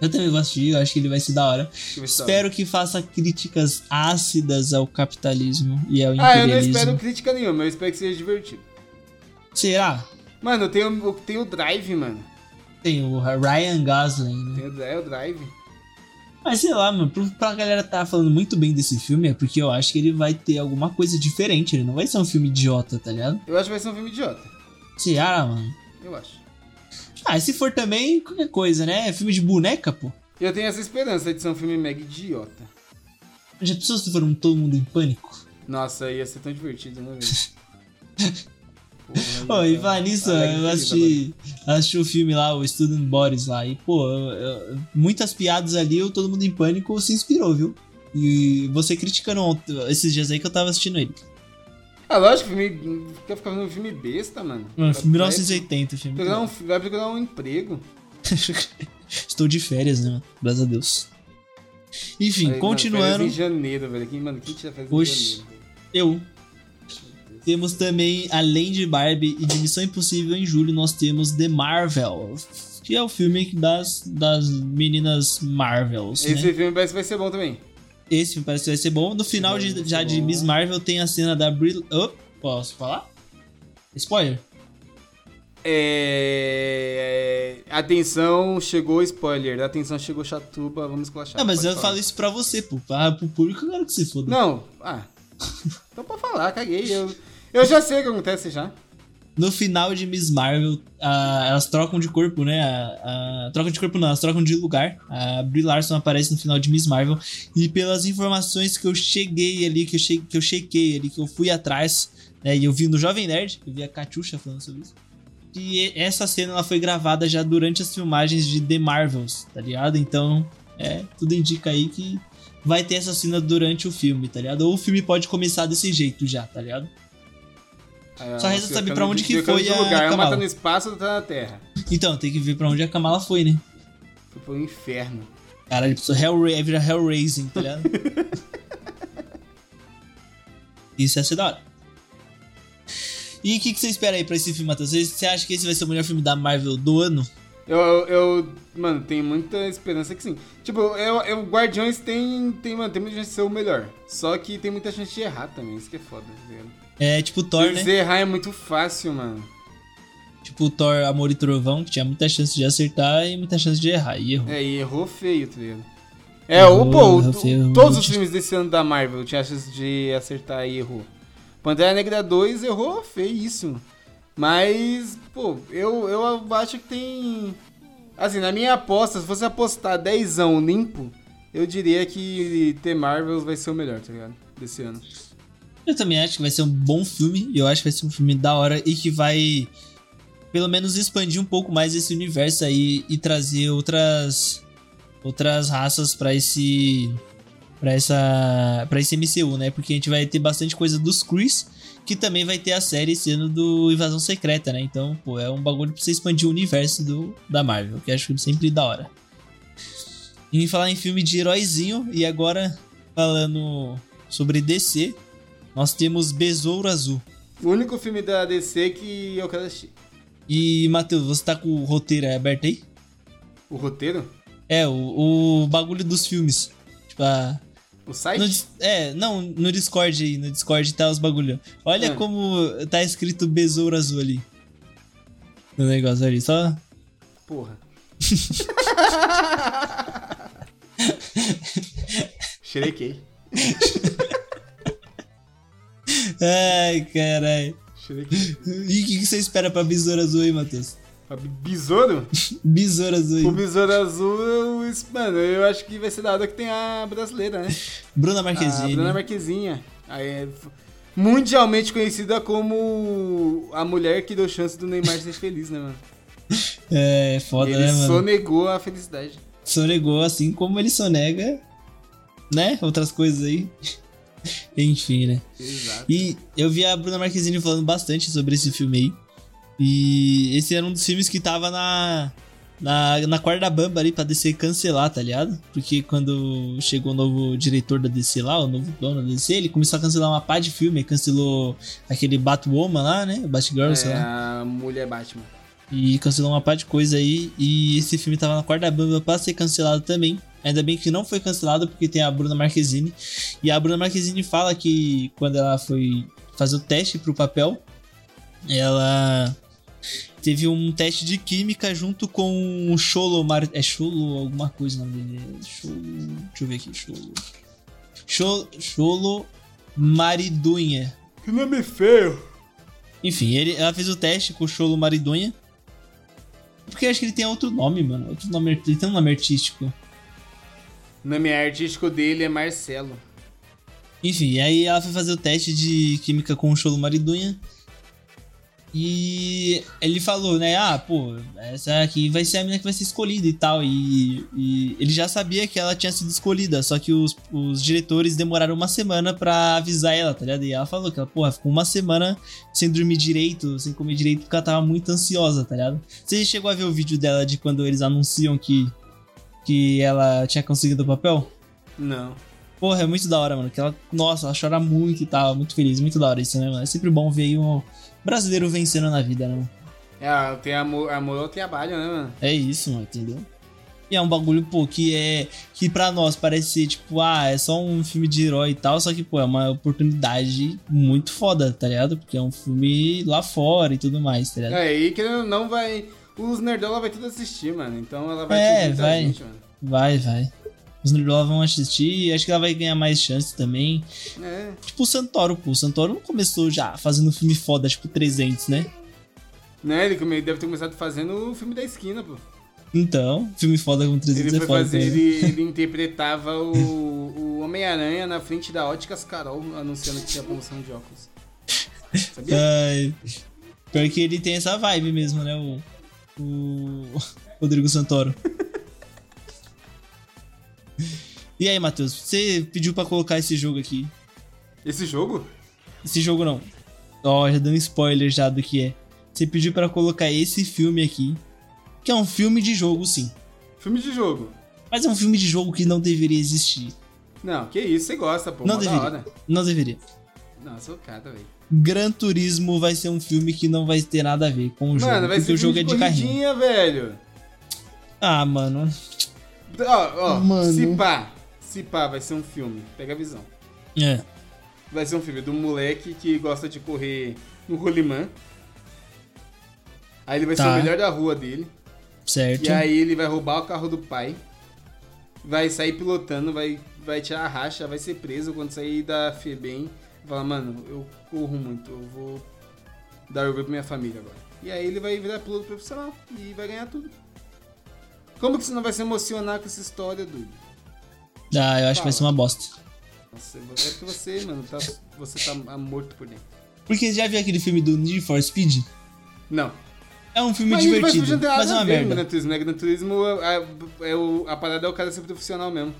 Eu também vou assistir, eu acho que ele vai ser da hora.
Deixa eu ver se tá
Espero que faça críticas ácidas ao capitalismo e ao
Ah, eu
imperialismo.
não espero crítica nenhuma, eu espero que seja divertido.
Será?
Mano, eu tenho, eu tenho o Drive, mano.
Tem o Ryan Gosling, né?
Tenho, o Dri- é o Drive.
Mas sei lá, mano, pro- pra galera tá falando muito bem desse filme, é porque eu acho que ele vai ter alguma coisa diferente. Ele não vai ser um filme idiota, tá ligado?
Eu acho que vai ser um filme idiota.
Será, mano?
Eu acho.
Ah, e se for também, qualquer coisa, né? É filme de boneca, pô.
Eu tenho essa esperança de ser um filme mega idiota.
Já pensou se for um Todo Mundo em Pânico?
Nossa, ia ser tão divertido, né, velho?
Pô,
Porra,
e
mano.
falar nisso,
Alegre
eu
feliz
assisti, assisti o filme lá, o Student Boris lá, e pô, eu- eu- muitas piadas ali, o Todo Mundo em Pânico se inspirou, viu? E você criticando ont- esses dias aí que eu tava assistindo ele.
agora. Ah, lógico, filme. Fica fazendo um filme besta, mano.
Mano,
Vai-
1980 o filme.
Vai procurar, um, vai procurar um emprego.
Estou de férias, né, mano? Graças a Deus. Enfim,
Aí, Mano,
continuando,
férias em janeiro, velho. Quem, mano, quem tira férias
Oxi.
em janeiro? velho?
eu. Temos também, além de Barbie e de Missão Impossível, em julho nós temos The Marvel, que é o filme das, das meninas Marvels, né?
Esse filme parece que vai ser bom também.
Esse filme parece que vai ser bom. No final
Esse vai
de,
ser
já de
bom.
Miss Marvel tem a cena da Brie... Oh, posso falar? Spoiler.
É... Atenção, chegou spoiler. Atenção, chegou chatuba. Vamos clashar.
Não, mas
Tá,
eu
Pode falar.
falo isso pra você, pô. Pra, pro público eu quero que se foda.
Não, ah. Então pra falar, caguei. Eu, eu já sei o que acontece já.
No final de Miss Marvel, ah, elas trocam de corpo, né? A, a- trocam de corpo não, elas trocam de lugar. A Brie Larson aparece no final de Miss Marvel. E pelas informações que eu cheguei ali, que eu, che que eu chequei ali, que eu fui atrás, né? E eu vi no Jovem Nerd, eu vi a Catiucha falando sobre isso. Que essa cena ela foi gravada já durante as filmagens de The Marvels, tá ligado? Então, é, tudo indica aí que vai ter essa cena durante o filme, tá ligado? Ou o filme pode começar desse jeito já, tá ligado?
Ah,
Só resta
se
saber
eu
pra
cano-
onde que
se eu cano
foi
de
a
lugar, uma
Kamala.
tá no espaço, outra tá na terra.
Então, tem que ver pra onde a Kamala foi, né?
Foi pro um inferno.
Caralho, ele precisou Hellra virar Hellraising, tá ligado? Isso ia ser da hora. E o que, que você espera aí pra esse filme, Matheus? Você- Você acha que esse vai ser o melhor filme da Marvel do ano?
Eu, eu, eu- mano, tenho muita esperança que sim. Tipo, eu, eu Guardiões tem, tem, mano, tem muita chance de ser o melhor. Só que tem muita chance de errar também, isso que é foda. tá ligado?
É tipo Thor, né?
Se errar é muito fácil, mano.
Tipo Thor, Amor e Trovão, que tinha muita chance de acertar e muita chance de errar. E errou.
É, e errou feio, tá ligado? É,
Errou,
o, pô,
errou
o-
feio,
todos
muito.
os filmes desse ano da Marvel tinha chance de acertar e errou. Pantera Negra 2 errou feíssimo. Mas, pô, eu, eu acho que tem. Assim, na minha aposta, se fosse apostar 10 limpo, eu diria que The Marvels vai ser o melhor, tá ligado? Desse ano.
Eu também acho que vai ser um bom filme. E eu acho que vai ser um filme da hora e que vai, pelo menos, expandir um pouco mais esse universo aí e trazer outras outras raças pra esse para essa para esse MCU, né? Porque a gente vai ter bastante coisa dos Chris, que também vai ter a série esse ano do Invasão Secreta, né? Então, pô, é um bagulho pra você expandir o universo do, da Marvel, que eu acho sempre da hora. E em falar em filme de heróizinho, e agora falando sobre DC, nós temos Besouro Azul.
O único filme da DC que eu quero assistir.
E, Matheus, você tá com o roteiro aberto aí?
O roteiro?
É, o, o bagulho dos filmes. Tipo, a,
O site?
no dis- é, não, no Discord aí, no Discord tá os bagulho. Olha
Ah.
como tá escrito Besouro Azul ali. No negócio ali, só.
Porra. Xerequei.
Ai, caralho.
Xerequei.
E o que, que você espera pra Besouro Azul aí, Matheus?
Ah, bi- Besouro?
Besouro
O
Azul aí.
Besouro Azul, eu, es- mano, eu acho que vai ser da hora que tem a brasileira, né?
Bruna
A
Marquezine.
Ah, Bruna Marquezinha. Aí é f- mundialmente conhecida como a mulher que deu chance do Neymar ser feliz, né, mano?
É, foda,
E
né,
ele
mano?
sonegou a felicidade.
sonegou assim como ele sonega, né? Outras coisas aí. Enfim, né?
Exato.
E eu vi a Bruna Marquezine falando bastante sobre esse filme aí. E esse era um dos filmes que tava na, na, na corda bamba ali pra DC cancelar, tá ligado? Porque quando chegou o novo diretor da DC lá, o novo dono da DC, ele começou a cancelar uma pá de filme. Cancelou aquele Batwoman lá, né? Batgirl, sei
É,
lá.
a mulher Batman.
E cancelou uma parte de coisa aí. E esse filme tava na corda bamba pra ser cancelado também. Ainda bem que não foi cancelado, porque tem a Bruna Marquezine. E a Bruna Marquezine fala que quando ela foi fazer o teste pro papel, ela teve um teste de química junto com o Cholo. Mar... É Cholo alguma coisa o nome dele? É Cholo. Deixa eu ver aqui, Cholo. Cholo, Cholo Maridunha.
Que nome feio!
Enfim, ele, ela fez o teste com o Cholo Maridunha. Porque acho que ele tem outro nome, mano. Outro nome, ele tem um nome artístico.
O nome artístico dele é Marcelo.
Enfim, aí ela foi fazer o teste de química com o Cholo Maridunha. E ele falou, né? Ah, pô, essa aqui vai ser a mina que vai ser escolhida e tal. E, e ele já sabia que ela tinha sido escolhida, só que os, os diretores demoraram uma semana pra avisar ela, tá ligado? E ela falou que ela, porra, ficou uma semana sem dormir direito, sem comer direito, porque ela tava muito ansiosa, tá ligado? Você chegou a ver o vídeo dela de quando eles anunciam que, que ela tinha conseguido o papel?
Não.
Porra, é muito da hora, mano. Que ela, nossa, ela chora muito e tal, muito feliz, muito da hora isso, né, mano? É sempre bom ver aí um brasileiro vencendo na vida, né?
É, tem amor, amor ao trabalho, né, mano?
É isso, mano, entendeu? E é um bagulho, pô, que é. Que pra nós parece, tipo, ah, é só um filme de herói e tal, só que, pô, é uma oportunidade muito foda, tá ligado? Porque é um filme lá fora e tudo mais, tá ligado?
É, e que não vai. Os nerdola vai tudo assistir, mano. Então ela vai
É,
atingir muita
vai.
gente, mano.
Vai, vai. Os nerdola vão assistir e acho que ela vai ganhar mais chance também.
É.
Tipo o Santoro, pô. O Santoro não começou já fazendo filme foda, tipo 300, né?
Né, ele come- deve ter começado fazendo o filme da esquina, pô.
Então, filme foda com 300
Ele
é
foi
foda.
fazer,
tá ligado?
ele, ele interpretava o, o Homem-Aranha na frente da Óticas Carol, anunciando que tinha promoção de óculos. Sabia?
Ai, É, pior que ele tem essa vibe mesmo, né? O, o Rodrigo Santoro. E aí, Matheus, você pediu pra colocar esse jogo aqui.
Esse jogo?
Esse jogo não. Ó, já dando spoiler já do que é. Você pediu pra colocar esse filme aqui, que é um filme de jogo, sim.
Filme de jogo.
Mas é um filme de jogo que não deveria existir.
Não, que isso, você gosta, pô.
não
mó da
deveria.
hora.
Não deveria.
Não, eu sou cara, velho.
Gran Turismo vai ser um filme que não vai ter nada a ver com o jogo,
Mano, vai
porque
ser
o jogo é
filme
de carrinho.
corridinha, velho.
Ah, mano.
Ó, ó,
Mano.
se pá, se pá, vai ser um filme. Pega a visão.
É.
Vai ser um filme do moleque que gosta de correr no rolimã. Aí ele vai ser
Tá.
o melhor da rua dele.
Certo.
E aí ele vai roubar o carro do pai. Vai sair pilotando, vai, vai tirar a racha, vai ser preso quando sair da FEBEM. Fala, mano, eu corro muito, eu vou dar orgulho pra minha família agora. E aí ele vai virar piloto profissional e vai ganhar tudo. Como que você não vai se emocionar com essa história, doido?
Ah, eu acho que vai ser uma bosta.
Nossa, é que você, mano, tá, você tá morto por dentro.
Porque já viu aquele filme do Need for Speed?
Não.
É um filme
isso vai-
divertido,
não tem nada
mas é
a
uma
ver com
merda.
Gran Turismo, né? Gran Turismo, a, é o- a parada é o cara ser profissional mesmo.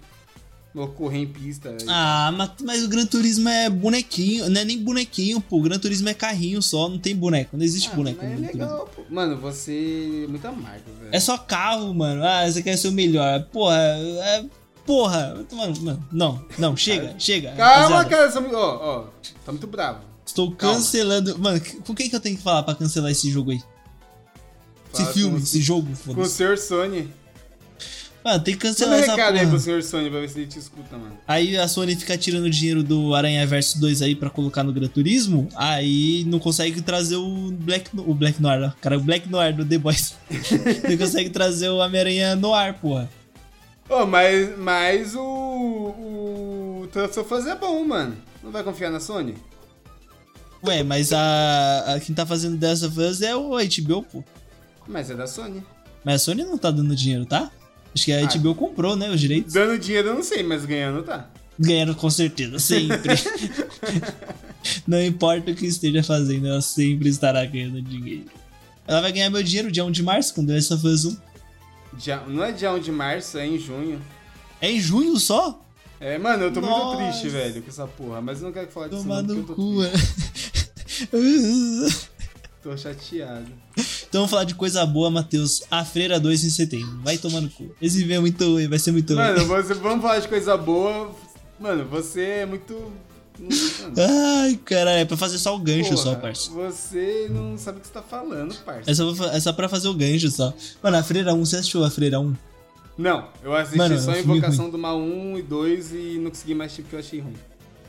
Vou correr em pista. e-
Ah, mas, mas o Gran Turismo é bonequinho, não é nem bonequinho, pô. O Gran Turismo é carrinho só, não tem boneco, não existe
Ah,
boneco.
mas
no
é
Gran Turismo.
legal, pô. Mano, você é muito amargo, velho.
É só carro, mano. Ah, você quer ser o melhor. Porra, é. Porra, mano, mano, não, não, chega, chega.
Calma,
rapaziada.
cara, você... é mu- ó, ó, tá muito bravo.
Estou
Calma.
cancelando. Mano, com quem que eu tenho que falar pra cancelar esse jogo aí?
Fala
esse filme,
com-
esse jogo,
Com o
foda-se.
senhor Sony.
Mano, tem que
Manda um
cancelar essa
recado aí pro
porra.
senhor Sony pra ver se ele te escuta, mano.
Aí a Sony fica tirando dinheiro do Aranha Verso 2 aí pra colocar no Gran Turismo, aí não consegue trazer o Black, o Black Noir, ó. cara, o Black Noir do The Boys. não consegue trazer o Homem-Aranha Noir, porra.
Ô, mas, mas o. O Transformers é bom, mano. Não vai confiar na Sony?
Ué, mas a, a- quem tá fazendo The Last of Us é o HBO, pô.
Mas é da Sony.
Mas a Sony não tá dando dinheiro, tá? Acho que a
Ah.
HBO comprou, né, os direitos.
Dando dinheiro eu não sei, mas ganhando tá.
Ganharam com certeza, sempre. não importa o que esteja fazendo, ela sempre estará ganhando dinheiro. Ela vai ganhar meu dinheiro dia 1 de março, quando The Last of Us 1.
Dia- não é dia 1 de março, é em junho.
É em junho só?
É, mano, eu tô
Nossa.
muito triste, velho, com essa porra. Mas eu não quero falar disso,
Tomar
não,
no
porque eu tô
cu.
triste.
é.
Tô chateado.
então vamos falar de coisa boa, Matheus. A Freira 2 em setembro. Vai tomar no cu. Esse filme é muito ruim, vai ser muito ruim.
Mano, você, vamos falar de coisa boa. Mano, você é muito Não fica, não.
Ai, caralho, é pra fazer só o gancho só,
Porra,
parça.
Você não sabe o que você tá falando, parça.
É só, pra- é só pra fazer o gancho só. Mano, a Freira 1, você assistiu a Freira 1?
Não, eu assisti
Mano,
só
é um filme
Invocação do Mal 1 e 2 e não consegui mais assistir porque eu achei ruim.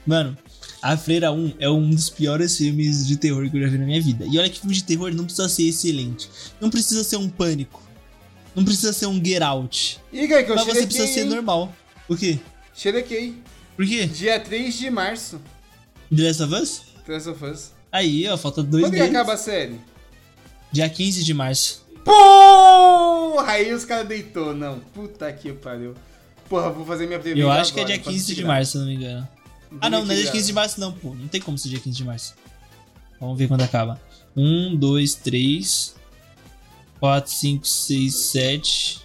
Mano, a Freira 1 é um dos piores filmes de terror que eu já vi na minha vida. E olha que filme de terror não precisa ser excelente. Não precisa ser um pânico. Não precisa ser um get out.
E Gai, que eu
Mas você
xerequei,
precisa ser
hein?
normal. O quê?
xerequei.
Por quê?
Dia 3 de março,
The Last of Us?
The Last of Us.
Aí, ó, falta dois
Quando que
meses.
acaba a série?
Dia 15 de março.
Porra! Aí os caras deitou, não. Puta que pariu. Porra, vou fazer minha previsão
Eu acho que é
agora,
dia
pode
15 de
tirar.
março, se eu não me engano. Ah, não, não é dia
tirar.
15 de março, não, pô. Não tem como ser dia 15 de março. Vamos ver quando acaba. 1, 2, 3, 4, 5, 6, 7,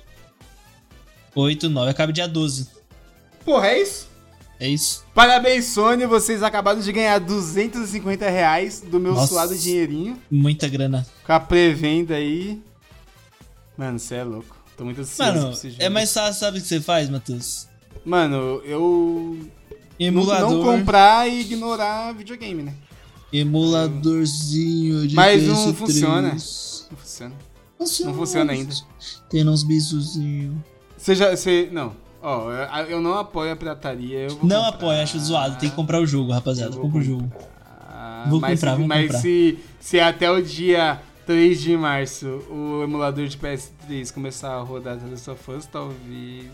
8, 9. Acaba dia 12.
Porra, é isso?
É isso?
Parabéns, Sony. Vocês acabaram de ganhar 250 reais do meu
Nossa.
suado dinheirinho.
Muita grana.
Com a pré-venda aí. Mano, você é louco. Tô muito ansioso
Mano,
pra esse jogo.
é mais fácil, sabe o que você faz, Matheus?
Mano, eu. não-
Emulador.
Não comprar e ignorar videogame, né?
Emuladorzinho de
Mas
PS3.
não funciona. Não funciona.
Funciona.
Não funciona ainda.
Tem uns bisuzinhos.
Você já. Você. Não. Ó, eu- eu não apoio a pirataria. Eu vou
Não
comprar.
apoia, acho zoado. Tem que comprar o jogo, rapaziada.
Eu vou
Compra o jogo.
Ah,
Vou
mas
comprar,
se,
vou
mas
comprar.
Se, se até o dia 3 de março o emulador de PS3 começar a rodar The Last of Us, talvez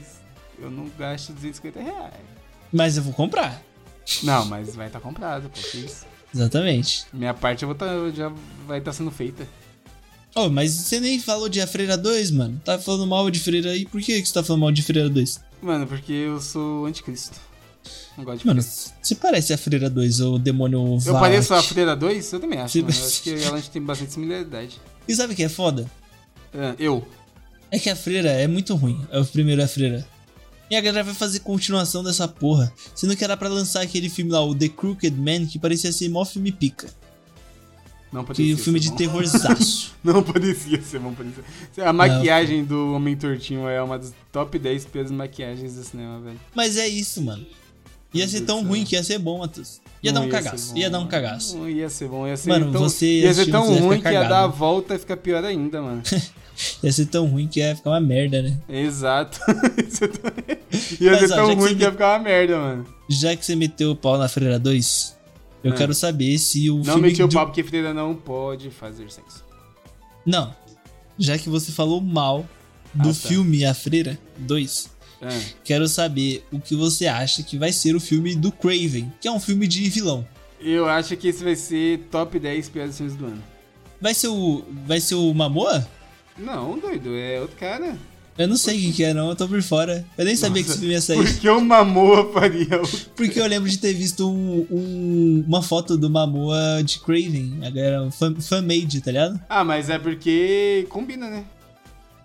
eu não gaste 250 reais.
Mas eu vou comprar.
Não, mas vai estar comprado, pô. que isso.
Exatamente.
Minha parte eu vou tá, eu já vai estar sendo feita.
Oh, mas você nem falou de A Freira 2, mano. Tá falando mal de Freira aí. Por que que você tá falando mal de Freira 2?
Mano, porque eu sou anticristo. Não gosto de
Mano,
Cristo.
você parece a Freira 2, ou o demônio
Eu
Valak.
pareço a Freira 2? Eu também acho,
Sim.
mano. Eu acho que ela tem bastante similaridade.
E sabe o que é foda?
Ah, Eu.
É que a Freira é muito ruim. É o primeiro a Freira. E a galera vai fazer continuação dessa porra. Sendo que era pra lançar aquele filme lá, o The Crooked Man, que parecia ser mó filme pica.
Não parecia
Que o filme
ser
de
bom.
terrorzaço.
Não parecia ser bom, parecia. A maquiagem do Homem Tortinho é uma das top 10 pesos maquiagens do cinema, velho.
Mas é isso, mano. Ia ser tão ruim que ia ser bom, Matheus. Ia dar
Não
um
ser
cagaço.
bom,
Ia dar um
mano.
cagaço.
Não ia ser bom, ia ser
Mano,
tão,
você
ia ser
assistindo,
tão
você ia
ruim
ficar
que ia dar a
cagado.
volta e ficar pior ainda, mano.
Ia ser tão ruim que ia ficar uma merda, né?
Exato. ia ser tão- ia
Mas,
ser
ó,
tão
já que
ruim
você
que ia
me-
ficar uma merda, mano.
Já que você meteu o pau na Freira 2, eu
É.
quero saber se o
Não
filme.
meti o
do-
papo que Freira não pode fazer sexo.
Não. Já que você falou mal do
Ah, tá.
filme A Freira 2,
Ah,
quero saber o que você acha que vai ser o filme do Craven, que é um filme de vilão.
Eu acho que esse vai ser top 10 piores filmes do ano.
Vai ser o. Vai ser o Mamoa?
Não, doido, é outro cara.
Eu não sei quem que é, não, eu tô por fora. Eu nem sabia que esse filme ia sair.
Porque o Mamoa faria o.
Porque eu lembro de ter visto um- um- uma foto do Mamoa de Craven, a galera fan- fan-made, tá ligado?
Ah, mas é porque combina, né?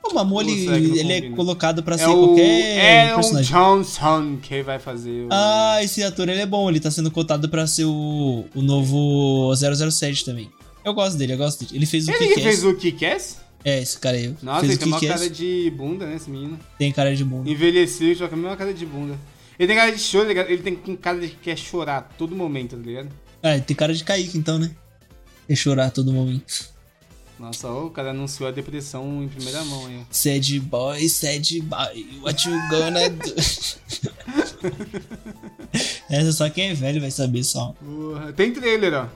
O Mamoa,
Putz,
ele,
será que não
ele é
combina?
colocado pra ser
é o
qualquer
Aaron
personagem.
Johnson que vai fazer o...
Ah, esse ator ele é bom, ele tá sendo cotado pra ser o, o novo 007 também. Eu gosto dele, eu gosto dele. Ele fez o
Ele que
Kick-Ass.
fez o Kick-Ass?
É, esse cara aí.
Nossa,
fez
ele
o
tem uma
Kick-Ass.
cara de bunda, né, esse menino?
Tem cara de bom.
Envelheceu, só que a mesma cara de bunda. Ele tem cara de choro, ele ele tem com cara de que quer chorar a todo momento, tá ligado?
Ah, tem cara de Kaique então, né? Quer chorar a todo momento.
Nossa, ó, o cara anunciou a depressão em primeira mão aí.
Sad boy, sad boy, what you gonna do? Essa só quem é velho vai saber só.
Porra, tem trailer, ó.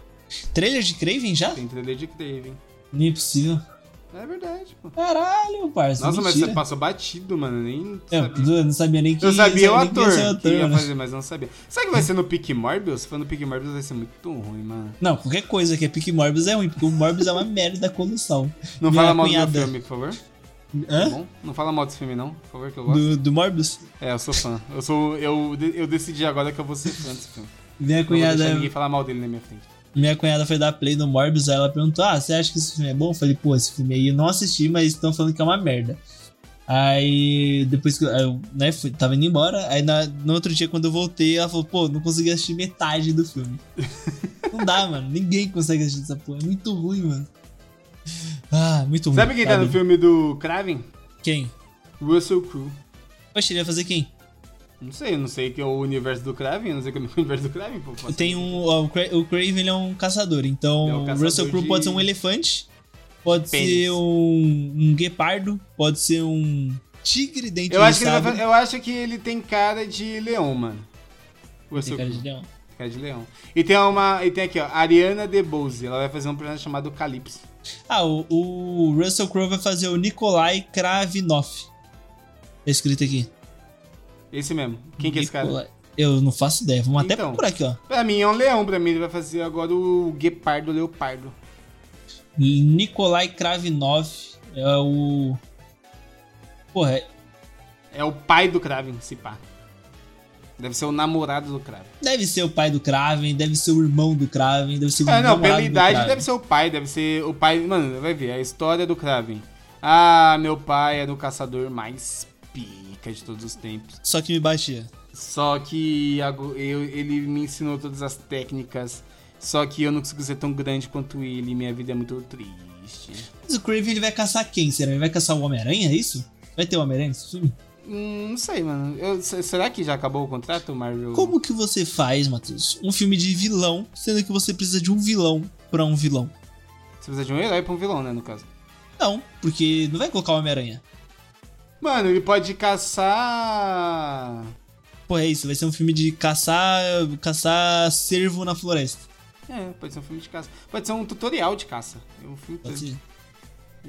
Trailer de Craven já?
Tem trailer de Craven.
Não é possível.
É verdade, pô.
Caralho, parça.
Nossa, mas
é mentira.
você passou batido, mano. Nem
Eu,
sabia.
eu não sabia nem que
Eu sabia o
nem que ia
ator
ser né?
que ia
mano.
fazer, mas não sabia. Será que vai ser no Pick Morbius? Se for no Pick Morbius, vai ser muito ruim, mano.
Não, qualquer coisa que é pique Morbius é ruim, porque o Morbius é uma merda da colução.
Não
Minha
fala mal do
cunhada-
meu filme, por favor. Tá
Hã?
bom? Não fala mal desse filme, não, por favor, que eu gosto.
Do, do Morbius?
É, eu sou fã. Eu sou. Eu, de- eu decidi agora que eu vou ser fã desse filme.
Minha
Não vou
cunhada,
deixar ninguém falar mal dele na minha frente.
minha cunhada foi dar play no Morbius, aí ela perguntou: Ah, você acha que esse filme é bom? Eu falei, pô, esse filme aí eu não assisti, mas estão falando que é uma merda. Aí depois que eu- eu né, fui- tava indo embora, aí na- no outro dia quando eu voltei, ela falou, pô, não consegui assistir metade do filme. não dá, mano. Ninguém consegue assistir essa porra. É muito ruim, mano. Ah, muito ruim.
Sabe quem tá no
sabe?
filme do Kraven?
Quem?
Russell Crowe.
Poxa, ele ia fazer quem?
Não sei, não sei que é o universo do Kraven, não sei que é o universo do Kraven, pô. pode
Tem
ser.
um. ó, O Cra- o Craven ele é um caçador, então
É um
o
caçador
Russell Crowe
de-
pode ser um elefante, pode
Pênis.
ser um, um guepardo, pode ser um tigre dentro
Eu
de
acho, que ele vai É,
sabre.
fa- eu acho que ele tem cara de leão, mano. O
Tem
Russell
cara de
Crowe,
leão.
cara de leão. E tem uma. E tem aqui, ó, Ariana DeBose. Ela vai fazer um personagem chamado Calypso.
Ah, o, o Russell Crowe vai fazer o Nikolai Kravinoff. Tá escrito aqui.
Esse mesmo. Quem que é esse cara?
Nikolai- Eu não faço ideia. Vamos até
Então.
procurar aqui, ó.
Pra mim é um leão, pra mim ele vai fazer agora o Guepardo Leopardo.
Nikolai Kravinov é o. Porra, é-
É o pai do Kraven, se pá. Deve ser o namorado do Kraven.
deve ser o pai do Kraven, deve ser o irmão do Kraven, deve ser o
É, não,
namorado
pela
do
idade
Kraven.
deve ser o pai, deve ser o pai. Mano, vai ver, a história do Kraven. Ah, meu pai era o caçador mais pica de todos os tempos.
Só que me batia.
Só que ago- eu- ele me ensinou todas as técnicas. Só que eu não consigo ser tão grande quanto ele. Minha vida é muito triste.
Mas o Kraven ele vai caçar quem? Será? Ele vai caçar o Homem-Aranha, é isso? Vai ter o Homem-Aranha nesse filme?
Hum, não sei, mano. Eu- se- será que já acabou o contrato, Marvel?
Como que você faz, Matheus, um filme de vilão, sendo que você precisa de um vilão pra um vilão?
Você precisa de um herói pra um vilão, né, no caso.
Não, porque não vai colocar o Homem-Aranha.
Mano, ele pode caçar.
Pô, é isso, vai ser um filme de caçar. caçar cervo na floresta.
É, pode ser um filme de caça. Pode ser um tutorial de caça. É um filme
Pode ser.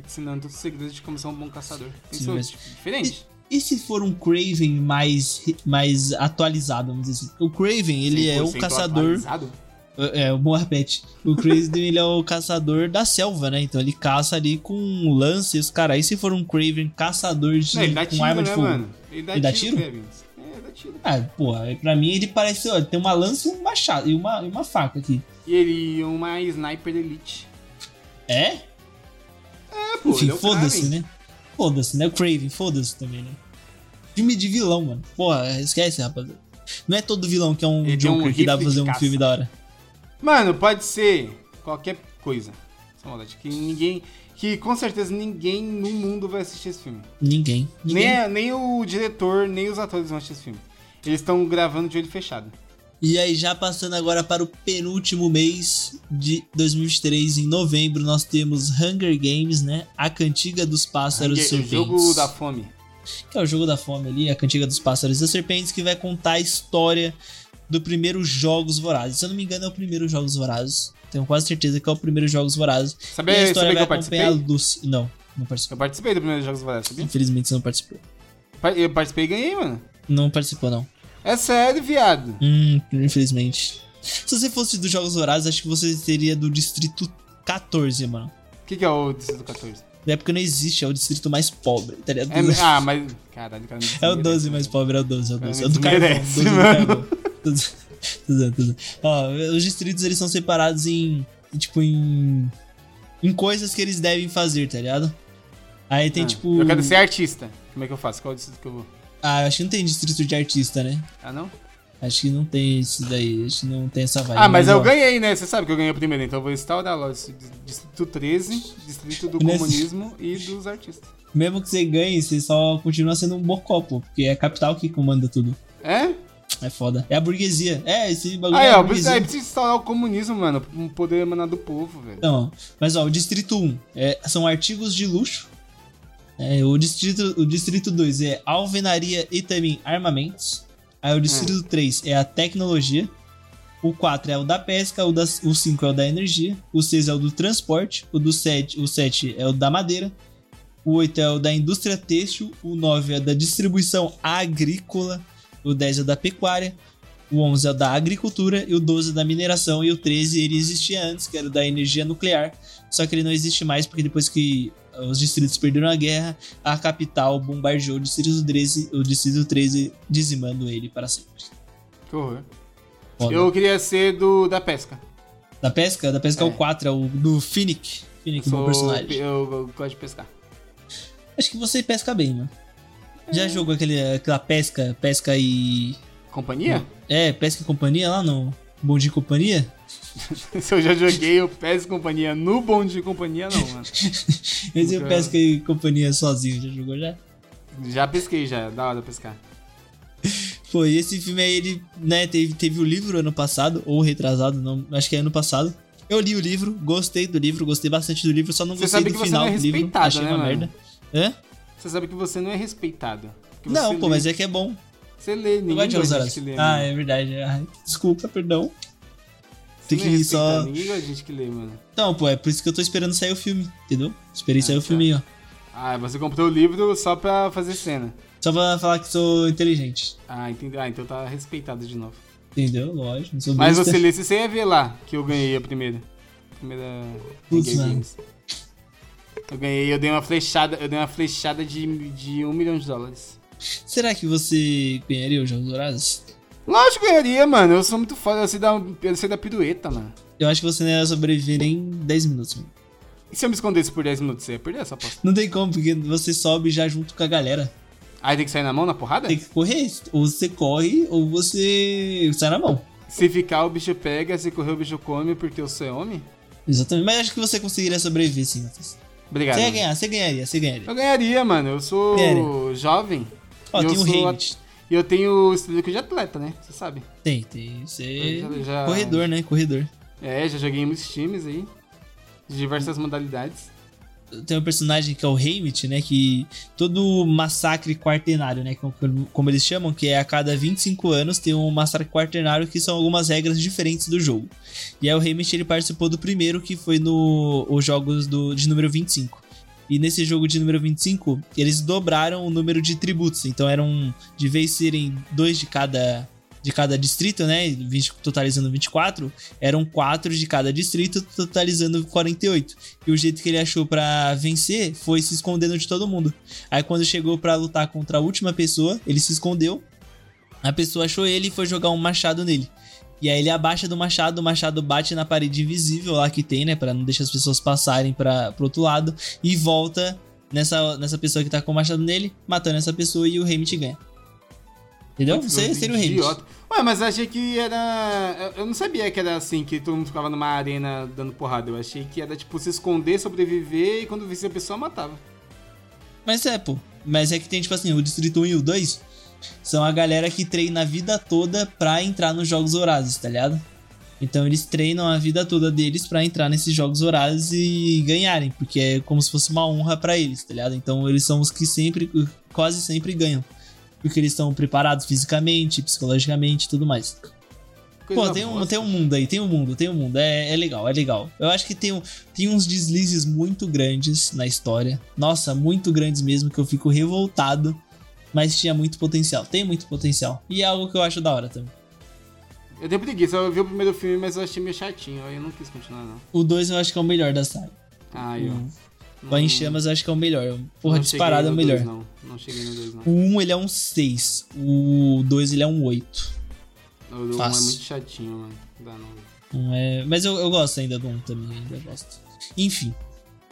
ensinando todos os segredos de como ser um bom caçador. Tem
Sim,
seu-
mas-
diferente.
E se for um Craven mais, mais atualizado, vamos dizer assim? O Craven, ele é o
100%
caçador.
atualizado.
É, o bom arpete. O Craven, ele é o caçador da selva, né? Então ele caça ali com lance e os caras. E se for um Craven caçador de,
Não, ele dá
com
tiro,
arma de
né,
fogo?
mano? Ele dá
Ele dá tiro?
tiro, Kevin. É, ele dá tiro.
Ah, porra, pra mim ele parece. Ó, ele tem uma lança e um machado. E uma, e uma faca aqui.
E ele é uma sniper elite.
É?
É, pô,
Enfim,
ele é o
foda-se,
Kraven.
né? Foda-se, né? O Craven, foda-se também, né? Filme de vilão, mano. Porra, esquece, rapaziada. Não é todo vilão que é um
Ele tem um
Joker que dá pra
rifle
fazer
de
um
caça.
filme da hora.
Mano, pode ser qualquer coisa. Só maldade. Que ninguém. Que com certeza ninguém no mundo vai assistir esse filme.
Ninguém.
Nem, é
Ninguém.
a- nem o diretor, nem os atores vão assistir esse filme. Eles estão gravando de olho fechado.
E aí, já passando agora para o penúltimo mês de 2023, em novembro, nós temos Hunger Games, né? A Cantiga dos Pássaros
Ninguém- o
Serpentes.
jogo da fome.
Que é o jogo da fome ali, a Cantiga dos Pássaros e das Serpentes, que vai contar a história do primeiro Jogos Vorazes. Se eu não me engano, é o primeiro Jogos Vorazes. Tenho quase certeza que é o primeiro Jogos Vorazes. E a
Sabe,
história
sabe que
vai acompanhar
eu
a
participei? Hum?
Lucy. Não, não participou.
Eu participei do primeiro Jogos Vorazes, sabia?
Infelizmente você não participou.
Pa- Eu participei e ganhei, mano.
Não participou, não.
É sério, viado.
Hum, infelizmente. Se você fosse dos Jogos Horários, acho que você seria do Distrito 14, mano.
O que, que é o Distrito 14?
Na época não existe, é o distrito mais pobre, tá ligado?
É, ah, mas. Caralho, cara. não
É o 12
merece,
mais
mano.
pobre, é o 12, é o 12. É o
Cara,
do carvão.
merece,
12 do
mano.
carvão. Tudo- tudo- tudo. Ó, os distritos eles são separados em. Tipo, em. Em coisas que eles devem fazer, tá ligado? Aí tem
Ah,
tipo.
Eu quero ser artista. Como é que eu faço? Qual é o distrito que eu vou?
Ah, acho que não tem distrito de artista, né?
Ah, não?
Acho que não tem isso daí, acho que não tem essa vibe.
ah, mas eu
ó,
ganhei, né? Você sabe que eu ganhei o primeiro, então eu vou instaurar lá. esse dis- Distrito 13, Distrito do
Nesse-
Comunismo e dos Artistas.
Mesmo que você ganhe, você só continua sendo um bocó, pô, porque é a capital que comanda tudo.
É?
É foda. É a burguesia. É, esse bagulho
Aí,
é a
ó, precisa,
burguesia.
aí precisa instaurar o comunismo, mano. pra Um poder emanar do povo, velho.
Então, mas ó, o distrito 1 é- são artigos de luxo. É, o distrito o distrito 2 é alvenaria e também armamentos. Aí o distrito 3 é a tecnologia. O 4 é o da pesca, o, das, o 5 é o da energia, o 6 é o do transporte, o do 7, o 7 é o da madeira, o 8 é o da indústria têxtil, o 9 é da distribuição agrícola, o 10 é o da pecuária, o 11 é o da agricultura e o 12 é da mineração e o 13 ele existia antes, que era o da energia nuclear, só que ele não existe mais porque depois que ah, os distritos perderam a guerra, a capital bombardeou o distrito 13, o distrito 13 dizimando ele para sempre.
Que horror.
Foda.
Eu queria ser do da pesca.
Da pesca? Da pesca é,
É.
o 4, é o do Finnick. Finnick, meu personagem.
eu, eu gosto de pescar.
Acho que você pesca bem, mano. Já
É.
jogou aquele, aquela pesca, pesca e...
Companhia?
É, pesca e companhia lá no Bom Dia e Companhia?
Se eu já joguei o PES e Companhia no bonde de companhia, não, mano.
Mas eu
Nunca-
pesca e companhia sozinho, já jogou já?
Já pesquei já, da hora pescar.
Foi, esse filme aí, ele, né, teve, teve o livro ano passado, ou retrasado, não, acho que é ano passado. Eu li o livro, gostei do livro, gostei bastante do livro, só não
Você
gostei
sabe
do
que você
final
não é
do livro.
respeitado,
Achei
né,
uma
mano?
merda. Hã?
Você sabe que você não é respeitado. Que
Não,
você
pô,
lê-
mas é que é bom.
Você lê,
Eu
ninguém
gosto de
gosta né? de
horas.
gente que lê.
Ah,
mano.
é verdade. Ai, desculpa, perdão.
Você
tem
não
que
é
ir só-
respeitado, Ninguém gosta de gente que lê, mano.
Então, pô, é por isso que eu tô esperando sair o filme, entendeu? Esperei
Ah,
sair o
tá.
filme, ó.
Ah, você comprou o livro só pra fazer cena.
Só pra falar que sou inteligente.
Ah, entendi. Ah, então tá respeitado de novo.
Entendeu? Lógico, não sou
Mas
besta.
você lê, se você ia ver lá que eu ganhei a primeira. Primeira.
Putz,
Hunger
mano.
Games. Eu ganhei, eu dei uma flechada, eu dei uma flechada de, de um milhão de dólares.
Será que você ganharia os Jogos Dourados?
Lógico que ganharia, mano. Eu sou muito foda, eu sei da, eu sei da pirueta, mano.
Eu acho que você não ia sobreviver em 10 minutos, mano.
E se eu me escondesse por 10 minutos, você ia perder essa aposta.
Não tem como, porque você sobe já junto com a galera.
Aí tem que sair na mão, na porrada?
Tem que correr. Ou você corre, ou você sai na mão.
Se ficar, o bicho pega, se correr, o bicho come, porque eu sou homem.
Exatamente. Mas acho que você conseguiria sobreviver, sim, Matheus.
Obrigado.
Você ia
mano.
ganhar, você ganharia, você ganharia.
Eu ganharia, mano. Eu sou
Ganharia.
jovem.
Ó,
E eu
tem um o
sou
Hamid.
E eu tenho histórico de atleta, né? Você sabe.
Tem, tem. Você.
Eu já- já-
Corredor, né? Corredor.
É, já joguei em muitos times aí. De diversas modalidades.
Tem um personagem que é o Hamid, né? Que todo massacre quartenário, né? Como, como eles chamam, que é a cada 25 anos tem um massacre quartenário que são algumas regras diferentes do jogo. E aí o Hamid ele participou do primeiro, que foi no os jogos do, de número 25. E nesse jogo de número 25, eles dobraram o número de tributos. Então eram, de vez serem dois de cada de cada distrito, né? 20, totalizando 24, eram quatro de cada distrito, totalizando 48. E o jeito que ele achou pra vencer foi se escondendo de todo mundo. Aí quando chegou pra lutar contra a última pessoa, ele se escondeu. A pessoa achou ele e foi jogar um machado nele. E aí ele abaixa do machado, o machado bate na parede invisível lá que tem, né, Pra não deixar as pessoas passarem para pro outro lado e volta nessa nessa pessoa que tá com o machado nele, matando essa pessoa e o Hamit ganha. Entendeu?
Putz,
Então, Você
eu
seria o Hamit.
idiota. Ué, mas eu achei que era. eu- Eu não sabia que era assim, que todo mundo ficava numa arena dando porrada. Eu achei que era tipo se esconder, sobreviver e quando visse a pessoa matava.
Mas é, pô. Mas é que tem, tipo assim, o Distrito 1 e o 2 são a galera que treina a vida toda pra entrar nos Jogos Horazes, tá ligado? Então eles treinam a vida toda deles pra entrar nesses Jogos Horazes e ganharem, porque é como se fosse uma honra pra eles, tá ligado? Então eles são os que sempre, quase sempre ganham. Porque eles estão preparados fisicamente, psicologicamente e tudo mais.
Coisa
Pô, tem um,
bosta.
tem um mundo aí, tem um mundo, tem um mundo. É, é legal, é legal. Eu acho que tem, um- tem uns deslizes muito grandes na história. Nossa, muito grandes mesmo, que eu fico revoltado. Mas tinha muito potencial, tem muito potencial. E é algo que eu acho da hora também.
Eu tenho preguiça, eu vi o primeiro filme, mas eu achei meio chatinho. Aí eu não quis continuar, não.
O 2 eu acho que é o melhor da saga.
Ah, eu.
O-
não-
O Em Chamas eu acho que é o melhor. Porra,
não cheguei
disparado é o
no
melhor.
dois, não. não cheguei no 2, não.
O 1 um, ele é um 6, o 2 ele é um 8.
O 1 é
Fácil.
muito chatinho, mano. Não dá não.
Um é- Mas eu, eu gosto ainda do 1 um também, ainda gosto. Enfim.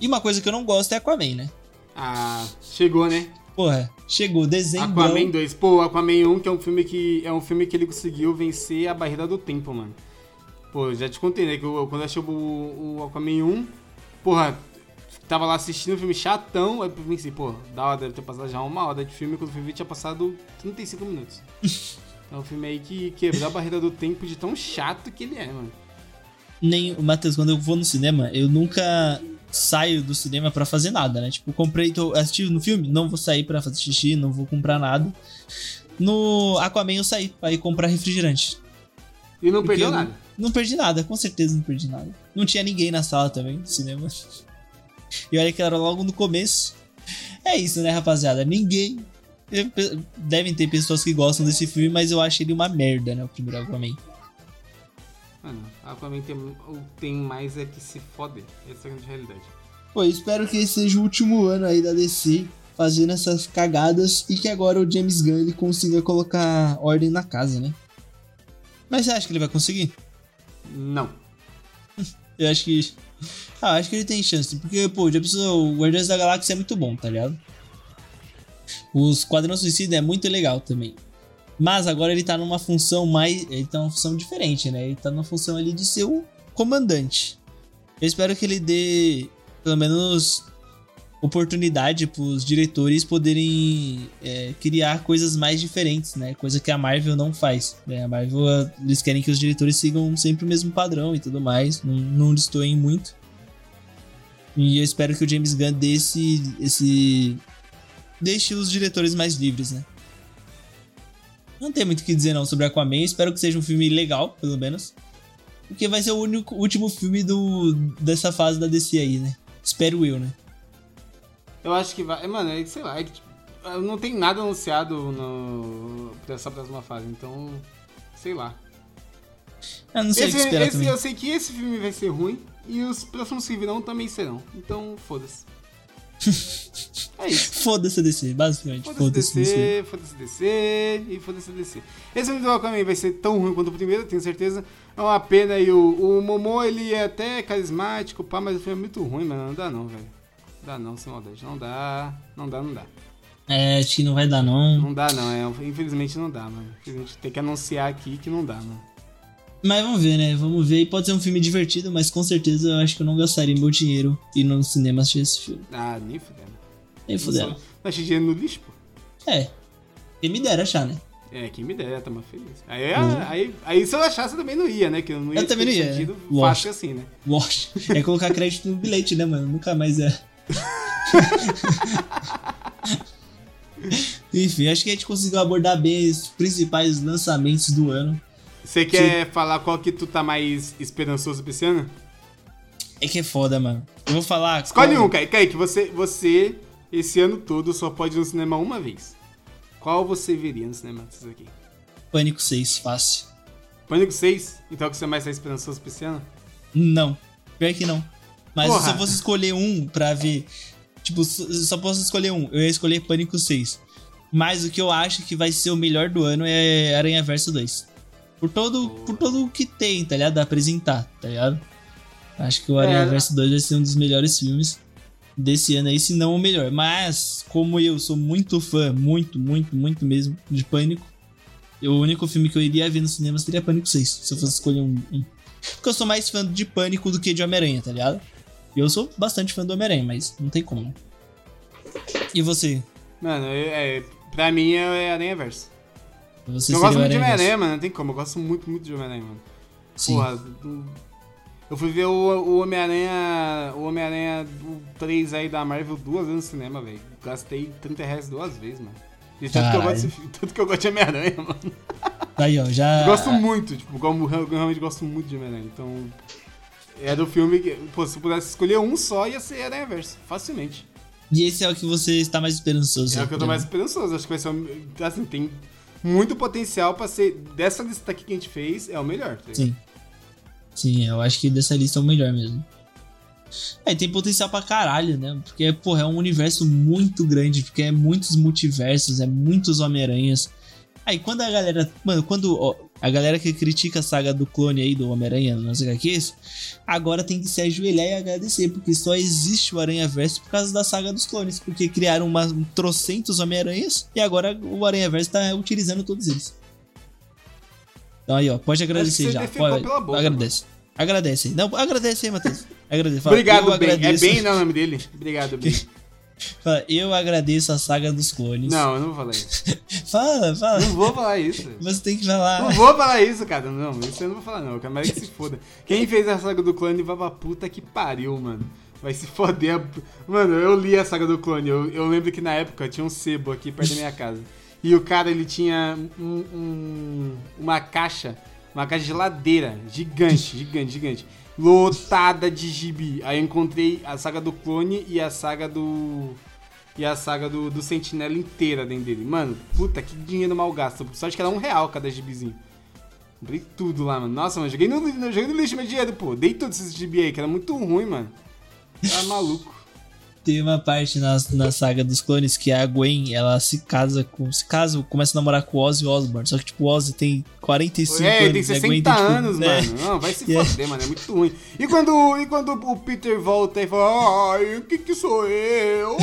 E uma coisa que eu não gosto é Aquaman, né?
Ah, chegou, né?
Porra, chegou dezembro.
Aquaman 2. Pô, Aquaman 1, que é um filme que é um filme que ele conseguiu vencer a barreira do tempo, mano. Pô, já te contei, né? Que eu, quando eu achei o, o Aquaman 1, porra, tava lá assistindo um filme chatão, aí eu pensei, pô, da hora, deve ter passado já uma hora de filme, quando eu fui ver tinha passado 35 minutos. É um filme aí que quebrou a barreira do tempo de tão chato que ele é, mano.
Nem, Matheus, quando eu vou no cinema, eu nunca saio do cinema pra fazer nada, né? Tipo, comprei, tô assistindo no filme, não vou sair pra fazer xixi, não vou comprar nada. No Aquaman eu saí pra ir comprar refrigerante.
E não
Porque
perdeu
eu não-
nada.
Não perdi nada, com certeza não perdi nada. Não tinha ninguém na sala também, no cinema. E olha que era logo no começo. É isso, né, rapaziada? Ninguém. Devem ter pessoas que gostam desse filme, mas eu acho ele uma merda, né? O primeiro Aquaman.
Mano, Aquaman tem, o- tem mais é que se foder. Essa é a grande realidade.
Pô, eu espero que esse seja o último ano aí da DC fazendo essas cagadas e que agora o James Gunn ele consiga colocar ordem na casa, né? Mas você acha que ele vai conseguir?
Não.
Eu acho que. Ah, eu acho que ele tem chance, porque, pô, já pensou, o Guardiões da Galáxia é muito bom, tá ligado? O Esquadrão Suicida é muito legal também. Mas agora ele tá numa função mais. Ele tá numa função diferente, né? Ele tá numa função ali de ser o comandante. Eu espero que ele dê, pelo menos, oportunidade para os diretores poderem é, criar coisas mais diferentes, né? Coisa que a Marvel não faz. Né? A Marvel, a, eles querem que os diretores sigam sempre o mesmo padrão e tudo mais, não, não destoem muito. E eu espero que o James Gunn dê esse, esse. deixe os diretores mais livres, né? Não tem muito o que dizer não sobre Aquaman, eu espero que seja um filme legal, pelo menos. Porque vai ser o único, último filme do, dessa fase da DC aí, né? Espero eu, né?
Eu acho que vai. Mano, é que sei lá, é que, tipo, não tem nada anunciado no, pra essa próxima fase, então. Sei lá.
Eu não sei o
Esse-
que esperar
esse-
também.
eu sei que esse filme vai ser ruim e os próximos que virão também serão. Então, foda-se. é isso.
Foda-se a DC, basicamente.
Foda-se
Foda-se a DC.
DC, foda-se DC e foda-se DC. Esse filme do Aquaman vai ser tão ruim quanto o primeiro, tenho certeza. É uma pena e o, o Momô, ele é até carismático, pá, mas o filme é muito ruim, mano. Não dá não, velho. Não dá não, sem maldade. Não dá, não dá, não dá.
É, acho que não vai dar não.
Não dá não, é, infelizmente não dá, mano. Infelizmente tem que anunciar aqui que não dá, mano.
Mas vamos ver, né? Vamos ver. E pode ser um filme divertido, mas com certeza eu acho que eu não gastaria meu dinheiro indo no cinema assistir esse filme.
Ah, nem fudendo.
Nem
Não
fudendo.
achei dinheiro no lixo, pô.
É. Quem me dera achar, né?
É, quem me dera, tá mais feliz. Aí, aí, aí se eu achasse, eu também não ia, né? Que eu não ia
Uhum. Eu também não
ter
ia, é,
sentido
lógico.
fácil assim, né?
Wash. É colocar crédito no bilhete, né, mano? Nunca mais é. Enfim, acho que a gente conseguiu abordar bem os principais lançamentos do ano.
Você quer falar qual que tu tá mais esperançoso pra esse ano?
É que é foda, mano. Eu vou falar.
Escolhe
qual- é
um, Kaique. Kaique, você, você, esse ano todo, só pode ir no cinema uma vez. Qual você veria no cinema desses aqui?
Pânico 6, fácil.
Pânico 6? Então é o que você mais tá esperançoso pra esse ano?
Não. Pior que não. Mas
Porra.
se eu fosse escolher um pra ver. Tipo, so- só posso escolher um. Eu ia escolher Pânico 6. Mas o que eu acho que vai ser o melhor do ano é Aranha Verso 2. Por todo, por todo o que tem, tá ligado? A apresentar, tá ligado? Acho que o
É,
Aranha
né?
Verso 2 vai ser um dos melhores filmes desse ano aí, se não o melhor. Mas, como eu sou muito fã, muito, muito, muito mesmo, de Pânico, eu- o único filme que eu iria ver nos cinemas seria Pânico 6, se eu fosse escolher um. um. Porque eu sou mais fã de Pânico do que de Homem-Aranha, tá ligado? E eu sou bastante fã do Homem-Aranha, mas não tem como. né? E você?
Mano, eu- é, pra mim é Aranha Verso.
Você
Eu
seria
gosto
o
muito de
Aranha Verso.
Homem-Aranha, mano. Não tem como. Eu gosto muito, muito de Homem-Aranha, mano.
Sim.
Porra, do- eu fui ver o, o Homem-Aranha. O Homem-Aranha do 3 aí da Marvel duas vezes no cinema, velho. Gastei 30 reais duas vezes, mano. E tanto que,
Caralho.
eu
Ah.
gosto desse filme, tanto que eu gosto de Homem-Aranha, mano.
Tá Aí, ó, já.
Gosto muito, tipo, como- eu realmente gosto muito de Homem-Aranha. Então. Era o filme que. Pô, se eu pudesse escolher um só, ia ser Aranha Verso, facilmente.
E esse é o que você está mais esperançoso.
É o que eu tô mais esperançoso. Acho que vai ser. um- Assim, tem muito potencial pra ser. Dessa lista aqui que a gente fez, é o melhor. Tá ligado?
Sim. Sim, eu acho que dessa lista é o melhor mesmo. É, tem potencial pra caralho, né? Porque, porra, é um universo muito grande, porque é muitos multiversos, é muitos Homem-Aranhas. Aí quando a galera. Mano, quando ó, a galera que critica a saga do clone aí do Homem-Aranha nas HQs, é agora tem que se ajoelhar e agradecer, porque só existe o Aranha Verso por causa da saga dos clones, porque criaram uma, um trocentos Homem-Aranhas e agora o Aranha Verso tá utilizando todos eles. Então aí, ó, pode agradecer
você
já.
defecou
Pode,
pela boca,
agradece. Agradece. Não, agradece aí, Matheus. Agradece. Fala,
Obrigado,
eu
Ben.
agradeço-
É Ben não, é o nome dele. Obrigado, Ben.
Fala, eu agradeço a saga dos clones.
Não, eu não vou falar isso.
Fala, fala.
Não vou falar isso.
Você tem que
Não
falar.
vou falar isso, cara. Não, isso eu não vou falar, não. Eu quero mais que se foda. Quem fez a saga do clone vai pra puta que pariu, mano. Vai se foder. Mano, eu li a saga do clone. Eu, eu lembro que na época tinha um sebo aqui perto da minha casa. E o cara, ele tinha um- um- uma caixa, uma caixa de geladeira gigante, gigante, gigante. Lotada de gibi. Aí eu encontrei a saga do clone e a saga do. E a saga do, do Sentinela inteira dentro dele. Mano, puta, que dinheiro mal gasto. Só acho que era um real cada gibizinho. Comprei tudo lá, mano. Nossa, mano, joguei no, li- no- joguei no lixo meu dinheiro, pô. Dei todos esses gibi aí, que era muito ruim, mano. Tá maluco.
Tem uma parte na, na saga dos clones que a Gwen, ela se casa com. Se casa, começa a namorar com o Ozzy Osbourne. Só que, tipo, o Ozzy tem 45
é,
anos.
tem
e a Gwen
60
tipo,
anos,
né?
mano. Não, vai se
E é-
foder, mano. É muito ruim. E quando, e quando o Peter volta e fala, ai, o que que sou eu?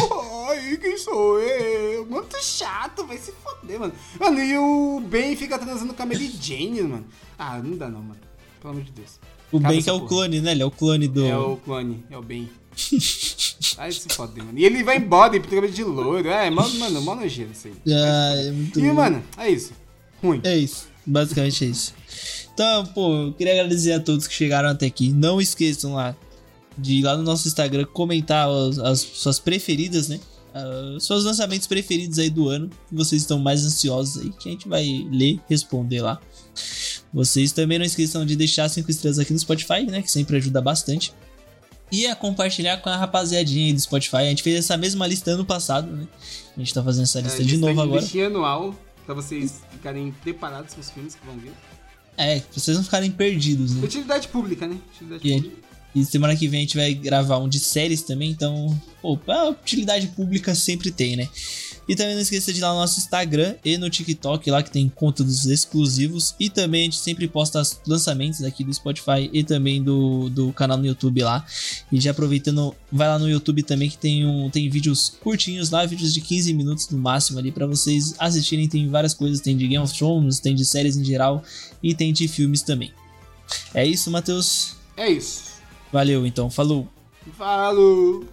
Ai, quem sou eu? Muito chato, vai se foder, mano. Mano, e o Ben fica transando com a Mary Jane, mano. Ah, não dá não, mano. Pelo amor de Deus.
O
Acaba
Ben
essa
que é o
porra.
clone, né? Ele é o clone do.
É o clone, é o Ben. Ai, se fodeu, mano. E ele vai embora, ele pinta de loiro. É, mano, mano, mó nojeira isso aí.
Ah, é muito
E,
bom.
mano, é isso. Ruim.
É isso. Basicamente é isso. Então, pô, eu queria agradecer a todos que chegaram até aqui. Não esqueçam lá de ir lá no nosso Instagram comentar as, as suas preferidas, né? Ah, Os seus lançamentos preferidos aí do ano. Que vocês estão mais ansiosos aí. Que a gente vai ler, responder lá. Vocês também não esqueçam de deixar cinco estrelas aqui no Spotify, né? Que sempre ajuda bastante. E a compartilhar com a rapaziadinha aí do Spotify. A gente fez essa mesma lista ano passado, né? A gente tá fazendo essa
É,
lista de novo agora.
Listinha anual, pra vocês ficarem preparados com os filmes que vão vir.
É, pra vocês não ficarem perdidos, né?
Utilidade pública, né? Utilidade
E aí?
pública.
E semana que vem a gente vai gravar um de séries também, então, pô, a utilidade pública sempre tem, né? E também não esqueça de ir lá no nosso Instagram e no TikTok, lá que tem conteúdos exclusivos. E também a gente sempre posta os lançamentos aqui do Spotify e também do, do canal no YouTube lá. E já aproveitando, vai lá no YouTube também que tem, um, tem vídeos curtinhos lá, vídeos de 15 minutos no máximo ali pra vocês assistirem. Tem várias coisas, tem de Game of Thrones, tem de séries em geral e tem de filmes também. É isso, Matheus.
É isso.
Valeu, então. Falou.
Falou!